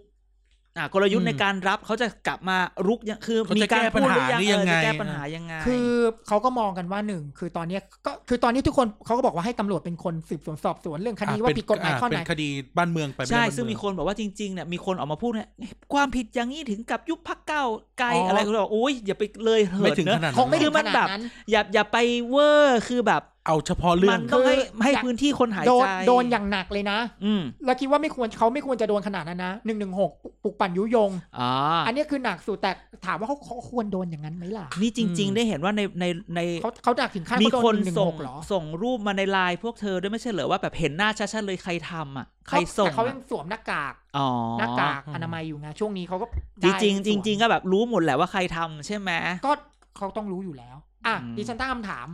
Speaker 1: อ่ากลยุทธ์ในการรับเขาจะกลับมารุกเนี่ยคือ
Speaker 2: เขา
Speaker 1: มี
Speaker 2: จะ
Speaker 1: การ
Speaker 2: แก้ปัญ
Speaker 1: พูด
Speaker 2: หา
Speaker 1: หรือยัง
Speaker 2: นี่
Speaker 1: เอ
Speaker 2: ยั
Speaker 1: อ
Speaker 2: งไง
Speaker 1: จะแก้ปัญหายังไง
Speaker 3: คือเขาก็มองกันว่าหนึ่งคือตอนเนี้ยก็คือตอนนี้ทุกคนเขาก็บอกว่าให้ตำรวจเป็นคนสืบสวนสอบสวนเรื่อง
Speaker 2: ำ
Speaker 3: คดี
Speaker 2: อ่ะ
Speaker 3: ว่า
Speaker 2: เป็น
Speaker 3: ผิดกฎหมายข้อไหน
Speaker 2: เป็นคดีบ้านเมืองไป
Speaker 1: ใช่
Speaker 2: เป็นบ้าน
Speaker 1: ซึ่ง
Speaker 2: เอ
Speaker 1: มีคนบอกว่าจริงๆเนี่ยมีคนออกมาพูดเนี่ยความผิดอย่างนี้ถึงกับยุบพักเก้าวไกล
Speaker 3: อ๋ออ
Speaker 1: อะไรก็บอกอุ้ยอย่าไปเลยเหิ
Speaker 2: ไม่
Speaker 1: น
Speaker 2: ถึง
Speaker 1: เน
Speaker 2: ข
Speaker 1: อะ
Speaker 2: นาดนั้น
Speaker 3: คงไม่
Speaker 2: หร
Speaker 3: ถึ
Speaker 2: อก
Speaker 3: ง
Speaker 1: คือมั
Speaker 3: ข
Speaker 1: น
Speaker 3: นาด
Speaker 1: แบบ
Speaker 3: นั้น
Speaker 1: อย่าอย่าไปเวอร์คือแบบ
Speaker 2: เอาเฉพาะเรื่อ
Speaker 1: มั
Speaker 2: ง
Speaker 1: นต้องให้
Speaker 3: คือ
Speaker 1: ให้
Speaker 3: อยาก
Speaker 1: พื้นที่คนหาย
Speaker 3: โดน
Speaker 1: ใจ
Speaker 3: โดนอย่างหนักเลยนะ
Speaker 1: อืม
Speaker 3: แล้วคิดว่าไม่ควรเขาไม่ควรจะโดนขนาดนั้นนะหนึ่งหนึ่งหกปลุกปั่นยุยง
Speaker 1: อ๋ออ
Speaker 3: อันนี้คือหนักสุดแต่ถามว่าเขาเขาควรโดนอย่างนั้นไหมล่ะ
Speaker 1: นี่จริง
Speaker 2: อืม
Speaker 1: ๆ ได้เห็นว่าในในใน
Speaker 3: เขาเขาหนักถึงขั้น
Speaker 1: มี
Speaker 3: เขาโด
Speaker 1: คน
Speaker 3: นหนึ่ง
Speaker 1: ส่
Speaker 3: ห
Speaker 1: ง
Speaker 3: กหรอ
Speaker 1: ส่งรูปมาในไลน์พวกเธอด้วยไม่ใช่เหรอว่าแบบเห็นหน้าชัดๆเลยใครทำอ่ะใคร
Speaker 3: เขา
Speaker 1: ส่ง
Speaker 3: แต่เขายั
Speaker 1: อะ
Speaker 3: งสวมหน้ากาก
Speaker 1: อ๋อ
Speaker 3: หน้ากากอนามัยอยู่ไงช่วงนี้เขาก็
Speaker 1: จ
Speaker 3: ได้
Speaker 1: ริงๆจ
Speaker 3: ส่วน
Speaker 1: ริง ๆ ก็แบบรู้หมดแหละว่าใครทำใช่ไหม
Speaker 3: ก็เขาต้องรู้อยู่แล้ว อ่ะ
Speaker 1: อืม
Speaker 3: ดิฉันตั้งคำถาม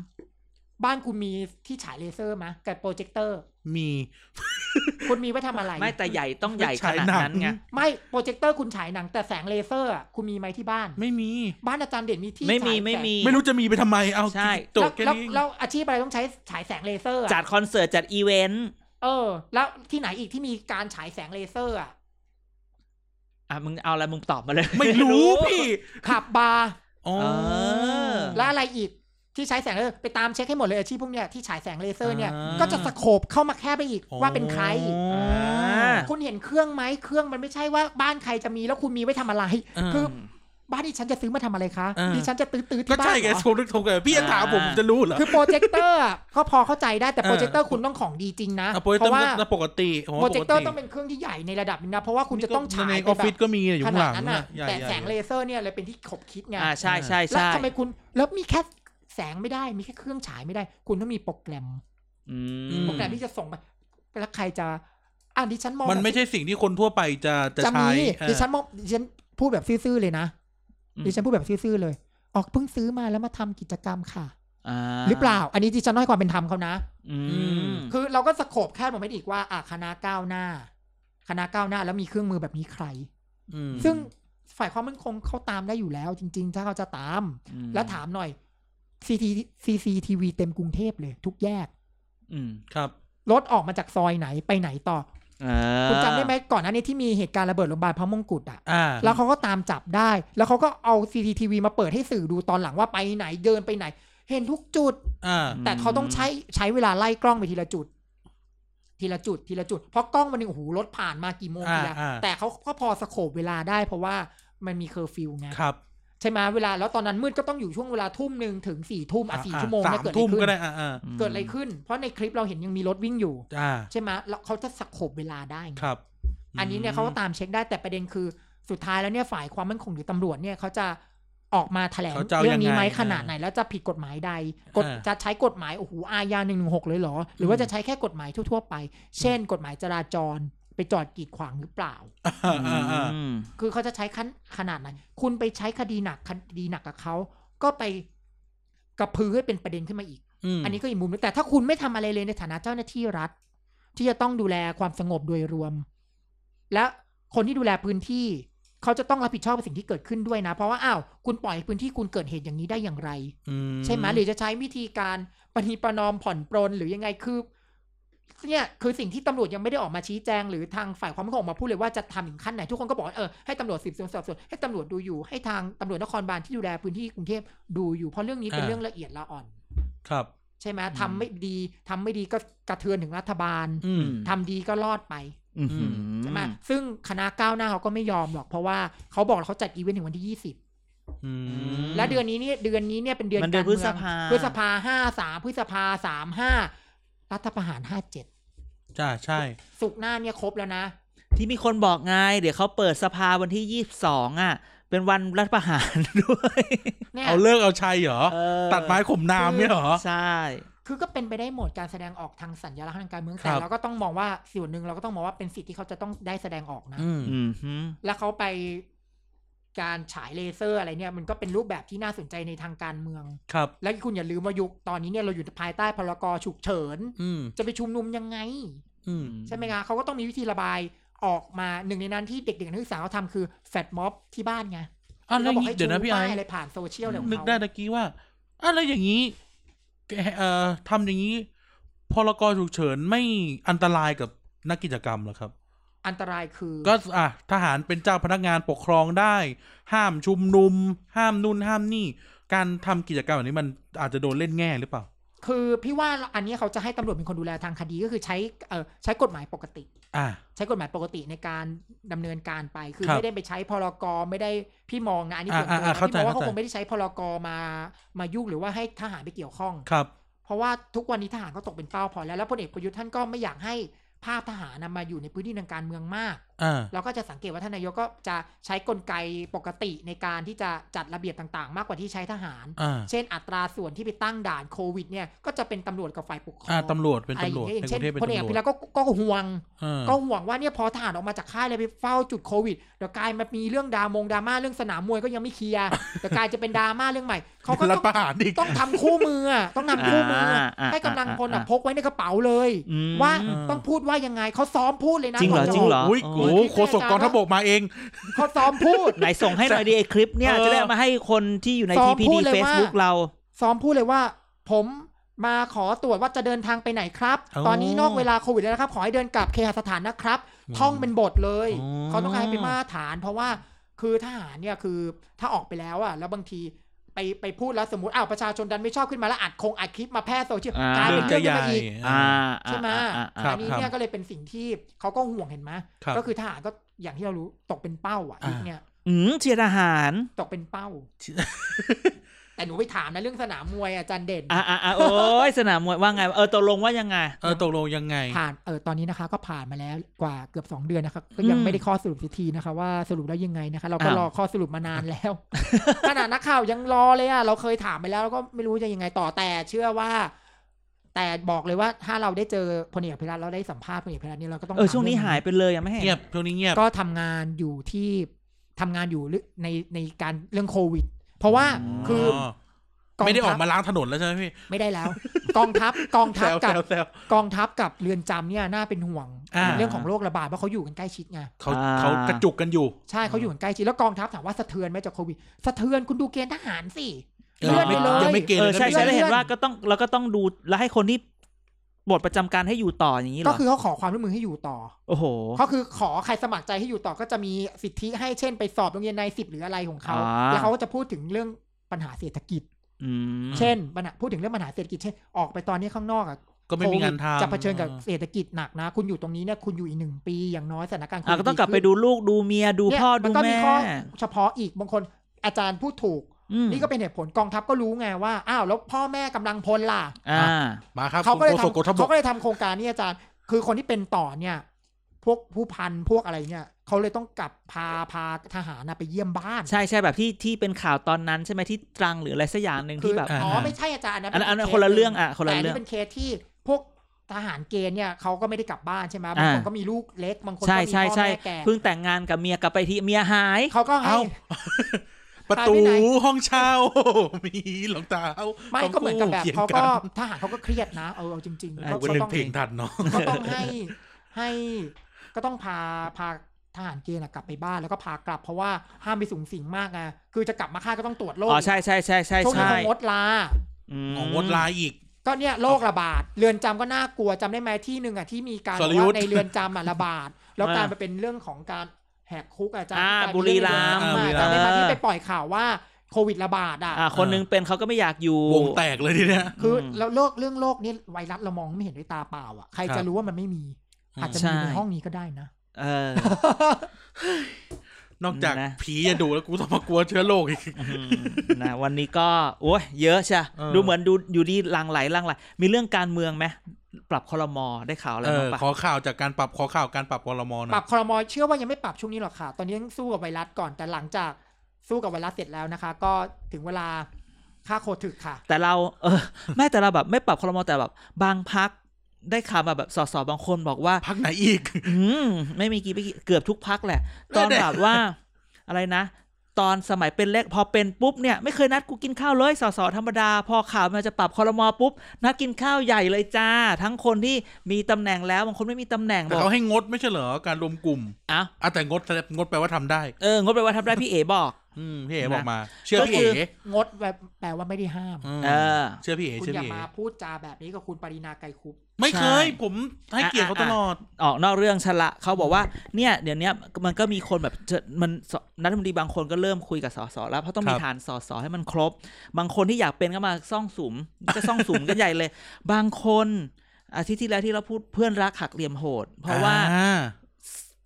Speaker 3: บ้านคุณมีที่ฉายเลเซอร์ไหมกับโปรเจคเตอร์
Speaker 2: มี
Speaker 3: คุณมีไว้ทำอะไร
Speaker 1: ไม่แต่ใหญ่ต้องใหญ่ข
Speaker 2: ฉาย
Speaker 1: นาด
Speaker 2: หนัง
Speaker 1: นั้นไง
Speaker 3: ไม่โปรเจคเตอร์คุณฉายหนังแต่แสงเลเซอร์อะคุณมีไหมที่บ้าน
Speaker 2: ไม่มี
Speaker 3: บ้านอาจารย์เด่นมีที่
Speaker 1: ไม่มี
Speaker 3: ฉายแสง
Speaker 1: ไม่มี
Speaker 2: ไม่รู้จะมีไปทำไมเอา
Speaker 1: ใช่
Speaker 2: จ
Speaker 3: แล้ว
Speaker 2: บแค่
Speaker 3: แล้ว
Speaker 2: นี้
Speaker 3: แล้วอาชีพอะไรต้องใช้ฉายแสงเลเซอร์อะ
Speaker 1: จัดคอนเสิร์ตจัดอีเวนต์
Speaker 3: เออ แล้วที่ไหนอีกที่มีการฉายแสงเลเซอร์อ่ะ
Speaker 1: อ่ะมึงเอาอะไรมึงตอบมาเลย
Speaker 2: ไม่รู้พี่
Speaker 3: ขับบาร์
Speaker 2: อ๋อ
Speaker 1: เออ
Speaker 3: และอะไรอีกที่ฉายแสงเลเซอร์ไปตามเช็คให้หมดเลยอาชีพพวกเนี้ยที่ฉายแสงเลเซอร์เนี่ย
Speaker 1: อ่า
Speaker 3: ก็จะสโคบเข้ามาแคบไปอีกว่าเป็นใคร
Speaker 2: อ๋อ
Speaker 3: คุณเห็นเครื่องไหมเครื่องมันไม่ใช่ว่าบ้านใครจะมีแล้วคุณมีไว้ทำอะไร
Speaker 2: อ่า
Speaker 3: คือบ้านที่ฉันจะซื้อมาทำอะไรคะ
Speaker 2: อ่า
Speaker 3: ดิฉันจะตื้อ
Speaker 2: ก็
Speaker 3: ๆที่บ้าน
Speaker 2: ใช่ไง
Speaker 3: เหรอ
Speaker 2: ผมนึกถกไงพี่ยังถามผมผมจะรู้เหรอ
Speaker 3: คือโปรเจคเตอร์อะก็พอเข้าใจได้แต่
Speaker 2: อ่า
Speaker 3: โปรเจคเตอร์คุณต้องของดีจริงนะ
Speaker 2: อ่ะโปรเจค
Speaker 3: เพ
Speaker 2: เตอร์
Speaker 3: ราะว่า
Speaker 2: มันปกติโอ้โห
Speaker 3: โปรเจคเตอร์
Speaker 2: ก
Speaker 3: ต้องเป็นเครื่องที่ใหญ่ในระดับหนึงนะเพราะว่าคุณจะต้องฉาย
Speaker 2: ใน
Speaker 3: ไป
Speaker 2: ออฟ
Speaker 3: แบ
Speaker 2: ฟิศ
Speaker 3: บ
Speaker 2: ก็มีอยู่
Speaker 3: ข
Speaker 2: ข้างห
Speaker 3: นา
Speaker 2: ลั
Speaker 3: ด
Speaker 2: ง
Speaker 3: นั้น
Speaker 2: น่ะ
Speaker 3: อ่ะ
Speaker 2: ใหญ่
Speaker 3: แต่
Speaker 2: ๆ
Speaker 3: แสงเลเซอร์เนี่ยเลยเป็นที่ขบคิดไง
Speaker 1: อ่าใช่ใช่
Speaker 3: แล้ว
Speaker 1: ใช่
Speaker 3: ทำไมคุณแล้วมีแค่แสงไม่ได้มีแค่เครื่องฉายไม่ได้ คุณต้องมีโปรแกรม
Speaker 1: อื
Speaker 2: อื
Speaker 1: ม
Speaker 3: โปรแกรมที่จะส่งไปแล้วใครจะอ่าดิฉันมอง
Speaker 2: มันไม่ใช่สิ่งที่คนทั่วไปจะจะ
Speaker 3: จะ
Speaker 2: ใช้
Speaker 3: มี
Speaker 2: อ่ะ
Speaker 3: ดิฉันมองดิฉันพูดแบบซื่อๆเลยนะดิฉันพูดแบบซื่อๆเลย ออกเพิ่งซื้อมาแล้วมาทำกิจกรรมค่ะ
Speaker 1: า
Speaker 3: หรือเปล่า อันนี้ดิฉันน้อยความเป็นธรรมเขานะ
Speaker 1: อืม
Speaker 3: คือเราก็สโคบแค่ลงไปอีกว่าอ่ะคณะก้าวหน้า คณะก้าวหน้าแล้วมีเครื่องมือแบบนี้ใคร
Speaker 2: อืม
Speaker 3: ซึ่งฝ่ายความมั่นคงเขาตามได้อยู่แล้ว จริง ๆ ถ้าเขาจะตาม แล้วถามหน่อย CCTV เต็มกรุงเทพเลย ทุกแยก
Speaker 1: อืม
Speaker 2: ครับ
Speaker 3: รถออกมาจากซอยไหนไปไหนต่อ
Speaker 1: อ่า
Speaker 3: คุณจำได้ไหมก่อนหน้านี้ที่มีเหตุการณ์ระเบิดโรงพยาบาลพระมงกุฎอะ
Speaker 2: อ่า
Speaker 3: แล้วเขาก็ตามจับได้ แล้วเขาก็เอา CCTV มาเปิดให้สื่อดูตอนหลังว่าไปไหนเดินไปไหน เห็นทุกจุด
Speaker 2: อ่า
Speaker 1: ม
Speaker 3: แต่เขาต้องใช้ใช้เวลาไล่กล้องไปทีละจุด ทีละจุดทีละจุดเพราะกล้องมันหนึ่งโอ้โหรถผ่านมากี่โมงกี่ละ
Speaker 2: อ่าอ่า
Speaker 3: แต่เขาก็พอสโคบเวลาได้ เพราะว่ามันมีเคอร์ฟิวไง
Speaker 2: ครับ
Speaker 3: ใช่ไหมเวลาแล้วตอนนั้นมืดก็ต้องอยู่ช่วงเวลาทุ่มหนึ่งถึงสี่ทุ่มอ่ะสี่ชั่วโมง
Speaker 2: สา
Speaker 3: เนี่ย
Speaker 2: ม
Speaker 3: เกิดอะไร
Speaker 2: ทุ่ม
Speaker 3: ขึ้
Speaker 2: ก็
Speaker 3: น
Speaker 2: ได้ อ่าอ่า
Speaker 3: เกิดอะไรขึ้น เพราะในคลิปเราเห็นยังมีรถวิ่งอยู่
Speaker 2: อ่า
Speaker 3: ใช่ไหมแล้วเขาจะสักขบเวลาได้ไง
Speaker 2: ครับ
Speaker 3: อันนี้เนี่ยเขาก็ตามเช็คได้แต่ประเด็นคือสุดท้ายแล้วเนี่ยฝ่ายความมั่นคงหรือตำรวจเนี่ยเขาจะ ออกมาแถลง
Speaker 2: เขาจะเอา
Speaker 3: เรื่องนี้ไห
Speaker 2: ยั
Speaker 3: ม
Speaker 2: งไง
Speaker 3: ขนาดไหน แล้วจะผิดกฎหมายใดกฎ
Speaker 2: อ่า
Speaker 3: จะใช้กฎหมายโอ้โหอาญาหนึ่งหกเลยเหรอ หรือว่าจะใช้แค่กฎหมายทั่วๆไป เช่น กฎหมายจราจรไปจอดกีดขวางหรือเปล่า
Speaker 2: อ่าอ่าอ่า
Speaker 1: อืม
Speaker 3: คือเขาจะใช้ขั้นขนาดไหนคุณไปใช้คดีหนักคดีหนักกับเขาก็ไปกระพือให้เป็นประเด็นขึ้นมาอีก อันนี้ก็อีกมุมหนึงแต่ถ้าคุณไม่ทำอะไรเลยในฐานะเจ้าหน้าที่รัฐ ที่จะต้องดูแลความสงบโดยรวม และคนที่ดูแลพื้นที่ เขาจะต้องรับผิดชอบกับสิ่งที่เกิดขึ้นด้วยนะ เพราะว่าอ้าวคุณปล่อยให้พื้นที่คุณเกิดเหตุอย่างนี้ได้อย่างไร
Speaker 2: อื
Speaker 3: ใช่ไหมหรือจะใช้วิธีการปฏิประนอมผ่อนปรนหรือยังไงคือเนี่ยคือสิ่งที่ตำรวจยังไม่ได้ออกมาชี้แจง หรือทางฝ่ายความมั่นคงออกมาพูดเลยว่าจะทำถึงขั้นไหนทุกคนก็บอกว่าเออให้ตำรวจสืบสวนสอบสวนให้ตำรวจดูอยู่ให้ทางตำรวจนครบาลที่ดูแลพื้นที่กรุงเทพดูอยู่เพราะเรื่องนี้เป็นเรื่องละเอียดละอ่อน
Speaker 2: ครับ
Speaker 3: ใช่ไหม
Speaker 1: อืม
Speaker 3: ทำไม่ดีทำไม่ดีก็กระเทือนถึงรัฐบาล
Speaker 2: อืม
Speaker 3: ทำดีก็รอดไป
Speaker 1: อืม
Speaker 2: อืม
Speaker 3: ใช่ไหมซึ่งคณะก้าวหน้าเขาก็ไม่ยอมหรอกเพราะว่าเขาบอกเขาจัดอีเวนต์ถึงวันที่ยี่สิบ
Speaker 2: อืม
Speaker 3: และเดือนนี้เนี่ยเดือนนี้เนี่ยเป็นเดือน
Speaker 1: มันเดือน
Speaker 3: การ
Speaker 1: พฤ
Speaker 3: เมื
Speaker 1: ษ
Speaker 3: อง
Speaker 1: ภา
Speaker 3: พฤษภาห้าสามพฤษภาสามห้ารัฐประหารห้าเจ็ด
Speaker 2: จ้าใช่
Speaker 3: สุกร์หน้าเนี่ยครบแล้วนะ
Speaker 1: ที่มีคนบอกไง เดี๋ยวเขาเปิดสภาวันที่ยี่สิบสองอ่ะ เป็นวันรัฐประหารด้วย
Speaker 3: เนี่ย
Speaker 2: เอาเลิกเอาชัยเหรอ
Speaker 1: เออ
Speaker 2: ตัดไม้ข่มนามเนี่ยเหรอ
Speaker 1: ใช่
Speaker 3: คือก็เป็นไปได้หมดการแสดงออกทางสัญลักษณ์ทางการเมือง
Speaker 2: ครั
Speaker 3: แต่
Speaker 2: บ
Speaker 3: เราก็ต้องมองว่าส่วนหนึ่งเราก็ต้องมองว่าเป็นสิทธิ์ที่เขาจะต้องได้แสดงออกนะ
Speaker 2: อืม
Speaker 1: อืมฮึ
Speaker 3: แล้วเขาไปการฉายเลเซอร์อะไรเนี่ย มันก็เป็นรูปแบบที่น่าสนใจในทางการเมือง
Speaker 2: ครับ
Speaker 3: แล้วคุณอย่าลืมว่ายุคตอนนี้เนี่ยเราอยู่ภายใต้พรกฉุกเฉิน
Speaker 2: อืม
Speaker 3: จะไปชุมนุมยังไง
Speaker 2: อืม
Speaker 3: ใช่ไหมคะเขาก็ต้องมีวิธีระบายออกมาหนึ่งในนั้นที่เด็กๆนักศึกษาเขาทำคือแฟดม็อบที่บ้านไง
Speaker 2: อ่ะแล้ว
Speaker 3: ขาบอก
Speaker 2: นี่
Speaker 3: ให้
Speaker 2: เดี๋ยวนะ
Speaker 3: ชู
Speaker 2: พี่ไอ้
Speaker 3: ป้ายอะไรผ่านโซเชียลอะไรของ
Speaker 2: นึก
Speaker 3: เขา
Speaker 2: ได้ตะกี้ว่าอ่ะแล้วอย่างนี้แกเอ่อทำอย่างนี้พรกฉุกเฉินไม่อันตรายกับนักกิจกรรมเหรอครับ
Speaker 3: อันตรายคือ
Speaker 2: ก็อ่ะทหารเป็นเจ้าพนักงานปกครองได้ ห้ามชุมนุม ห้ามนู่นห้ามนี่ การทำกิจกรรมแบบนี้มันอาจจะโดนเล่นแง่หรือเปล่า
Speaker 3: คือพี่ว่าอันนี้เขาจะให้ตำรวจเป็นคนดูแลทางคดีก็คือใช้เอ่อใช้กฎหมายปกติ
Speaker 2: อ่ะ
Speaker 3: ใช้กฎหมายปกติในการดำเนินการไป คือ
Speaker 2: ครับ
Speaker 3: ไม่ได้ไปใช้พรกรไม่ได้พี่มองนะอันนี้
Speaker 2: อ่าอ่า
Speaker 3: ส่วนตัวนะ
Speaker 2: อ่าเข้า
Speaker 3: พี่มองว่า
Speaker 2: ใจเข้า
Speaker 3: เขา
Speaker 2: ใจ
Speaker 3: คงไม่ได้ใช้พรกรมามายุ่งหรือว่าให้ทหารไปเกี่ยวข้อง
Speaker 2: ครับ
Speaker 3: เพราะว่าทุกวันนี้ทหารก็ตกเป็นเป้าพอแล้วแล้วพลเอกประยุทธ์ท่านก็ไม่อยากให้ภาพทหารนะมาอยู่ในพื้นที่ทางการเมืองมาก
Speaker 2: อ่า
Speaker 3: เราก็จะสังเกตว่าท่านนายกก็จะใช้กลไกปกติในการที่จะจัดระเบียบต่างๆ มากกว่าที่ใช้ทหาร
Speaker 2: อ่า
Speaker 3: เช่นอัตราส่วนที่ไปตั้งด่านโควิดเนี่ยก็จะเป็นตำรวจกับฝ่ายปกครอ
Speaker 2: อ่าง ตำรวจเป็น
Speaker 3: อะไรอ
Speaker 2: ตำร
Speaker 3: ย่าว
Speaker 2: จ
Speaker 3: งเงี้ย
Speaker 2: ในกรุงเทพเป็
Speaker 3: อย่างเช่น
Speaker 2: น
Speaker 3: พลเอก
Speaker 2: ตำรว
Speaker 3: พิ
Speaker 2: จ
Speaker 3: รัตก็ก็ห่วง
Speaker 2: เออ
Speaker 3: ก็ห่วงว่าเนี่ยพอทหารออกมาจากค่ายเลยไปเฝ้าจุดโควิดเดี๋ยวกลายมามีเรื่องดามงดราม่าเรื่องสนามมวยก็ยังไม่เคลียร์ เดี๋ยวกลายจะเป็นดราม่าเรื่องใหม่เขาก็
Speaker 2: รัฐ
Speaker 3: ต้อง
Speaker 2: ประหารอีก
Speaker 3: ต้องทำคู่มืออะต้องทำคู่มืออะ
Speaker 1: อ่าอ่า
Speaker 3: ให้กำลังพลอะ
Speaker 1: อ่า
Speaker 3: พกไว้ในกระเป๋าเลย
Speaker 1: อืม
Speaker 3: ว่า
Speaker 2: อืม
Speaker 3: ต้องพูดว่ายังไงเขาซ้อมพูดเลยนะ
Speaker 1: จริงเหรอ
Speaker 3: ก่นะ
Speaker 1: จริงเหร
Speaker 2: อุ้ย
Speaker 1: โอ้
Speaker 2: โอ้
Speaker 1: ย
Speaker 2: โหโคศกกองทัพบกมาเอง
Speaker 3: เขาซ้อมพูด
Speaker 1: ไหนส่งให้หน่อยดิไอคลิปเนี่ย
Speaker 2: เออ
Speaker 1: จะได้เอามาให้คนที่อยู่ใน
Speaker 3: ซ้อมพู
Speaker 1: TPD
Speaker 3: ดเลยว่า
Speaker 1: Facebook เรา
Speaker 3: ซ้อมพูดเลยว่า ผมมาขอตรวจว่าจะเดินทางไปไหนครับ
Speaker 2: อ๋อ
Speaker 3: ตอนนี้นอกเวลาโควิดแล้วนะครับ ขอให้เดินกลับเคหสถานนะครับ ท่องเป็นบทเลย
Speaker 2: อ๋อ
Speaker 3: เขาต้องการให้เป็นมาตรฐาน เพราะว่าคือทหารเนี่ยคือถ้าออกไปแล้วอะแล้วบางทีไปไปพูดแล้วสมมติอ้าวประชาชนดันไม่ชอบขึ้นมาแล้วอัดคงอัดคลิปมาแพร่โซเชียล
Speaker 1: อ่า
Speaker 3: กลาย
Speaker 2: เรื่
Speaker 3: เป็
Speaker 2: อนง
Speaker 3: เรื่
Speaker 2: จะ
Speaker 3: อง
Speaker 2: ใหญ่
Speaker 3: ขึ้นมาอีก
Speaker 1: อ่า
Speaker 3: ใช่ไหม
Speaker 1: อ่าอ่าอ่า
Speaker 2: ครับ
Speaker 3: อันนี้เนี่ยก็เลยเป็นสิ่งที่เขาก็ห่วงเห็นไหม
Speaker 2: ครับ
Speaker 3: ก็คือทหารก็อย่างที่เรารู้ตกเป็นเป้าอ่ะ
Speaker 2: อ่า
Speaker 3: ยุคเนี่ย
Speaker 1: อืมเชียร์ทหาร
Speaker 3: ตกเป็นเป้า แต่หนูไปถามนะเรื่องสนามมวยอาจารย์เด่น
Speaker 1: อ่าอ่าอ่าโอ้ยสนามมวยว่าไง เออตกลงว่ายังไง
Speaker 2: เออตกลงยังไง
Speaker 3: ผ่านเออตอนนี้นะคะก็ผ่านมาแล้วกว่าเกือบ 2 เดือนนะคะก็ยัง
Speaker 1: อืม
Speaker 3: ไม่ได้ข้อสรุปสักทีนะคะ ว่าสรุปแล้วยังไงนะคะ เราก็
Speaker 1: อ้าว
Speaker 3: รอข้อสรุปมานานแล้ว ขนาดนักข่าวยังรอเลยอะเราเคยถามไปแล้วแล้วก็ไม่รู้จะยังไงต่อแต่เชื่อว่า แต่บอกเลยว่าถ้าเราได้เจอพลเอกพิรัตเราได้สัมภาษณ์พลเอกพิรัตนี่เราก็ต้อง
Speaker 1: เออช่วงนี้
Speaker 3: ถม
Speaker 1: หายไปเลยยังไม่เห็น
Speaker 2: เงียบช่วงนี้เงียบ
Speaker 3: ก็ทำงานอยู่ที่ทำงานอยู่หรือในในการเรื่องโควิด เพราะว่าคืออกง
Speaker 2: ไม่ได้ออก
Speaker 3: ทัพ
Speaker 2: มาล้างถนนแล้วใช่ไหมพี่
Speaker 3: ไม่ได้แล้ว กองทัพกอง
Speaker 2: แซ
Speaker 3: ทัพ
Speaker 2: ว
Speaker 3: กับ
Speaker 2: แซวแซว
Speaker 3: กองทัพกับเรือนจำเนี่ยน่าเป็นห่วง
Speaker 2: อ่า
Speaker 3: เรื่องของโรคระบาดเพราะเขาอยู่กันใกล้ชิดไง
Speaker 2: เขาเขากระจุกกันอยู่
Speaker 3: ใช่เขาอยู่กันใกล้ชิดแล้วกองทัพถามว่าสะเทือนไหมจากโควิดสะเทือนคุณดูเกณฑ์ทหารสิ
Speaker 2: เออ
Speaker 3: เลื่อนไปเล
Speaker 2: ยัง
Speaker 3: ย
Speaker 2: ไม่เกณฑ์
Speaker 1: เออใช่ใช่
Speaker 3: เลื่อน
Speaker 1: ได้เห็นว่าก็ต้องเราก็ต้องดูแล้วให้คนที่บทประจำการให้อยู่ต่ออย่างนี้เหร
Speaker 3: ก็
Speaker 1: อ
Speaker 3: คือเขาขอความร่วมมือให้อยู่ต่อ
Speaker 1: โอ้โห
Speaker 3: เขาคือขอใครสมัครใจให้อยู่ต่อก็จะมีสิทธิให้เช่นไปสอบโรงเรียนในสิบหรืออะไรของเขาแล้วเขาก็จะพูดถึงเรื่องปัญหาเศรษฐกิจ
Speaker 1: อืม
Speaker 3: เช่นปัญหาพูดถึงเรื่องปัญหาเศรษฐกิจเช่นออกไปตอนนี้ข้างนอกอะ
Speaker 2: ก็ไม่มีงาน
Speaker 3: โควิด
Speaker 2: ทำ
Speaker 3: จะเผชิญกับเศรษฐกิจหนักนะ คุณอยู่ตรงนี้เนี่ยคุณอยู่อีกหนึ่งปีอย่างน้อยสถานการณ์โควิ
Speaker 1: อ่ะ
Speaker 3: ด
Speaker 1: ก็ต้องกลับ
Speaker 3: ดี
Speaker 1: ไป
Speaker 3: ขึ้น
Speaker 1: ดูลูกดูเมียดู
Speaker 3: เนี่ย
Speaker 1: พ่อดู
Speaker 3: มันก็มี
Speaker 1: แม่
Speaker 3: ข้อเฉพาะอีกบางคนอาจารย์พูดถูก
Speaker 1: อืม
Speaker 3: นี่ก็เป็นเหตุผลกองทัพก็รู้ไงว่าอ้าวแล้วพ่อแม่กำลังพลล่ะ
Speaker 1: อ่า
Speaker 2: มาครับ
Speaker 3: เขาก็เลย
Speaker 2: คุณโฆษกกองทัพบ
Speaker 3: ทำเขา
Speaker 2: ก
Speaker 3: ก็เลยทำโครงการนี้อาจารย์ คือคนที่เป็นต่อเนี่ย พวกผู้พันพวกอะไรเนี่ยเขาเลยต้องกลับพาพาทหารน่ะไปเยี่ยมบ้าน
Speaker 1: ใช่ใช่แบบที่ที่เป็นข่าวตอนนั้นใช่ไหมที่ตรังหรืออะไรสักอย่างหนึ่ง
Speaker 3: คื
Speaker 1: ที่
Speaker 3: อ
Speaker 1: แบบ
Speaker 3: อ๋อ
Speaker 2: อ่า
Speaker 3: ไม่ใช่อาจารย์นะ
Speaker 1: อันนั้นอันนั้น
Speaker 3: ป็
Speaker 1: คนละ
Speaker 3: สห
Speaker 1: เรื่องอ่ะคนละ
Speaker 3: แต่น
Speaker 1: เรื่อ
Speaker 3: นี้
Speaker 1: ง
Speaker 3: เป็นเคสที่พวกทหารเกณฑ์เนี่ยเขาก็ไม่ได้กลับบ้านใช่ไหมบาง
Speaker 1: อ่า
Speaker 3: คนก็มีลูกเล็กบางคนก็
Speaker 1: ใช่
Speaker 3: มี
Speaker 1: ใช่
Speaker 3: พ่อ
Speaker 1: ใช่
Speaker 3: แม่แก่
Speaker 1: เพิ่งแต่งงานกับเมียกลับไปที่เมียหาย
Speaker 3: เขาก็ให้
Speaker 2: เอ้า ประตู
Speaker 3: หายไปไหน
Speaker 2: ห้องเช่า มีรองเท้า
Speaker 3: ไม่ก็เหมือนกับแบบ
Speaker 2: ต้ง
Speaker 3: เขา
Speaker 2: คีย
Speaker 3: ก็
Speaker 2: ง
Speaker 3: ทหารเขาก็เครียดนะเออเอาจริงๆ
Speaker 2: น
Speaker 1: ขา
Speaker 3: ก็
Speaker 2: กู
Speaker 3: ก็
Speaker 2: นึก
Speaker 3: ต้อง
Speaker 2: เพลงทันเนาะ
Speaker 3: ก็ต้องให้ให้ก็ต้องพาพาทหารเกณฑ์อะกลับไปบ้านแล้วก็พากลับเพราะว่าห้ามไปสูงสิงมากไงคือจะกลับมาค่ายก็ต้องตรวจโรค
Speaker 1: อ๋อใช่ใช่ใช่ใช่
Speaker 3: ช่วงนี้
Speaker 1: ใช่
Speaker 3: เขางดลา
Speaker 1: อืม
Speaker 2: ของงดลายอีก
Speaker 3: ก็เนี่ยโรคระบาดเรือนจำก็น่ากลัวจำได้ไหมที่หนึ่งอ่ะที่มีการ
Speaker 2: สร
Speaker 3: บอก
Speaker 2: ยุทธ์
Speaker 3: ว่าในเรือนจำอ่ะระบา ด แล้ว
Speaker 1: อ่าก
Speaker 3: ลารไปเป็นเรื่องของการแหกคุกอะอาจารย์
Speaker 1: อ่า
Speaker 3: ที่กลาย
Speaker 1: บุ
Speaker 3: เป็น
Speaker 1: รี
Speaker 3: เอง
Speaker 1: รัมย์
Speaker 3: ในเอนจำอะ
Speaker 2: อ่า
Speaker 3: จำได้ไหมที่ไปปล่อยข่าวว่าโควิดระบาดอ่ะ
Speaker 1: อ่าคนหนึงเป็นเขาก็ไม่อยากอยู่
Speaker 2: วงแตกเลยทีเนี้ย
Speaker 3: คือ
Speaker 1: ม
Speaker 3: เราโรคเรื่องโรคนี่ไวรัสเรามองไม่เห็นด้วยตาเปล่าอ่ะใคร
Speaker 2: ครั
Speaker 3: จะ
Speaker 2: บ
Speaker 3: รู้ว่ามันไม่มี อาจจะ
Speaker 1: ใช่
Speaker 3: มีในห้องนี้ก็ได้นะ
Speaker 1: เออ
Speaker 2: นอกจาก
Speaker 1: นะ
Speaker 2: ผีจะดูแล้วกูต้องมากลัวเชื้อโรคอีก
Speaker 1: อืมนะวันนี้ก็โอ้ยเยอะใช่
Speaker 2: เออ
Speaker 1: ดูเหมือนดูอยู่ดีหลังไหลหลังไหลมีเรื่องการเมืองไหมปรับคอรมอได้ข่าวอะไร
Speaker 2: เออ
Speaker 1: บ้างปะ
Speaker 2: ขอข่าวจากการปรับขอข่าวการปรับวรมอหน่
Speaker 3: ป
Speaker 2: อ
Speaker 3: รั
Speaker 2: ย
Speaker 3: บคอรมอเชื่อว่ายังไม่ปรับช่วงนี้หรอกค่ะ ตอนนี้ยังสู้กับไวรัสก่อนแต่หลังจากสู้กับไวรัสเสร็จแล้วนะคะ ก็ถึงเวลาค่าโคถึกค่ะ
Speaker 1: แต่เราเอ อ ไม่แต่เราแบบไม่ปรับคอรมอแต่แบบ บางพักได้ข่าวมาแบบสสบางคนบอกว่า
Speaker 2: พักไหนอีก
Speaker 1: อืมไม่มีกี่ไม่กี่เกือบทุกพักแหละ ตอน
Speaker 2: แน่ๆ
Speaker 1: แบบว่าอะไรนะ ตอนสมัยเป็นเล็กพอเป็นปุ๊บเนี่ยไม่เคยนัดกูกินข้าวเลยสสธรรมดา พอข่าวมันจะปรับคอรมอปุ๊บนัดกินข้าวใหญ่เลยจ้า ทั้งคนที่มีตำแหน่งแล้วบางคนไม่มีตำแหน่ง
Speaker 2: แต่
Speaker 1: บอก
Speaker 2: เขาให้งดไม่ใช่เหรอการรวมกลุ่ม
Speaker 1: อ่ะ
Speaker 2: อ่ะแต่งดแสดงงดแปลว่าทำได้
Speaker 1: เอองดไปว่าทำได้พี่เอบอก
Speaker 2: อืมพี่เอ๋บอกมา เชื่อ
Speaker 1: ก็
Speaker 2: พี่
Speaker 1: คื
Speaker 2: เอ๋
Speaker 1: อ
Speaker 3: งดแบบแปลว่าไม่ได้ห้าม
Speaker 2: อืม
Speaker 1: เออ
Speaker 2: เชื่อพี่เอ๋
Speaker 3: คุณ
Speaker 2: เชื่อ
Speaker 3: อย่า
Speaker 2: พี่เอ๋
Speaker 3: มาพูดจาแบบนี้กับคุณปรินาไกรคุป
Speaker 2: ไม่เคย
Speaker 1: ใช่
Speaker 2: ผมให้เกียรติเขา
Speaker 1: อ่ะ
Speaker 2: ตลอด
Speaker 1: ออกนอกเรื่องชะละเขาบอกว่าเนี่ยเดี๋ยวเนี้ยมันก็มีคนแบบเจอมันสนัฐมนตรีบางคนก็เริ่มคุยกับสสแล้วเพราะต้องมี
Speaker 2: ครับ
Speaker 1: ฐานสสให้มันครบ บางคนที่อยากเป็นก็มาซ่องสุมก็ซ่องสุมกันใหญ่เลย บางคนอาทิตย์ที่แล้วที่เราพูดเพื่อนรักหักเหลี่ยมโหด เพราะว่า
Speaker 2: อ่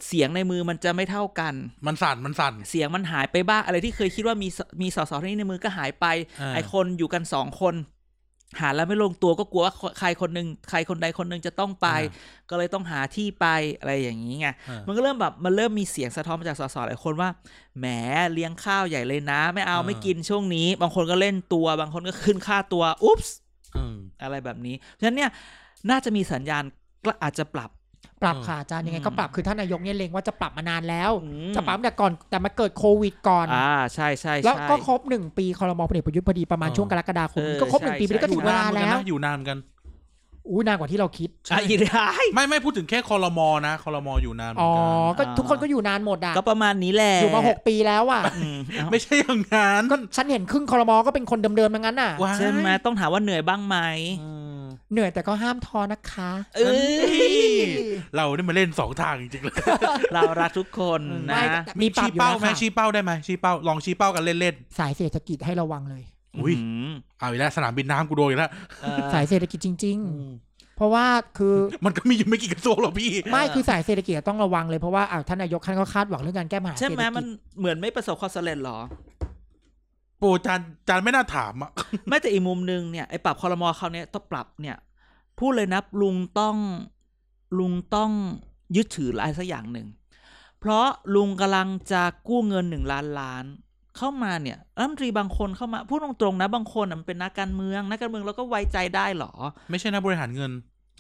Speaker 1: เสียงในมือมันจะไม่เท่ากัน
Speaker 2: มันสั่นมันสั่น
Speaker 1: เสียงมันหายไปบ้างอะไรที่เคยคิดว่ามีสมีสสที่นี่ในมือก็หายไป
Speaker 2: อ่า
Speaker 1: ไอคนอยู่กันสองคน หาแล้วไม่ลงตัวก็กลัวว่าใครคนหนึ่งใครคนใดคนหนึ่งจะต้องไป ก็เลยต้องหาที่ไปอะไรอย่างนี้ไง
Speaker 2: เออ
Speaker 1: มันก็เริ่มแบบมันเริ่มมีเสียงสะท้อนมาจากสสหลายคนว่าแหมเลี้ยงข้าวใหญ่เลยนะ ไม่เอา
Speaker 2: อ่า
Speaker 1: ไม่กินช่วงนี้ บางคนก็เล่นตัว บางคนก็ขึ้นค่าตัว อุ๊ปส์
Speaker 2: อืม
Speaker 1: อะไรแบบนี้ฉะนั้นเนี่ยน่าจะมีสัญญาณก็อาจจะปรับ
Speaker 3: ปรับ
Speaker 2: เออ
Speaker 3: ค่ะอาจารย์ยังไง
Speaker 1: อืม
Speaker 3: ก็ปรับคือท่านนายกเนี่ยเล็งว่าจะปรับมานานแล้ว
Speaker 1: อืม
Speaker 3: จะปรับแต่ก่อนแต่มาเกิดโควิดก่อน
Speaker 1: อ่าใช่ใช่
Speaker 3: แล้ว
Speaker 1: ใช่
Speaker 3: ก็ครบหนึ่งปีคอรมอพลเอกประยุทธ์พอดีประมาณ
Speaker 2: เออ
Speaker 3: ช่วงกรกฎาคม
Speaker 1: เออ
Speaker 3: ก็ครบ
Speaker 1: ใช่
Speaker 3: หนึ่งปี
Speaker 1: ใช่
Speaker 3: ไปก็
Speaker 2: อ
Speaker 3: ถึ
Speaker 2: ยู่
Speaker 3: งเวน
Speaker 2: าน
Speaker 3: ลา
Speaker 2: เหมือนกัน
Speaker 3: แล้ว
Speaker 2: นะอยู่นานเหมือนกัน
Speaker 3: อู้นานกว่าที่เราคิด
Speaker 1: อ่ะอีกได้
Speaker 2: ไม่ไม่พูดถึงแค่คอรมอนะคอรมออยู่นานเหมื
Speaker 3: อ๋
Speaker 2: อ
Speaker 3: อน
Speaker 2: กัน
Speaker 3: ก็
Speaker 1: อ่า
Speaker 3: ทุกคนก็อยู่นานหมดอ่ะ
Speaker 1: ก็ประมาณนี้แหละ
Speaker 3: อยู่มาหกปีแล้วอ่ะ
Speaker 1: อืมเอา
Speaker 2: ไม่ใช่อย่างนั้น
Speaker 3: ก็ฉันเห็นครึ่งคอรมอก็เป็นคนเดิมๆมางั้นอ่ะ
Speaker 2: ว้าย
Speaker 1: ใช่ไหมต้องถามว่าเหนื่อยบ้างไหม
Speaker 2: อืม
Speaker 3: เหนื่อยแต่ก็ห้ามท้อนะคะ
Speaker 1: เอ้ย
Speaker 2: เราได้มาเล่นสองทางจริงๆเลย
Speaker 1: เรารักทุกคนนะ
Speaker 3: ไม่แต่มีปรับ
Speaker 2: ชี้
Speaker 3: อยู่
Speaker 2: เป้า
Speaker 3: นะ
Speaker 2: ไหม
Speaker 3: คะ
Speaker 2: ชี้เป้าได้ไหมชี้เป้าลองชี้เป้ากันเล่น
Speaker 3: สายเศรษฐกิจให้ระวังเลย
Speaker 2: ๆอุ้ยเอาอีกแล้วสนามบินน้ำกูโดนอีกแล้ว
Speaker 3: สายเศรษฐกิจจริง ๆ เพราะว่าคือ
Speaker 2: มันก็มีอยู่ไม่กี่กระทรวงหรอกพี่
Speaker 3: ไม่
Speaker 1: เออ
Speaker 3: คือสายเศรษฐกิจต้องระวังเลย เพราะว่าอ่าวท่านนายกท่านก็คาดหวังเรื่องการแก้ปัญหาเศร
Speaker 1: ใช่
Speaker 3: ษฐ
Speaker 1: ไหม
Speaker 3: กิ
Speaker 1: มัน
Speaker 3: จ
Speaker 1: เหมือนไม่ประสบความสำเร็จหรอ
Speaker 2: โปูจานจานไม่น่าถามอ่ะ
Speaker 1: ไม่แต่อีกมุมหนึ่งเนี่ยไอ้ปรับคอรมอเขาวเนี่ยต้องปรับเนี่ย พูดเลยนะลุงต้องลุงต้องยึดถืออะไรสักอย่างหนึ่ง เพราะลุงกำลังจะกู้เงินหนึ่งล้านล้าน เข้ามาเนี่ยรัฐมนตรีบางคนเข้ามาพูดตรงๆนะบางคนน่ะมันเป็นนักการเมืองนักการเมืองเราก็ไว้ใจได้หรอ
Speaker 2: ไม่ใช่นะบริหารเงิน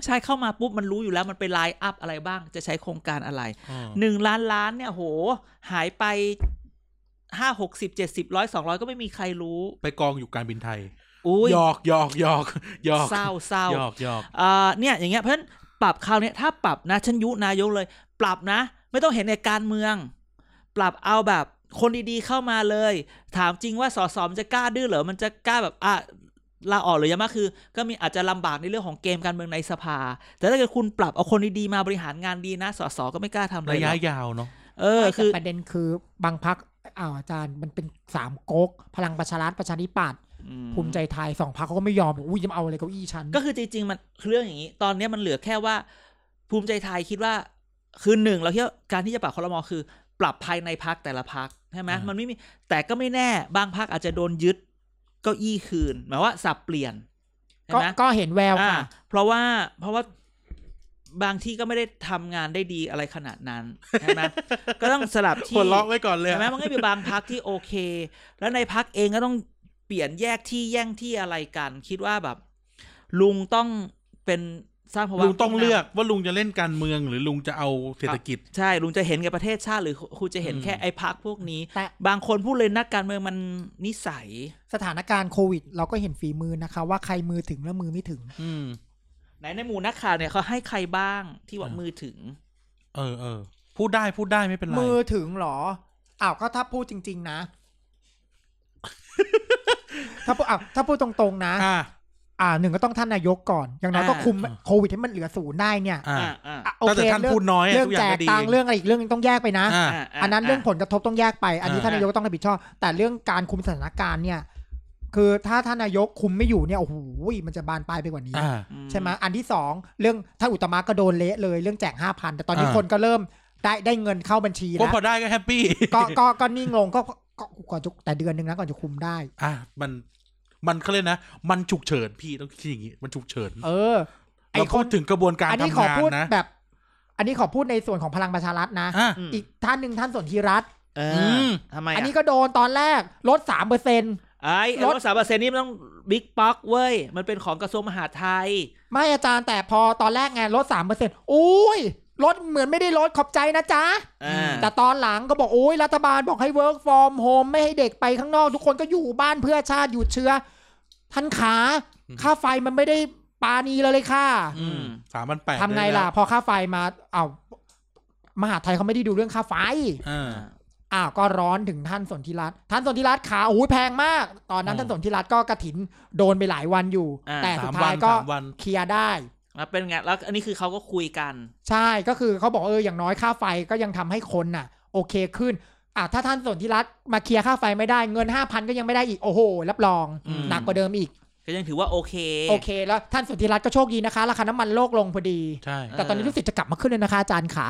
Speaker 1: ใช่เข้ามาปุ๊บมันรู้อยู่แล้วมันไปไลน์อัพอะไรบ้าง จะใช้โครงการอะไร
Speaker 2: อ่า
Speaker 1: หนึ่งล้านล้านเนี่ยโห หายไปห้าหกสิบเจ็ดสิบร้อยสองร้อยก็ไม่มีใครรู้
Speaker 2: ไปกองอยู่การบินไทย
Speaker 1: อุ้ย
Speaker 2: หยอกหยอกหยอกหยอก
Speaker 1: เศร้าเศร้า
Speaker 2: หยอกหยอก
Speaker 1: อ่าเนี่ยอย่างเงี้ยเพราะฉะนั้นปรับคราวเนี้ยถ้าปรับนะฉันยุนายกเลย ปรับนะ ไม่ต้องเห็นในการเมือง ปรับเอาแบบคนดีๆเข้ามาเลย ถามจริงว่าสสมันจะกล้าดื้อเหรอมันจะกล้าแบบอ่ะลาออกหรือยังมากคือ ก็มีอาจจะลำบากในเรื่องของเกมการเมืองในสภา แต่ถ้าเกิดคุณปรับเอาคนดีๆมาบริหารงานดีนะสสก็ไม่กล้าทำอะไร
Speaker 2: ระ
Speaker 1: หร
Speaker 2: ยะ
Speaker 1: อก
Speaker 2: ยาวเนาะ
Speaker 1: เออคือ
Speaker 3: แต่ประเด็นคือบางพักอ้าวอาจารย์มันเป็นสามก๊กพลังประชารัฐประชาธิปัตย์ภูมิใจไทยสองพักเขาก็ไม่ยอมบอกอุ้ยจะมาเอาอะไรเก้าอี้ฉัน
Speaker 1: ก็คือจริงๆมันเรื่องอย่างนี้ ตอนเนี้ยมันเหลือแค่ว่า ภูมิใจไทยคิดว่า คือหนึ่งเราคิดว่าการที่จะปรับคอรมอคือ ปรับภายในพักแต่ละพักใช่ไหมมันไม่มีแต่ก็ไม่แน่บางพักอาจจะโดนยึดเก้าอี้คืน หมายว่าสับเปลี่ยนใช่
Speaker 3: ก็
Speaker 1: ไหม
Speaker 3: ก็เห็นแวว
Speaker 1: อ่า
Speaker 3: ค่ะ
Speaker 1: เพราะว่าเพราะว่า บางที่ก็ไม่ได้ทำงานได้ดีอะไรขนาดนั้นใช่ไหม ก็ต้องสลับที่
Speaker 2: หัวล็อกไว้ก่อนเลย
Speaker 1: ใช่
Speaker 2: อะ
Speaker 1: ไหมมันก็มีบางพักที่โอเค แล้วในพักเองก็ต้องเปลี่ยนแยกที่แย่งที่อะไรกัน คิดว่าแบบ ลุงต้องเป็นสร้างภาวะ
Speaker 2: ลุงต้องเลือกว่าลุงจะเล่นการเมืองหรือลุงจะเอาเศรษฐกิจ
Speaker 1: ใช่ ลุงจะเห็นแก่ประเทศชาติหรือคุณจะเห็น
Speaker 2: อืม
Speaker 1: แค่ไอ้พักพวกนี้
Speaker 3: แต่
Speaker 1: บางคนพูดเลยนักการเมืองมันนิสัย
Speaker 3: สถานการณ์โควิด เราก็เห็นฝีมือนะคะ ว่าใครมือถึงและมือไม่ถึง
Speaker 2: อืม
Speaker 1: ไหนในหมู่นักข่าวเนี่ยเขาให้ใครบ้างที่ว่า
Speaker 2: อ่ามื
Speaker 1: มือถึง
Speaker 2: เออเออพูดได้พูดได้ไม่เป็นไร
Speaker 3: มือถึงเหรออ้าวก็ถ้าพูดจริง ๆ นะ ถ้าพูดอ้าวถ้าพูดตรงๆนะ
Speaker 2: อ่า
Speaker 3: อ่าหนึ่งก็ต้องท่านนายกก่อน อย่างน้อยก็
Speaker 1: อ่า
Speaker 3: คุม
Speaker 2: อ่า
Speaker 3: โควิดให้มันเหลือศูนย์ได้เนี่ย
Speaker 2: อ่า
Speaker 1: อ่าอ่า
Speaker 3: อ่ะโอ
Speaker 2: แต่
Speaker 3: เค
Speaker 2: ท่าน
Speaker 3: เรื่
Speaker 2: พูดน้อยอะ
Speaker 3: เรื่อง
Speaker 2: ทุกอย่า
Speaker 3: แจ
Speaker 2: ง
Speaker 3: ก
Speaker 2: ก็ดี
Speaker 3: ตังค์เรื่องอะไรอีกเรื่องหนึงต้องแยกไปนะ
Speaker 2: อ่า
Speaker 1: อ่าา
Speaker 3: อันนั้นเรื่องผลกระทบต้องแยกไป อันนี้
Speaker 2: อ่า
Speaker 3: ท่านนายกก็ต้องรับผิดชอบ แต่เรื่องการคุมสถานการณ์เนี่ย คือถ้าท่านนายกคุมไม่อยู่เนี่ยโอ้โหมันจะบานปลายไปกว่านี้
Speaker 2: อ่า
Speaker 1: อื
Speaker 3: ใช่ไหมอันที่สองเรื่องท่านอุตมะก็โดนเละเลยเรื่องแจกห้าพันแต่ตอนนี้
Speaker 2: อ่า
Speaker 3: คนก็เริ่มได้ได้เงินเข้าบัญชี
Speaker 2: ก็
Speaker 3: แล้ว
Speaker 2: พอได้ก็แฮปปี้
Speaker 3: ก็ก็ก็นิ่งลงก็ก็ก่อนจะแต่เดือนหนึ่งนะก่อนจะคุมได้
Speaker 2: อ่ะมันมันเขาเรียกนะ มันฉุกเฉินพี่ต้องคิดอย่างนี้ มันฉุกเฉิน
Speaker 3: เออ ไอ
Speaker 2: เรา
Speaker 3: ค
Speaker 2: พู
Speaker 3: น
Speaker 2: ดถึงกระบวนการ
Speaker 3: อันนี้ของ
Speaker 2: ทำาน
Speaker 3: พูด
Speaker 2: นะ
Speaker 3: แบบ อันนี้ขอพูดในส่วนของพลังประชารัฐนะ
Speaker 2: อ่ะ
Speaker 1: อืม
Speaker 3: อีกท่านหนึ่งท่านสนธิรัตน์
Speaker 1: เอ
Speaker 2: อื
Speaker 1: อ
Speaker 2: ม
Speaker 1: ทำไม
Speaker 3: อัน
Speaker 1: น
Speaker 3: นี้ก็โดนตอนแรกลดสามเปอร์เซ็น
Speaker 1: ไอ้
Speaker 3: ล
Speaker 1: ร
Speaker 3: ด
Speaker 1: ถสามเปอร์เซ็นต์นี่มันต้องบิ๊กป๊อกเว้ยมันเป็นของกระทรวงมหาดไทย
Speaker 3: ไม่อาจารย์แต่พอตอนแรกไงลดสามเปอร์เซ็นอุ้ยลดเหมือนไม่ได้ลดขอบใจนะจ๊ะ
Speaker 1: อ่า
Speaker 3: แต่ตอนหลังก็บอกโอ้ยรัฐบาลบอกให้ work from home ไม่ให้เด็กไปข้างนอก ทุกคนก็อยู่บ้านเพื่อชาติหยุดเชื้อ ท่านขา
Speaker 2: อืม
Speaker 3: ค่าไฟมันไม่ได้ปานีเลยเลยค่ะ
Speaker 1: อืม
Speaker 2: สามพันแปด
Speaker 3: ทำไงล่ะ พอค่าไฟมาเอาวมหาดไทยเขาไม่ได้ดูเรื่องค่าไฟ
Speaker 2: อ่า
Speaker 3: อ้าวก็ร้อนถึงท่านสนธิรัตน์ท่านสนธิรัตน์ขาโอ้ยแพงมาก ตอนนั้น
Speaker 2: อืม
Speaker 3: ท่านสนธิรัตน์ก็กระถินโดนไปหลายวันอยู่
Speaker 1: อ่า
Speaker 3: แต่สุด
Speaker 2: สามวัน
Speaker 3: ท้ายก็
Speaker 2: สามวัน
Speaker 3: เคลียร์ได้
Speaker 1: แล้วเป็นไงแล้วอันนี้คือเขาก็คุยกัน
Speaker 3: ใช่ก็คือเขาบอกเอออย่างน้อยค่าไฟก็ยังทำให้คนน่ะ โอเคขึ้นอ่ะถ้าท่านสนธิรัตน์มาเคลียร์ค่าไฟไม่ได้เงินห้าพันก็ยังไม่ได้อีกโอ้โหรับรอง
Speaker 1: อืม
Speaker 3: หนักกว่าเดิมอีก
Speaker 1: ก็ยังถือว่าโอเค
Speaker 3: โอเค แล้วท่านสนธิรัตน์ก็โชคดีนะคะ ราคาน้ำมันโลกลงพอดี
Speaker 2: ใช่
Speaker 3: แต่ตอนนี้
Speaker 1: เออ
Speaker 3: รู้สึกจะกลับมาขึ้นเลยนะคะอาจารย์ขา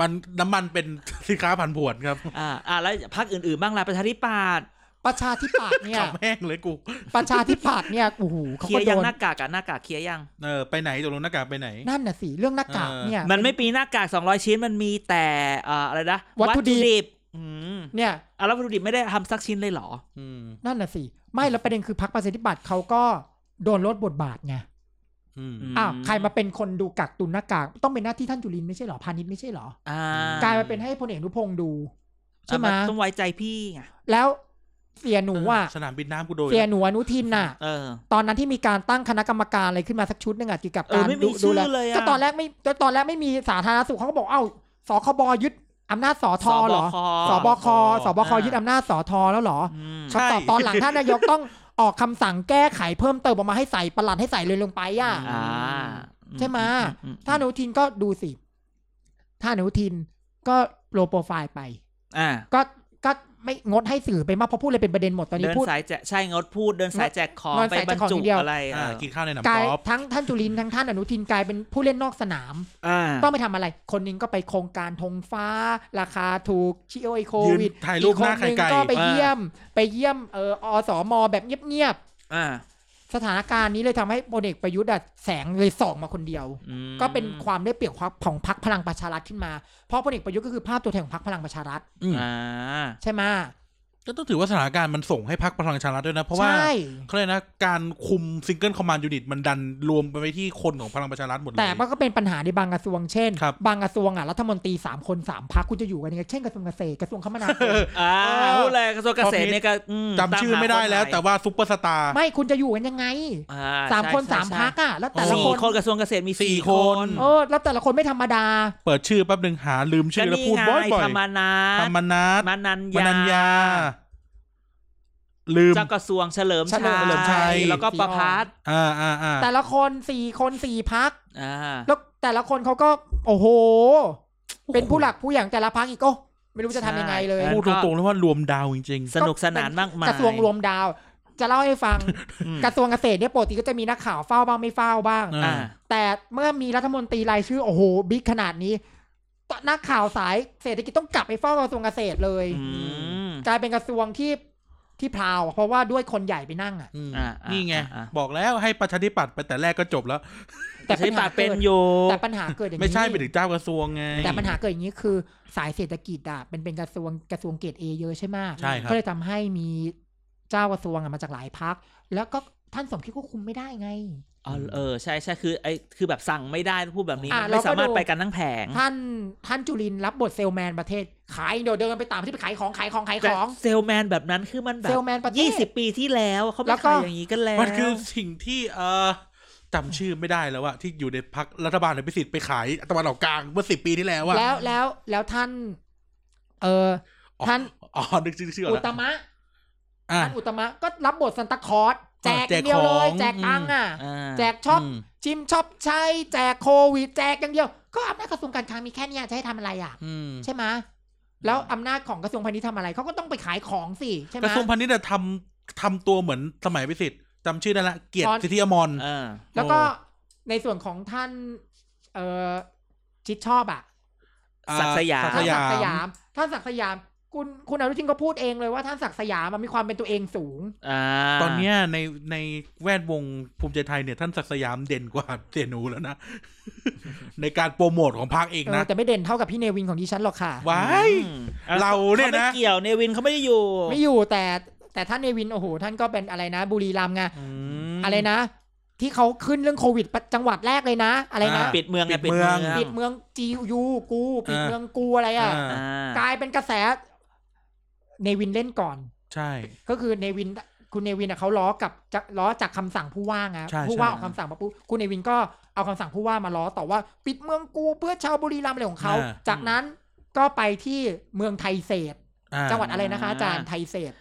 Speaker 2: มันน้ำมันเป็น สินค้าผันผวนครับ
Speaker 1: อ่าอ่าแล้วพรรคอื่น ๆ บ้างล่ะประชาธิปัตย์
Speaker 3: ประชาธิปัตย์เนี่ย
Speaker 2: ขับแห้งเลยกู
Speaker 3: ประชาธิปัตย์เนี่ยโอ้โห
Speaker 1: เค
Speaker 3: เขา
Speaker 1: ลีย
Speaker 3: ก็
Speaker 1: ร์
Speaker 3: โด
Speaker 1: ยัง
Speaker 3: น
Speaker 1: หน้ากากอะหน้ากากเคลียร์ยัง
Speaker 2: เออ ไปไหนตกลงหน้ากากไปไหน
Speaker 3: นั่นน่ะสิเรื่องหน้ากากเนี่ย
Speaker 1: มันไม่มีหน้ากาก 200 ชิ้นมันมีแต่เอ่ออะไรนะ
Speaker 3: วัตถุดิบ
Speaker 1: บอืม
Speaker 3: เนี่ย
Speaker 1: อ่ะแล้ววัตถุดิบไม่ได้ทำสักชิ้นเลยเหรอ
Speaker 2: อืม
Speaker 3: นั่นน่ะสิไม่แล้วประเด็นคือพรรคประชาธิปัตย์เขาก็โดนลดบทบาทไง
Speaker 2: อืม
Speaker 1: ม
Speaker 3: อ้าวใครมาเป็นคนดูกักตุนหน้ากากต้องเป็นหน้าที่ท่านจุลินทร์ไม่ใช่เหรอพาณิชย์ไม่ใช่เหรอ
Speaker 1: อ่าก
Speaker 3: ลายมาเป็นให้พลเอกอนุพงษ์ดู ใช่ไหม
Speaker 1: อ่ะนต้องไว้ใจพี่ไง
Speaker 3: แล้วเสียหนูอ่ะ
Speaker 2: สนามบินน้ำกูโดน
Speaker 3: เสียหนูอนุทินน่ะ
Speaker 1: เออ
Speaker 3: ตอนนั้นที่มีการตั้งคณะกรรมการอะไรขึ้นมาสักชุดหนึงอ่ะเกี่ยวกับ
Speaker 1: เออ
Speaker 3: การ
Speaker 1: ไม่มี
Speaker 3: ดู
Speaker 1: ชื่อ
Speaker 3: แล
Speaker 1: เลยอะ
Speaker 3: ก็ตอนแรกไม่ตอนแรกไม่มีสาธารณสุขเขาก็บอกเอ้าสคบยึดอำนาจสอทอเหรอ
Speaker 1: สบค
Speaker 3: สบคสบคยึดอำนาจสอทอแล้วเหรอ
Speaker 1: อืม
Speaker 3: คำตอบตอนหลังท่านนายกต้องออกคำสั่งแก้ไขเพิ่มเติมออกมาให้ใส่ประหลัดให้ใส่เลยลงไปอ่ะ
Speaker 1: อ่า
Speaker 3: ใช่ไหม
Speaker 1: อือือื
Speaker 3: ท่านอนุทินก็ดูสิท่านอนุทินก็โลโปรไฟล์ไป
Speaker 1: อ่า
Speaker 3: ก็ก็ไม่งดให้สื่อไปมากเพราะพูดเลยเป็นประเด็นหมดตอนนี้
Speaker 1: เดิน
Speaker 3: พูด
Speaker 1: สายแจกใช่งดพูดเดินสายแจกของ
Speaker 3: เดิน
Speaker 1: ไป
Speaker 3: สาย
Speaker 1: บ
Speaker 3: แจ
Speaker 1: ร
Speaker 3: ก
Speaker 1: ร
Speaker 3: ของ
Speaker 1: จุ
Speaker 3: อย่างเดียว
Speaker 1: อะไรเอ
Speaker 2: อ่า
Speaker 1: อ
Speaker 2: กินข้าวในหนาม
Speaker 3: กลาย
Speaker 2: กอล์ฟ
Speaker 3: ทั้งท่านจุลินทร์ทั้งท่านอนุทินกลายเป็นผู้เล่นนอกสนาม
Speaker 1: อ่า
Speaker 3: ต้องไปทำอะไร คนหนึงก็ไปโครงการธงฟ้า ราคาถูกชิโอไอโค
Speaker 2: ยืน
Speaker 3: วิด
Speaker 2: ถ่ายรู
Speaker 3: อี
Speaker 2: ป
Speaker 3: ก
Speaker 2: ห
Speaker 3: คน
Speaker 2: น้า
Speaker 3: ห
Speaker 2: ไข่
Speaker 3: นึ่ง
Speaker 2: ไก่
Speaker 3: ก็ไป
Speaker 1: อ่า
Speaker 3: เยี่ยม ไปเยี่ยมเอออสมแบบเงียบ
Speaker 1: อ่า
Speaker 3: ๆสถานการณ์นี้เลยทำให้พลเอกประยุทธ์อะแสงเลยส่องมาคนเดียว
Speaker 1: อืม
Speaker 3: ก็เป็นความได้เปรียบของพรรคพลังประชารัฐขึ้นมาเพราะพลเอกประยุทธ์ก็คือภาพตัวแทนของพรรคพลังประชารัฐ
Speaker 2: อืม
Speaker 1: อ่า
Speaker 3: ใช่ไหม
Speaker 2: ก็ต้องถือว่าสถานการณ์มันส่งให้พักพลังชารัฐด้วยนะ เพราะว่า
Speaker 3: ใช่
Speaker 2: เขาเลยกนะการคุมซิงเกิลคอมมานด์ยูนิตมันดันรวมไปไว้ที่คนของพลังประชารัฐหมดเลย
Speaker 3: แต่มันก็เป็นปัญหาในบางกระทรวงเช่น
Speaker 2: ครับ
Speaker 3: บางกระทรวงอ่ะรัฐมนตรีสามคนสามพักคุณจะอยู่กันยังไงเช่นกระทรวงเกษตรกระทรวงคมนาค ม
Speaker 1: อ่า
Speaker 3: เออ
Speaker 1: พูดเลยกระทรวงเกษตรเนี่ยก็อื
Speaker 2: จำชื่อไม่ได้แล้ว แต่ว่าซุปเปอร์สตาร์
Speaker 3: ไม่คุณจะอยู่กันยังไง
Speaker 1: อ่
Speaker 3: สามคน
Speaker 1: ใช่
Speaker 3: สาม
Speaker 1: ใช่
Speaker 3: พักอ่ะแล้วแต่ละ
Speaker 1: สี่
Speaker 3: คน
Speaker 1: คนกระทรวงเกษตรมี
Speaker 2: สี่
Speaker 1: สี่
Speaker 2: ค
Speaker 1: คน น
Speaker 3: เออแล้วแต่ละคนไม่ธรรมดา
Speaker 2: เปิดชื่อแป๊บหนึ่งหาลืมชื่
Speaker 1: ก็
Speaker 2: อแล้ว
Speaker 1: นี่
Speaker 2: พูด
Speaker 1: ไง
Speaker 2: บ่อยบ่อย
Speaker 1: ธรรมนั
Speaker 2: ธรรมนัท
Speaker 1: ฐมานัญ
Speaker 2: ม
Speaker 1: ญา
Speaker 2: นัญญา ลืม
Speaker 1: เจ้ากระทรวงเฉลิม
Speaker 3: เฉลิม
Speaker 2: ชัย
Speaker 1: แล้วก็ประพัฒน์
Speaker 2: อ่าอ่าอ่า
Speaker 3: แต่ละคนสี่คนสี่พัก
Speaker 1: อ่า
Speaker 3: แล้วแต่ละคนเขาก็ โอ้โห เป็นผู้หลักผู้ใหญ่ของแต่ละพักอีกโอ้ไม่รู้จะทำยังไงเลย
Speaker 2: พูดตรงๆแล้วว่ารวมดาวจริง
Speaker 1: สนุกสนานมากมาย
Speaker 3: กระทรวงรวมดาว จะเล่าให้ฟัง
Speaker 1: อืม
Speaker 3: กระทรวงเกษตรเนี่ยปกติก็จะมีนักข่าวเฝ้าบ้างไม่เฝ้าบ้าง
Speaker 2: อ่า
Speaker 1: อ่า
Speaker 3: แต่เมื่อมีรัฐมนตรีรายชื่อโอ้โหบิ๊กขนาดนี้ตนักข่าวสายเศรษฐกิจต้องกลับไปเฝ้ากระทรวงเกษตรเลย
Speaker 1: อืม
Speaker 3: กลายเป็นกระทรวงที่ ที่พราว เพราะว่าด้วยคนใหญ่ไปนั่งอ่ะ
Speaker 2: อืม
Speaker 1: อ่าอ่า
Speaker 2: นี่ไง
Speaker 1: อ่าอ่า
Speaker 2: บอกแล้วให้ประชาธิปัตย์ไปแต่แรกก็จบแล้ว
Speaker 1: แต่ใช้ปากเป็นโย
Speaker 3: แต่ปัญหาเกิดอย่างนี้
Speaker 2: ไม่ใช่ไปถึงเจ้ากระทรวงไง
Speaker 3: แต่ปัญหาเกิดอย่างนี้คือสายเศรษฐกิจอ่ะเป็นเป็นกระทรวงกระทรวงเกรดเอเยอะใช่ไหม
Speaker 2: ใช่ครับ
Speaker 3: ก็เลยทำให้มีเจ้ากระทรวงอะมาจากหลายพัก แล้วก็ท่านสมคิดก็คุมไม่ได้ไง
Speaker 1: อ๋อเออใช่ใช่คือไอ้คือแบบสั่งไม่ได้พูดแบบนี้
Speaker 3: อ่ะ
Speaker 1: มัน
Speaker 3: เรา
Speaker 1: ไม่
Speaker 3: ก็
Speaker 1: สามารถ
Speaker 3: ดู
Speaker 1: ไปกันทั้งแผง
Speaker 3: ท่านท่านจุรินทร์รับบทเซลแมนประเทศ ขายเดี๋ยวเดินไปตามที่ไปขายของขายของขาย
Speaker 1: แต่
Speaker 3: ของ
Speaker 1: เซลแมนแบบนั้นคือมันแบ
Speaker 3: เซลแมนประเทศ
Speaker 1: บ 20 ปีที่แล้วเขา
Speaker 3: แล้
Speaker 1: ไม่
Speaker 3: วก็
Speaker 1: ขายอย่างนี้กันแล้ว
Speaker 2: มันคือสิ่งที่เออจำชื่อไม่ได้แล้วว่าที่อยู่ในพักรัฐบาลในพิสิทธิ์ไปขายตะวันออกกลางเมื่อสิบปีที่แล้วว่า
Speaker 3: แล้วแล้วแล้วท่าน เออท่าน
Speaker 2: อ๋อนึกชื่อชื่อ
Speaker 3: อุ
Speaker 2: แล้
Speaker 3: ต
Speaker 2: ว
Speaker 3: มะ
Speaker 2: อ่ะ
Speaker 3: ท่านอุตมะก็รับบทซันตาคลอสแจกอ
Speaker 2: แจก
Speaker 3: ย่างเดียวเลย
Speaker 2: ของ
Speaker 3: แจกตังค์อ่ะ
Speaker 1: อ่า
Speaker 3: แจกช็อป
Speaker 2: อืม
Speaker 3: จิมชอบใช้แจกโควิดแจกอย่างเดียว ก็อำนาจกระทรวงการคลังมีแค่เนี้ยจะให้ทำอะไรอ่ะ
Speaker 2: อืม
Speaker 3: ใช่ไหมแล้วอำนาจของกระทรวงพาณิชย์ทำอะไรเขาก็ต้องไปขายของสิใช่ไหม
Speaker 2: กระทรวงพาณิชย์อะทำทำตัวเหมือนสมัยพิสิทธิ์จำชื่อได้ละเกียร
Speaker 3: ตอน
Speaker 2: ติสิทธิอมร
Speaker 1: อ่า
Speaker 3: แล้วก็ในส่วนของท่าน เออชิดชอบอ่ะ
Speaker 2: อ่า
Speaker 1: สักดิ์สยาม
Speaker 2: ศั
Speaker 3: ท่าน
Speaker 2: ยาม
Speaker 3: ศักดิ์สยาม ท่านศักดิ์สยาม คุณคุณอนุทินก็พูดเองเลยว่าท่านศักดิ์สยามมันมีความเป็นตัวเองสูง
Speaker 1: อ่า
Speaker 2: ตอนเนี้ยในในแวดวงภูมิใจไทยเนี่ยท่านศักดิ์สยามเด่นกว่าเสียหนูแล้วนะ ในการโปรโมทของพรรคเอง
Speaker 3: เออ
Speaker 2: นะ
Speaker 3: แต่ไม่เด่นเท่ากับพี่เนวินของดิฉันหรอกค่ะ
Speaker 2: ว้าย
Speaker 1: อืมอ่ะ
Speaker 2: เราเนี่ย
Speaker 1: ขา
Speaker 2: นะ
Speaker 1: ไม่เกี่ยวเนวินเขาไม่ได้อยู่
Speaker 3: ไม่อยู่แต่แต่ท่านเนวินโอ้โหท่านก็เป็นอะไรนะ บุรีรัมย์ไง
Speaker 2: อืม
Speaker 3: อะไรนะ ที่เขาขึ้นเรื่องโควิดจังหวัดแรกเลยนะ อะไรนะ
Speaker 2: อ่า
Speaker 1: ปิดเมืองไง
Speaker 2: ปิดเมือง
Speaker 3: ปิดเมืองจียูกู ปิดเมืองกูอะไรอ่ะ
Speaker 2: อ่า
Speaker 1: อ่าก
Speaker 3: ลายเป็นกระแสเนวินเล่นก่อน
Speaker 2: ใช่
Speaker 3: ก็คือเนวินคุณเนวินอะเขาล้อกับจะล้อจากคำสั่งผู้ว่าไง
Speaker 2: ใช่
Speaker 3: ผู้ว่า
Speaker 2: ใช่
Speaker 3: ออกคำสั่งมาปุ๊บคุณเนวินก็เอาคำสั่งผู้ว่ามาล้อต่อว่า ปิดเมืองกูเพื่อชาวบุรีรัมย์อะไรของเขาจากนั้นก็ไปที่เมืองไทยเศษ
Speaker 2: อ่า
Speaker 3: จังหวัดอะไรนะคะอาจารย์ไทยเศษ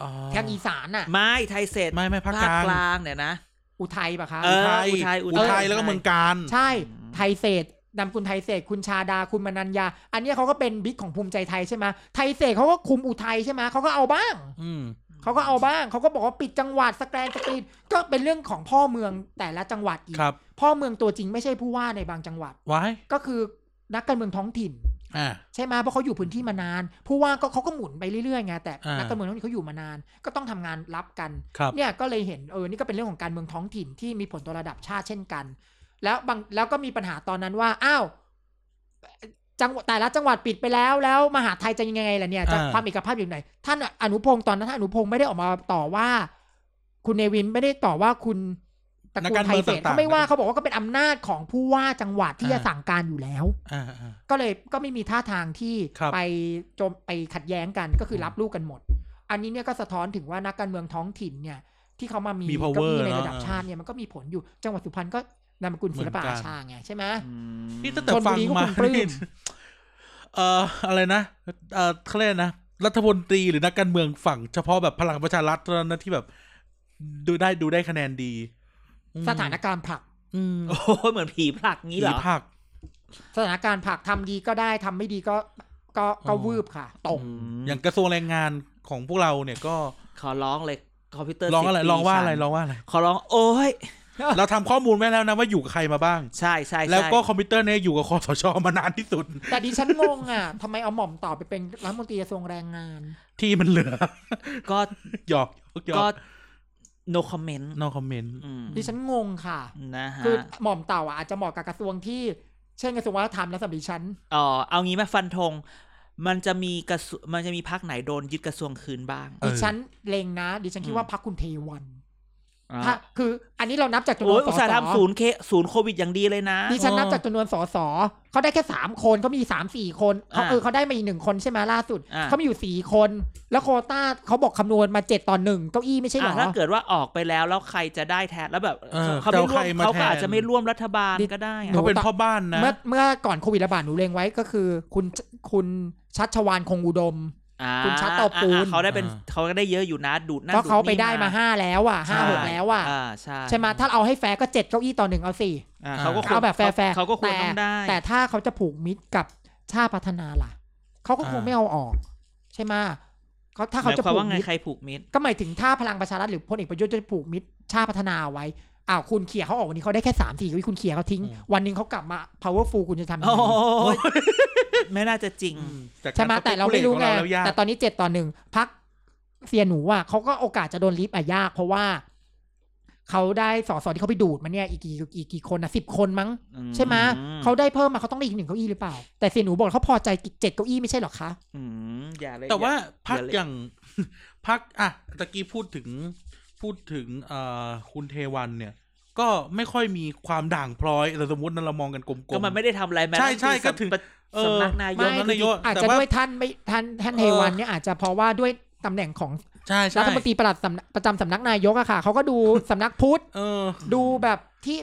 Speaker 2: อ๋อ
Speaker 3: ทางอีสานอ่ะ
Speaker 1: ไม่ไทยเศษ
Speaker 2: ไม่ไม่ภาคก
Speaker 1: ภาค
Speaker 2: ลาง
Speaker 1: กลางเนี่ยนะ
Speaker 3: อุทัยปะคะ
Speaker 1: เออ
Speaker 2: อุทัย
Speaker 1: อุ
Speaker 2: อุ
Speaker 1: ทัยอุ
Speaker 2: ทัย
Speaker 1: ทัย
Speaker 2: แล้วก็เมืองการ
Speaker 3: ใช่
Speaker 1: อืม
Speaker 3: ไทยเศษนำคุณไทยเศษคุณชาดาคุณมนัญญา อันเนี้ยเขาก็เป็นบิ๊กของภูมิใจไทยใช่ไหมไทยเศษเขาก็คุมอุทัยใช่ไหมเขาก็เอาบ้าง
Speaker 2: อืม
Speaker 3: เขาก็เอาบ้างเขาก็บอกว่าปิดจังหวัดสแกนสกรีนก็เป็นเรื่องของพ่อเมืองแต่ละจังหวัดอีก
Speaker 2: ครับ
Speaker 3: พ่อเมืองตัวจริงไม่ใช่ผู้ว่าในบางจังหวัด
Speaker 2: ว้าย
Speaker 3: ก็คือนักการเมืองท้องถิ่น
Speaker 2: อ่า
Speaker 3: ใช่ไหมเพราะเขาอยู่พื้นที่มานาน ผู้ว่าก็เขาก็หมุนไปเรื่อยๆไงแต่
Speaker 2: อ่านั
Speaker 3: นักการเมืองท้องถิ่นเขาอยู่มานาน ก็ต้องทำงานรับกัน
Speaker 2: ครับ
Speaker 3: เนี่ยก็เลยเห็นเออนี่ก็เป็นเรื่องของการเมืองท้องถิ่นที่มีผลต่อระดับชาติเช่นกัน แล้วบางแล้วก็มีปัญหาตอนนั้นว่าอ้าวจังหวัดแต่ละจังหวัดปิดไปแล้วแล้วมหาไทยจะยังไงล่ะเนี่ยจะ
Speaker 2: อ่า
Speaker 3: ความเอกภาพอยู่ไหน ท่านอนุพงศ์ตอนนั้นท่านอนุพงศ์ไม่ได้ออกมาต่อว่า คุณเนวินไม่ได้ต่อว่าคุณตระกูลไทยเศรษฐ์เขาไม่ว่าเขาบอกว่าก็เป็นอำนาจของผู้ว่าจังหวัดที่จะสั่งการอยู่แล้ว
Speaker 2: อ่าอ่า
Speaker 3: ก็เลยก็ไม่มีท่าทางที่
Speaker 2: ครับ
Speaker 3: ไปโจมไปขัดแย้งกันก็คือรับลูกกันหมด อันนี้เนี่ยก็สะท้อนถึงว่านักการเมืองท้องถิ่นเนี่ย ที่เขามามี
Speaker 2: มี power
Speaker 3: เก็มีในระดับ
Speaker 2: เนอะ
Speaker 3: ชาติเนี่ยมันก็มีผลอยู่ จังหวัดสุพรรณก็นามกุลศิลปะ
Speaker 2: เหมือนกั
Speaker 3: อาน ชาไงใช่ไหม
Speaker 2: นี่ตั้งแต่
Speaker 3: ชลบุ
Speaker 2: ฟัง
Speaker 3: รีก็
Speaker 2: มา
Speaker 3: คุณปลื้ม
Speaker 2: นี่ เอ่ออะไรนะเอ่อเขาเรียกนะรัฐมนตรีหรือนักการเมืองฝั่งเฉพาะแบบพลังประชารัฐเท่านั้นนะที่แบบ ดูได้ดูได้คะแนนดีอืม
Speaker 3: สถานการณ์ผลัก
Speaker 2: อืม
Speaker 1: โอ้ยเหมือนผีผลักงี้เหรอ
Speaker 2: มีผัก
Speaker 3: สถานการณ์ผลักทำดีก็ได้ทำไม่ดีก็ก็ก็
Speaker 2: อ๋อ
Speaker 3: วืบค่ะตก
Speaker 2: อืม
Speaker 1: อืม
Speaker 2: อย่างกระทรวงแรงงานของพวกเราเนี่ยก็
Speaker 1: ขอร้องเลยคอมพิวเตอร์
Speaker 2: ลองอะไร
Speaker 1: 10ปี
Speaker 2: ลองว่าอะไร
Speaker 1: ฉัน
Speaker 2: ลอง ว่าอะไร
Speaker 1: ขอร้องโอ้ย
Speaker 2: เราทำข้อมูลไว้แล้วนะว่าอยู่กับใครมาบ้าง
Speaker 1: ใช่ใช่ใช่
Speaker 2: แล้วก็คอมพิวเตอร์เนี่ยอยู่กับคอสชมานานที่สุด
Speaker 3: แต่ดิฉันงงอ่ะทำไมเอาหม่อมต่อไปเป็นรัฐมนตรีกระทรวงแรงงาน
Speaker 2: ที่มันเหลือ
Speaker 1: ก็
Speaker 2: หยอกหยอก
Speaker 1: ก็ no comment
Speaker 2: นอคอมเมนต์
Speaker 1: อืม
Speaker 3: ดิฉันงงค่ะ
Speaker 1: นะฮะ
Speaker 3: คือหม่อมเต่าอ่ะอาจจะเหมาะกับกระทรวงที่เช่นกระทรวงวัฒนธรรมและสำหรับดิฉัน
Speaker 1: อ๋อเอางี้ไหมฟันธงมันจะมีกระทรวงมันจะมีพักไหนโดนยึดกระทรวงคืนบ้าง
Speaker 3: ดิฉันเลงนะ ดิฉันคิดว่าพักคุณเทวันถ้า
Speaker 1: อ่ะ
Speaker 3: คือ อันนี้เรานับจากจำน
Speaker 1: โอ้
Speaker 3: วย นส
Speaker 1: อุต
Speaker 3: ส
Speaker 1: สาหกรรมศูนย์เคศูนย์โควิดอย่างดีเลยนะ
Speaker 3: ดิฉันนับจากจำนวนสสเขาได้แค่สามคนเขามีสามสี่คนเขา
Speaker 1: อ่า
Speaker 3: เออเขาได้มาอีกหนึ่งคนใช่ไหมล่าสุด
Speaker 1: อ่า
Speaker 3: เขามีอยู่สี่คน แล้วโควต้าเขาบอกคำนวณมาเจ็ดต่อหนึ่งเก้าอี้ไม่ใช่เหร
Speaker 1: อ่ะ
Speaker 3: อ
Speaker 1: ถ้าเกิดว่าออกไปแล้วแล้วใครจะได้แทนแล้วแบบ
Speaker 2: เออ
Speaker 1: เขาไม่
Speaker 2: จะเอา
Speaker 1: ร่
Speaker 2: ใคว ร
Speaker 1: ม
Speaker 2: มา
Speaker 1: เขา
Speaker 2: แท
Speaker 1: ก็
Speaker 2: น
Speaker 1: อาจจะไม่ร่วมรัฐบาลก็ได้อะ
Speaker 2: เขาเป็นพ่อบ้านนะ
Speaker 3: เมื่อเมื่อก่อนโควิดระบาดหนูเลงไว้ก็คือ คุณคุณชัชวานคงอุดม
Speaker 1: อ่า
Speaker 3: คุณชัดเตาปูน
Speaker 1: อ่ะเขาได้เป็น
Speaker 2: อ่า
Speaker 1: เขาก็ได้เยอะอยู่นะดูดนั่น
Speaker 3: ก็เขา
Speaker 1: นี่
Speaker 3: ไปได้มาห้าแล้วอ่ะห้า
Speaker 1: ใช่
Speaker 3: หกแล้วอ่ะ
Speaker 1: อ่าใช่
Speaker 3: ใช่ไหมถ้าเอาให้แฟร์ก็เจ็ดเก้าอี้ต่อหนึ่งเอาสี่
Speaker 1: อ่าเขาก็ควร
Speaker 3: เอาแบบแฟร์ๆ
Speaker 1: เขาก็ควรต้องได้
Speaker 3: แต่ถ้าเขาจะผูกมิตรกับชาติพัฒนาล่ะ เขาก็คง
Speaker 2: อ่า
Speaker 3: ไม่เอาออก ใช่ไหมะเขาถ้าเขาจะ
Speaker 1: หมยควม
Speaker 3: ผูก
Speaker 1: ว่าไง
Speaker 3: มิตร
Speaker 1: ใครผูกมิตร
Speaker 3: ก็หมายถึงถ้าพลังประชารัฐหรือพลเอกประยุทธ์จะผูกมิตรชาติพัฒนาไว้อ้าวคุณเขี่ยเขาออกวันนี้เขาได้แค่สามสี่วิคุณเขี่ยเขาทิ้ง
Speaker 2: อืม
Speaker 3: วันหนึงเขากลับมา powerful คุณจะทำยัง
Speaker 1: โอ้
Speaker 3: ไง
Speaker 1: โหไม่น่าจะจริง
Speaker 2: จาก
Speaker 3: ใช่ไหมะ
Speaker 2: ก
Speaker 3: แต่เราไม่
Speaker 2: speculate
Speaker 3: รู้
Speaker 2: ของ
Speaker 3: ไง
Speaker 2: เราแล้วยาก
Speaker 3: แต่ตอนนี้เจ็ดต่อหนึ่งพัก เสียหนูอ่ะเขาก็โอกาสจะโดนลิฟต์อ่ะยาก เพราะว่าเขาได้สอสอที่เขาไปดูดมาเนี่ยอีกกี่อีกกี่คนนะสิบคนมั้ง
Speaker 1: อื
Speaker 3: ใช่ไหมเขาได้เพิ่มมาเขาต้องได้อีกหนึ่งเก้าอี้หรือเปล่า แต่เสียหนูบอกเขาพอใจเจ็ดเก้าอี้ไม่ใช่เหรอคะ
Speaker 1: อืมอย่าเลย
Speaker 2: แต่ว่า
Speaker 1: อย่
Speaker 2: พัก
Speaker 1: เดี๋ยวเลย
Speaker 2: อย่าง พักอ่ะตะกี้พูดถึงพูดถึงเอ่อคุณเทวันเนี่ย ก็ไม่ค่อยมีความด่างพร้อยแต่สมมตินั้นเรามองกันกลมๆ
Speaker 1: ก็มันไม่ได้ทำอะไรแม้
Speaker 2: ใช่ใช่
Speaker 1: นั่นคือ
Speaker 2: ก็ถึง
Speaker 1: สำนัสำ
Speaker 2: เออ
Speaker 1: นักนาย
Speaker 3: ไม่
Speaker 1: ก
Speaker 2: นั้นนายก
Speaker 3: อาจ
Speaker 2: แต่
Speaker 3: จะ
Speaker 2: ว่า
Speaker 3: ด้วยท่านไม่ท่านท่านเทวันเนี่ยอาจจะเพราะว่าด้วยตำแหน่งของ
Speaker 2: ใช่ใช่
Speaker 3: รัฐมนตรีประหลัดสำนักประจำสำนักนายกอะค่ะเขาก็ดู สำนักพุทธ
Speaker 2: เออ
Speaker 3: ดูแบบที่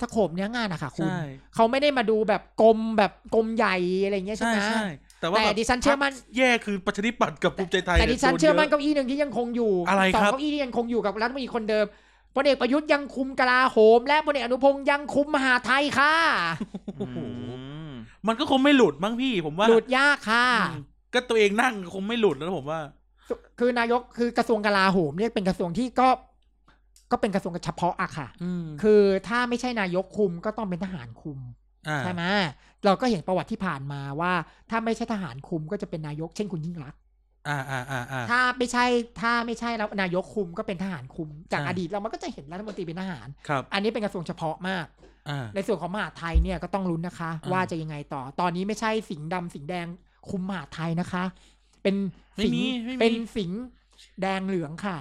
Speaker 3: สโคบเนื้องานอะค่ะคุณ
Speaker 2: ใช่
Speaker 3: เขาไม่ได้มาดูแบบกลมแบบกลมใหญ่อะไรอย่างเงี้ยใช่
Speaker 2: ใช่
Speaker 3: ไหม
Speaker 2: ใช่แต่ว่าบ
Speaker 3: แต่
Speaker 2: บ
Speaker 3: ดิฉันเชื่อมั่น
Speaker 2: พรรคแย่คือประชาธิปัตย์กับภูมิใจไทย
Speaker 3: แต่ดิฉัน
Speaker 2: ยโย
Speaker 3: เชื่อมั่น
Speaker 2: ะ
Speaker 3: เก้าอี้หนึ่งที่ยังคงอยู่
Speaker 2: อะไร
Speaker 3: สอง
Speaker 2: ครับ
Speaker 3: เก้าอี้ที่ยังคงอยู่กับรัฐมนตรีคนเดิมพลเอกประยุทธ์ยังคุมกลาโหม และพลเอกอนุพงศ์ยังคุมมหาดไทยค่ะ
Speaker 2: โอ้โห มันก็คงไม่หลุดมั้งพี่ ผมว่า
Speaker 3: หลุดยากค่ะ
Speaker 2: อืมก็ตัวเองนั่งคงไม่หลุดแล้วผมว่า
Speaker 3: คือนายกคือกระทรวงกลาโหมเนี่ยเป็นกระทรวงที่ก็ ก็เป็นกระทรวงเฉพาะอะค่ะ
Speaker 2: อืม
Speaker 3: คือถ้าไม่ใช่นายกคุมก็ต้องเป็นทหารคุม
Speaker 2: อ่า
Speaker 3: ใช่ไหมเราก็เห็นประวัติที่ผ่านมาว่า ถ้าไม่ใช่ทหารคุมก็จะเป็นนายกเช่นคุณยิ่งรักษณ์
Speaker 2: อ่าอ่าอ่าอ่า
Speaker 3: ถ้าไม่ใช่ถ้าไม่ใช่แล้วนายกคุมก็เป็นทหารคุม จาก
Speaker 2: ใช่
Speaker 3: อดีตเรามันก็จะเห็นรัฐมนตรีเป็นทหาร
Speaker 2: ครับ
Speaker 3: อันนี้เป็นกระทรวงเฉพาะมาก
Speaker 2: อ่า
Speaker 3: ในส่วนของมหาดไทยเนี่ยก็ต้องลุ้นนะคะ
Speaker 2: อ่า
Speaker 3: ว่าจะยังไงต่อ ตอนนี้ไม่ใช่สิงห์ดำสิงห์แดงคุมมหาดไทยนะคะ เป็น
Speaker 2: ไม่
Speaker 3: สิง
Speaker 2: มี
Speaker 3: ห์
Speaker 2: ไม่มี
Speaker 3: เป็นสิงห์แดงเหลือง ค่ะ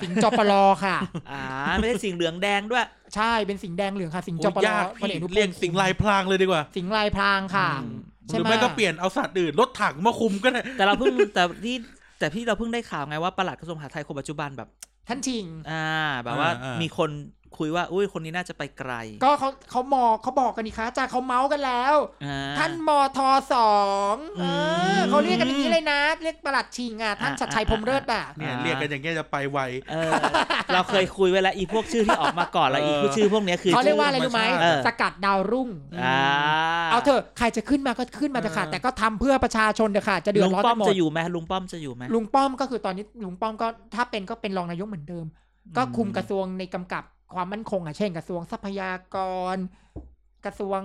Speaker 3: สิงห์จปลอค่ะ
Speaker 1: อ่าไม่ได้สิ่งเหลืองแดงด้วย
Speaker 3: ใช่ เป็นสิงห์แดงเหลืองค่ะ สิงห์จ
Speaker 2: โอ้
Speaker 3: ปลอย
Speaker 2: ยาก
Speaker 3: พล
Speaker 2: พี่
Speaker 3: เอกอนุพงศ์
Speaker 2: เรียกสิ่งลายพรางเลยดีกว่า
Speaker 3: สิงห์ลายพรางค่ะ
Speaker 1: อืม
Speaker 2: ห
Speaker 3: ใช่
Speaker 2: รือ
Speaker 3: ไหม
Speaker 2: ไม่ก็เปลี่ยนเอาสัตว์อื่นรถถังมาคุมก็ได้
Speaker 1: แต่เราเพิ่ง แต่ที่แต่พี่เราเพิ่งได้ข่าวไงว่าปลัดกระทรวงมหาดไทยคนปัจจุบันแบบ
Speaker 3: ท่านชิง
Speaker 1: อ่า แบบว่า
Speaker 2: อ่าๆ
Speaker 1: มีคนคุยว่า อุ้ยคนนี้น่าจะไปไกล
Speaker 3: ก็เขาเขามอกเขาบอกกันนี่คะอาจารย์เขาเมาส์กันแล้ว
Speaker 1: อ่
Speaker 3: ท่านมอทอสองเออ
Speaker 1: ม
Speaker 3: เขาเรียกกันอย่างนี้เลยนะ เรียกประหลัดชิงอ่ะท่าน
Speaker 1: อ่า
Speaker 3: ชัดชัยพรหมเลิศอ่ะ
Speaker 2: เนี่ย
Speaker 1: อ่า
Speaker 2: เรียกกันอย่างเงี้ยจะไปไว
Speaker 1: เออเราเคยคุยไว้แล้วอีพวกชื่อที่ออกมาก่อนแล้ว
Speaker 2: เอ
Speaker 1: อี
Speaker 2: อ
Speaker 1: พวกชื่อพวกเนี้ยคือ
Speaker 3: เขาเรียกว่าอะไรรู้ไหม
Speaker 1: เออ
Speaker 3: สกัดดาวรุ่ง
Speaker 1: อ่า
Speaker 3: เอาเถอะใครจะขึ้นมาก็ขึ้นมาเถอะค่ะ
Speaker 2: เออ
Speaker 3: แต่ก็ทำเพื่อประชาชนเถอะค่ะ จะเดือ
Speaker 1: ลุ
Speaker 3: ด
Speaker 1: ง
Speaker 3: ร้อน
Speaker 1: ป้อม
Speaker 3: กันหมด
Speaker 1: จะอยู่ไหมลุงป้อมจะอยู่ไหม
Speaker 3: ลุงป้อมก็คือตอนนี้ลุงป้อมก็ถ้าเป็นก็เป็นรองนายกเหมือนเดิม ก็คุมกระทรวงในกำกับความมั่นคงอ่ะเช่นกระทรวงทรัพยากร กระทรวง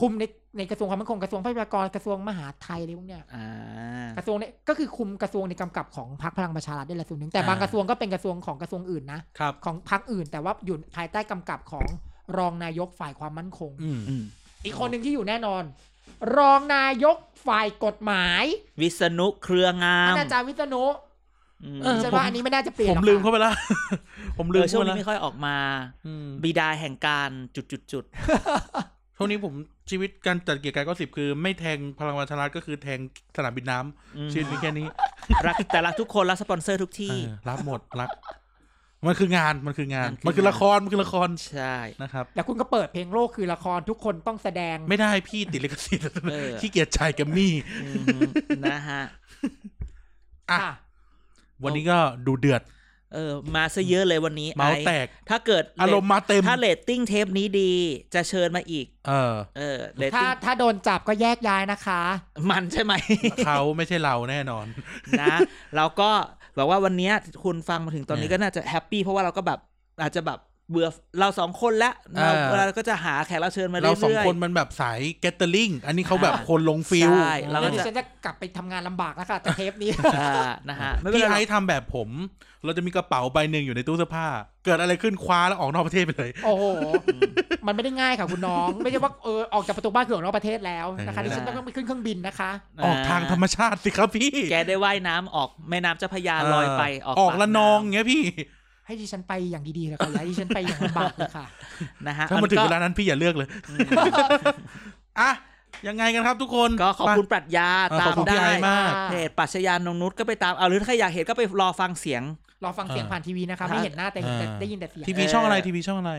Speaker 3: คุมในในกระทรวงความมั่นคงกระทรวงทรัพยากรกระทรวงมหาดไทยอะไรพวกเนี้ย
Speaker 1: อ่า
Speaker 3: กระทรวงเนี่ยก็คือคุมกระทรวงในกำกับของพรรคพลังประชารัฐได้ละส่วนหนึ่งแต่บาง
Speaker 2: อ่า
Speaker 3: กระทรวงก็เป็นกระทรวงของกระทรวงอื่นนะครับ ของพรรคอื่น แต่ว่าอยู่ภายใต้กำกับของรองนายกฝ่ายความมั่นคง
Speaker 2: อืม
Speaker 1: อืม
Speaker 3: อีกคนหนึ่งที่อยู่แน่นอน รองนายกฝ่ายกฎหมาย
Speaker 1: วิษณุเครืองา
Speaker 3: ท่าม นอาจารย์วิษณุ
Speaker 1: ม
Speaker 2: เออ
Speaker 3: ฉัน
Speaker 2: ผม
Speaker 3: ว่าอันนี้ไม่น่าจะเปลี่ยน
Speaker 2: ผม
Speaker 3: หรอก
Speaker 2: ลืม
Speaker 3: ค่ะ
Speaker 2: เข้าไปละ ผมลื
Speaker 1: เอ
Speaker 2: ม
Speaker 1: อช่
Speaker 2: เข้า
Speaker 1: ง
Speaker 2: วไป
Speaker 1: นี้
Speaker 2: ละ
Speaker 1: ไม่ค่อยออกมา
Speaker 2: อืม
Speaker 1: บิดาแห่งการจุดจุดจุดๆ
Speaker 2: ช่วงนี้ผมชีวิตการจัดเกียร์กายก็สิบคือ ไม่แทงพลังวัชารัฐก็คือแทงสนามบินน้
Speaker 1: ๆอืม
Speaker 2: ำชีวิตมีแค่นี้
Speaker 1: รักแต่รักทุกคนรักสปอนเซอร์ทุกที่
Speaker 2: เออรับหมดรัก มันคืองานมันคืองาน
Speaker 1: มั
Speaker 2: มัน นคือ อง
Speaker 1: คืาน
Speaker 2: ละครมันคือละคร
Speaker 1: ใช่
Speaker 2: นะครับ
Speaker 3: แล้วคุณก็เปิดเพลงโลกคือละครทุกคนต้องแสดง
Speaker 2: ไม่ได้พี่ติดลิขสิทธิ์
Speaker 1: เออ
Speaker 2: ขี้เกียจชายแกมมี่
Speaker 1: อืม นะฮะ
Speaker 2: อ่ะ
Speaker 3: ค่ะ
Speaker 2: วันนี้ก็ดูเดือด
Speaker 1: เออมาซะเยอะเลยวันนี้
Speaker 2: เมาส์
Speaker 1: ไอ้
Speaker 2: แตก
Speaker 1: ถ้าเกิด
Speaker 2: อารมณ์มาเต็ม
Speaker 1: ถ้าเรตติ้งเทปนี้ดี จะเชิญมาอีก
Speaker 2: เออ
Speaker 1: เออเรต
Speaker 3: ถ้า
Speaker 1: ติ้ง
Speaker 3: ถ้าโดนจับก็แยกย้ายนะคะ
Speaker 1: มันใช่ไหม
Speaker 2: เขาไม่ใช่เราแน่นอน
Speaker 1: นะแล้วก็แบบว่าวันเนี้ยคุณฟังมาถึงตอนนี้
Speaker 2: เออ
Speaker 1: ก็น่าจะแฮปปี้เพราะว่าเราก็แบบอาจจะแบบเบื่อเราสองคนละ
Speaker 2: เออ
Speaker 1: เราเวลาเราก็จะหาแขกรับเชิญมา
Speaker 2: เรา
Speaker 1: เรื่อยๆ
Speaker 2: สองคนมันแบบสายแกตเตอร์ลิง อันนี้เขาแบบ
Speaker 1: อ่า
Speaker 2: คนลงฟิล
Speaker 1: ใช่เรา
Speaker 3: แล้
Speaker 1: ก็
Speaker 3: วดิฉันจะกลับไปทำงานลำบากแล้วค่ะแต่เทปนี้
Speaker 1: อ่านะฮะไม่เป็น
Speaker 2: พี่
Speaker 1: ไรหร
Speaker 2: ไอ
Speaker 1: อก
Speaker 2: ซ์ทำแบบผม เราจะมีกระเป๋าใบหนึ่งอยู่ในตู้เสื้อผ้า เกิดอะไรขึ้นคว้าแล้วออกนอกประเทศไปเลย
Speaker 3: โอ้โห มันไม่ได้ง่ายค่ะคุณน้อง ไม่ใช่ว่าเออออกจากประตูบ้านคือออกนอกประเทศแล้วนะคะดิฉันต้องไปขึ้นเครื่องบินนะคะ
Speaker 2: ออกทางธรรมชาติสิครับพี่
Speaker 1: แกได้ว่ายน้ำออกแม่น้ำเจ้าพระยา
Speaker 2: เล
Speaker 1: อยไปออก
Speaker 2: ออก
Speaker 1: ปา
Speaker 2: ละนองเงี้ยพี่
Speaker 3: ให้ดิฉันไปอย่างดีๆเลยค่ะอย่าให้ดิฉันไปอย่างลำบากเลยค่ะ
Speaker 1: นะฮะ
Speaker 2: ถ้ามาถึงเวลา
Speaker 1: อันก็
Speaker 2: นั้นพี่อย่าเลือกเลย
Speaker 1: อืม
Speaker 2: อ่ะ ยังไงกันครับทุกคน
Speaker 1: ก็ขอบคุณปรัชญา
Speaker 2: ไปเออ
Speaker 1: ตา
Speaker 2: ขอ
Speaker 1: ม
Speaker 2: บคุณพี่
Speaker 1: ได้
Speaker 2: ไอซ์มาก
Speaker 1: เพจปรัชญานงนุชก็ไปตามเอาหรือถ้าใครอยากเห็นก็ไปรอฟังเสียง
Speaker 3: รอฟังเสียง
Speaker 2: เออ
Speaker 3: ผ่านทีวีนะคะ
Speaker 1: ครับ
Speaker 3: ไม่เห็นหน้าแต่เห็นแต่
Speaker 2: เออ
Speaker 3: ได้ยินแต่เสียง
Speaker 2: ทีวีช่องอะไรทีวีช่องอะไร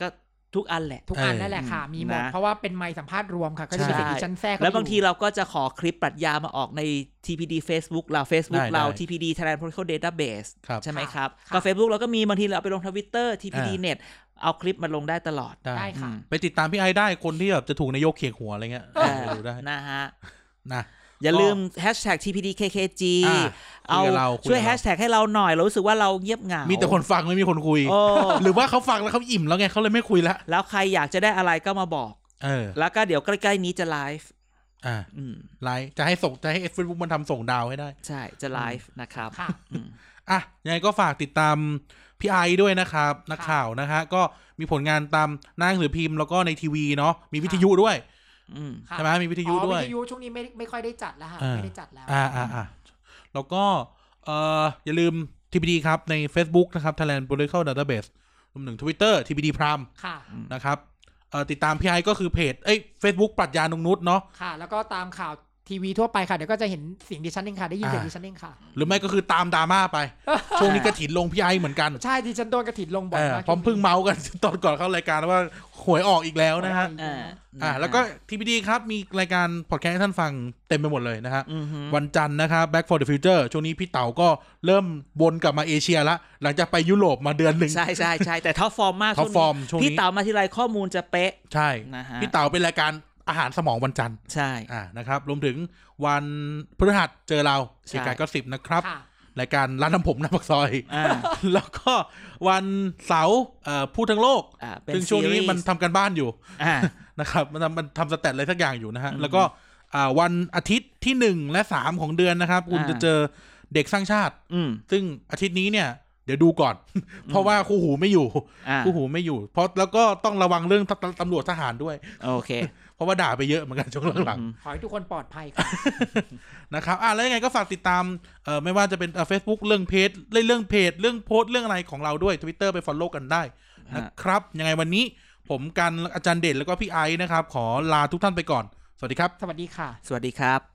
Speaker 1: ก็ทุกอันแหละ
Speaker 3: ทุกอัน
Speaker 2: เออ
Speaker 3: นั่นแหละค่ะ มีหมด
Speaker 1: นะ
Speaker 3: เพราะว่าเป็นไมค์สัมภาษณ์รวมค่ะ ก็จะเป็นสิ่งที่ฉันแทรกเข้ไป
Speaker 1: แล้วบางที
Speaker 3: อยู่
Speaker 1: เราก็จะขอคลิปปรัชญามาออกใน TPD Facebook เรา Facebook
Speaker 2: ได้
Speaker 1: เรา
Speaker 2: ได้
Speaker 1: TPD Thailand Political Database
Speaker 2: ครับ
Speaker 1: ใช่ไหมครับ ก็ Facebook เราก็มีบางทีเราเอาไปลงทวิตเตอร์ TPD
Speaker 2: อ่า
Speaker 1: Net เอาคลิปมาลงได้ตลอด
Speaker 2: ได้
Speaker 3: ได้ค่ะ
Speaker 1: อืม
Speaker 2: ไปติดตามพี่ไอซ์ได้คนที่แบบจะถูกนายกเขียกหัวอะไรเงี้ย
Speaker 1: เออ
Speaker 2: ไปดูได้
Speaker 1: นะฮะ
Speaker 2: นะ
Speaker 1: อย่าลืม Hashtag TPD KKG
Speaker 2: อ่า
Speaker 1: เอา
Speaker 2: คุยกับเราคุยกับเรา
Speaker 1: ช่วย Hashtag ให้เราหน่อย เรารู้สึกว่าเราเงียบเหงา
Speaker 2: มี
Speaker 1: มี
Speaker 2: แต่คนฟังไม่มีคนคุย
Speaker 1: โอ้
Speaker 2: หรือว่าเขาฟังแล้วเขาอิ่มแล้วไงเขาเลยไม่คุยละ
Speaker 1: แล้วใครอยากจะได้อะไรก็มาบอก
Speaker 2: เออ
Speaker 1: แล้วก็เดี๋ยวใกล้ ๆ นี้จะไลฟ์
Speaker 2: อ่า
Speaker 1: อืม
Speaker 2: ไลฟ์จะให้ส่งจะให้เฟซบุ๊กมันทำส่งดาวให้ได้
Speaker 1: ใช่จะไลฟ์นะครับ
Speaker 3: ค่ะ
Speaker 1: อืม
Speaker 2: อ่ะยังไงก็ฝากติดตามพี่ไอซ์ด้วยนะครับ นัก
Speaker 3: ค่ะ
Speaker 2: ข่าวนะฮะก็มีผลงานตามหน้าหนังสือพิมพ์แล้วก็ในทีวีเนาะมีวิทยุด้วย
Speaker 1: อืม
Speaker 3: ค่ะ
Speaker 2: ใช่ไหมมีวิทยุ
Speaker 3: อ๋อ
Speaker 2: ด้วย
Speaker 3: วิทยุช่วงนี้ไม่ไม่ค่อยได้จัดแล้วค่ะ
Speaker 2: อ่า
Speaker 3: ไม่ได้จัดแล้ว
Speaker 2: อ่าอ่าอ่าแล้วก็เอ่ออย่าลืม TPD ครับ ใน Facebook นะครับ Thailand Political Database รวมถึง Twitter TPD Prime
Speaker 3: ค่ะ
Speaker 2: นะครับเอ่อติดตามพี่ไอซ์ก็คือเพจเอ้ย Facebook ปรัชญานงนุษย์เนาะ
Speaker 3: ค่ะ แล้วก็ตามข่าวทีวีทั่วไปค่ะ เดี๋ยวก็จะเห็นเสียงดิฉันเองค่ะ ได้ยินเสียง
Speaker 2: อ่า
Speaker 3: ดิฉันเองค่ะ
Speaker 2: หรือไม่ก็คือตามดราม่า ไป ช่วงนี้กระถินลงพี่ไอซ์เหมือนกัน
Speaker 3: ใช่ดิฉันโดนกระถิ่นลงบ่อ
Speaker 2: เอย อ
Speaker 3: มาก
Speaker 2: พร้อมเพึ่งเมาส์กัน ตอนก่อนเข้ารายการว่าหวยออกอีกแล้วนะฮะ
Speaker 1: อ่า
Speaker 2: อ่าแล้วก็ทีพีดีครับ มีรายการพอดแคสต์ให้ท่านฟังเต็มไปหมดเลยนะฮะ
Speaker 1: อือฮึ
Speaker 2: วันจันทร์นะครับ Back for the Future ช่วงนี้พี่เต๋าก็เริ่มวนกลับมาเอเชียละ หลังจากไปยุโรปมาเดือนหนึ่ง
Speaker 1: ใช่ใช่ใช่แต่ท็อปฟอร์มมาก
Speaker 2: ท็อปฟอร์มช่วงนี้
Speaker 1: พี่เต๋ามาทีไรข้อมูลจะเป๊ะ
Speaker 2: ใช่
Speaker 1: นะฮะ
Speaker 2: พี่เต๋าเป็นรายการอาหารสมองวันจันทร์
Speaker 1: ใช่
Speaker 2: อ่านะครับ รวมถึงวันพฤหัสเจอเรา
Speaker 1: ใช่
Speaker 2: เกียรติกายก็สิบนะครับ
Speaker 3: ค่ะ
Speaker 2: รายการร้านทำผมหน้าปากซอย
Speaker 1: อ่า
Speaker 2: แล้วก็วันเสาร์เอ่อพูดทั้งโลก
Speaker 1: อ่าเป็น
Speaker 2: ซึ่งช่วงนี้มัน
Speaker 1: series
Speaker 2: ทำกันบ้านอยู่
Speaker 1: อ่า
Speaker 2: นะครับมันทำมันทำสแตทอะไรสักอย่างอยู่นะฮะ
Speaker 1: อืม
Speaker 2: แล้วก็อ่าวันอาทิตย์ที่หนึ่งและสามของเดือนนะครับ คุณ
Speaker 1: อ่า
Speaker 2: จะเจอเด็กสร้างชาติ
Speaker 1: อืม
Speaker 2: ซึ่งอาทิตย์นี้เนี่ย เดี๋ยวดูก่อน เพราะว่าคู่หูไม่อยู่
Speaker 1: อ่า
Speaker 2: คู่หูไม่อยู่ เพราะแล้วก็ต้องระวังเรื่องตำตำรวจทหารด้วย
Speaker 1: โอเค
Speaker 2: เพราะว่าด่าไปเยอะเหมือน กันช่วงหลัง
Speaker 1: อืม
Speaker 3: ขอให้ทุกคนปลอดภัยค่ะ
Speaker 2: ๆนะครับอ่ะแล้วยังไงก็ฝากติดตามเอ่อไม่ว่าจะเป็นเฟซบุ๊กเรื่องเพจเรื่องเรื่องเพจเรื่องโพสต์เรื่องอะไรของเราด้วย Twitter ไปฟอลโล่กันได้นะครับ ยังไงวันนี้ผมกันอาจารย์เดชแล้วก็พี่ไอซ์นะครับขอลาทุกท่านไปก่อนสวัสดีครับ
Speaker 3: สวัสดีค่ะ
Speaker 1: สวัสดีครับ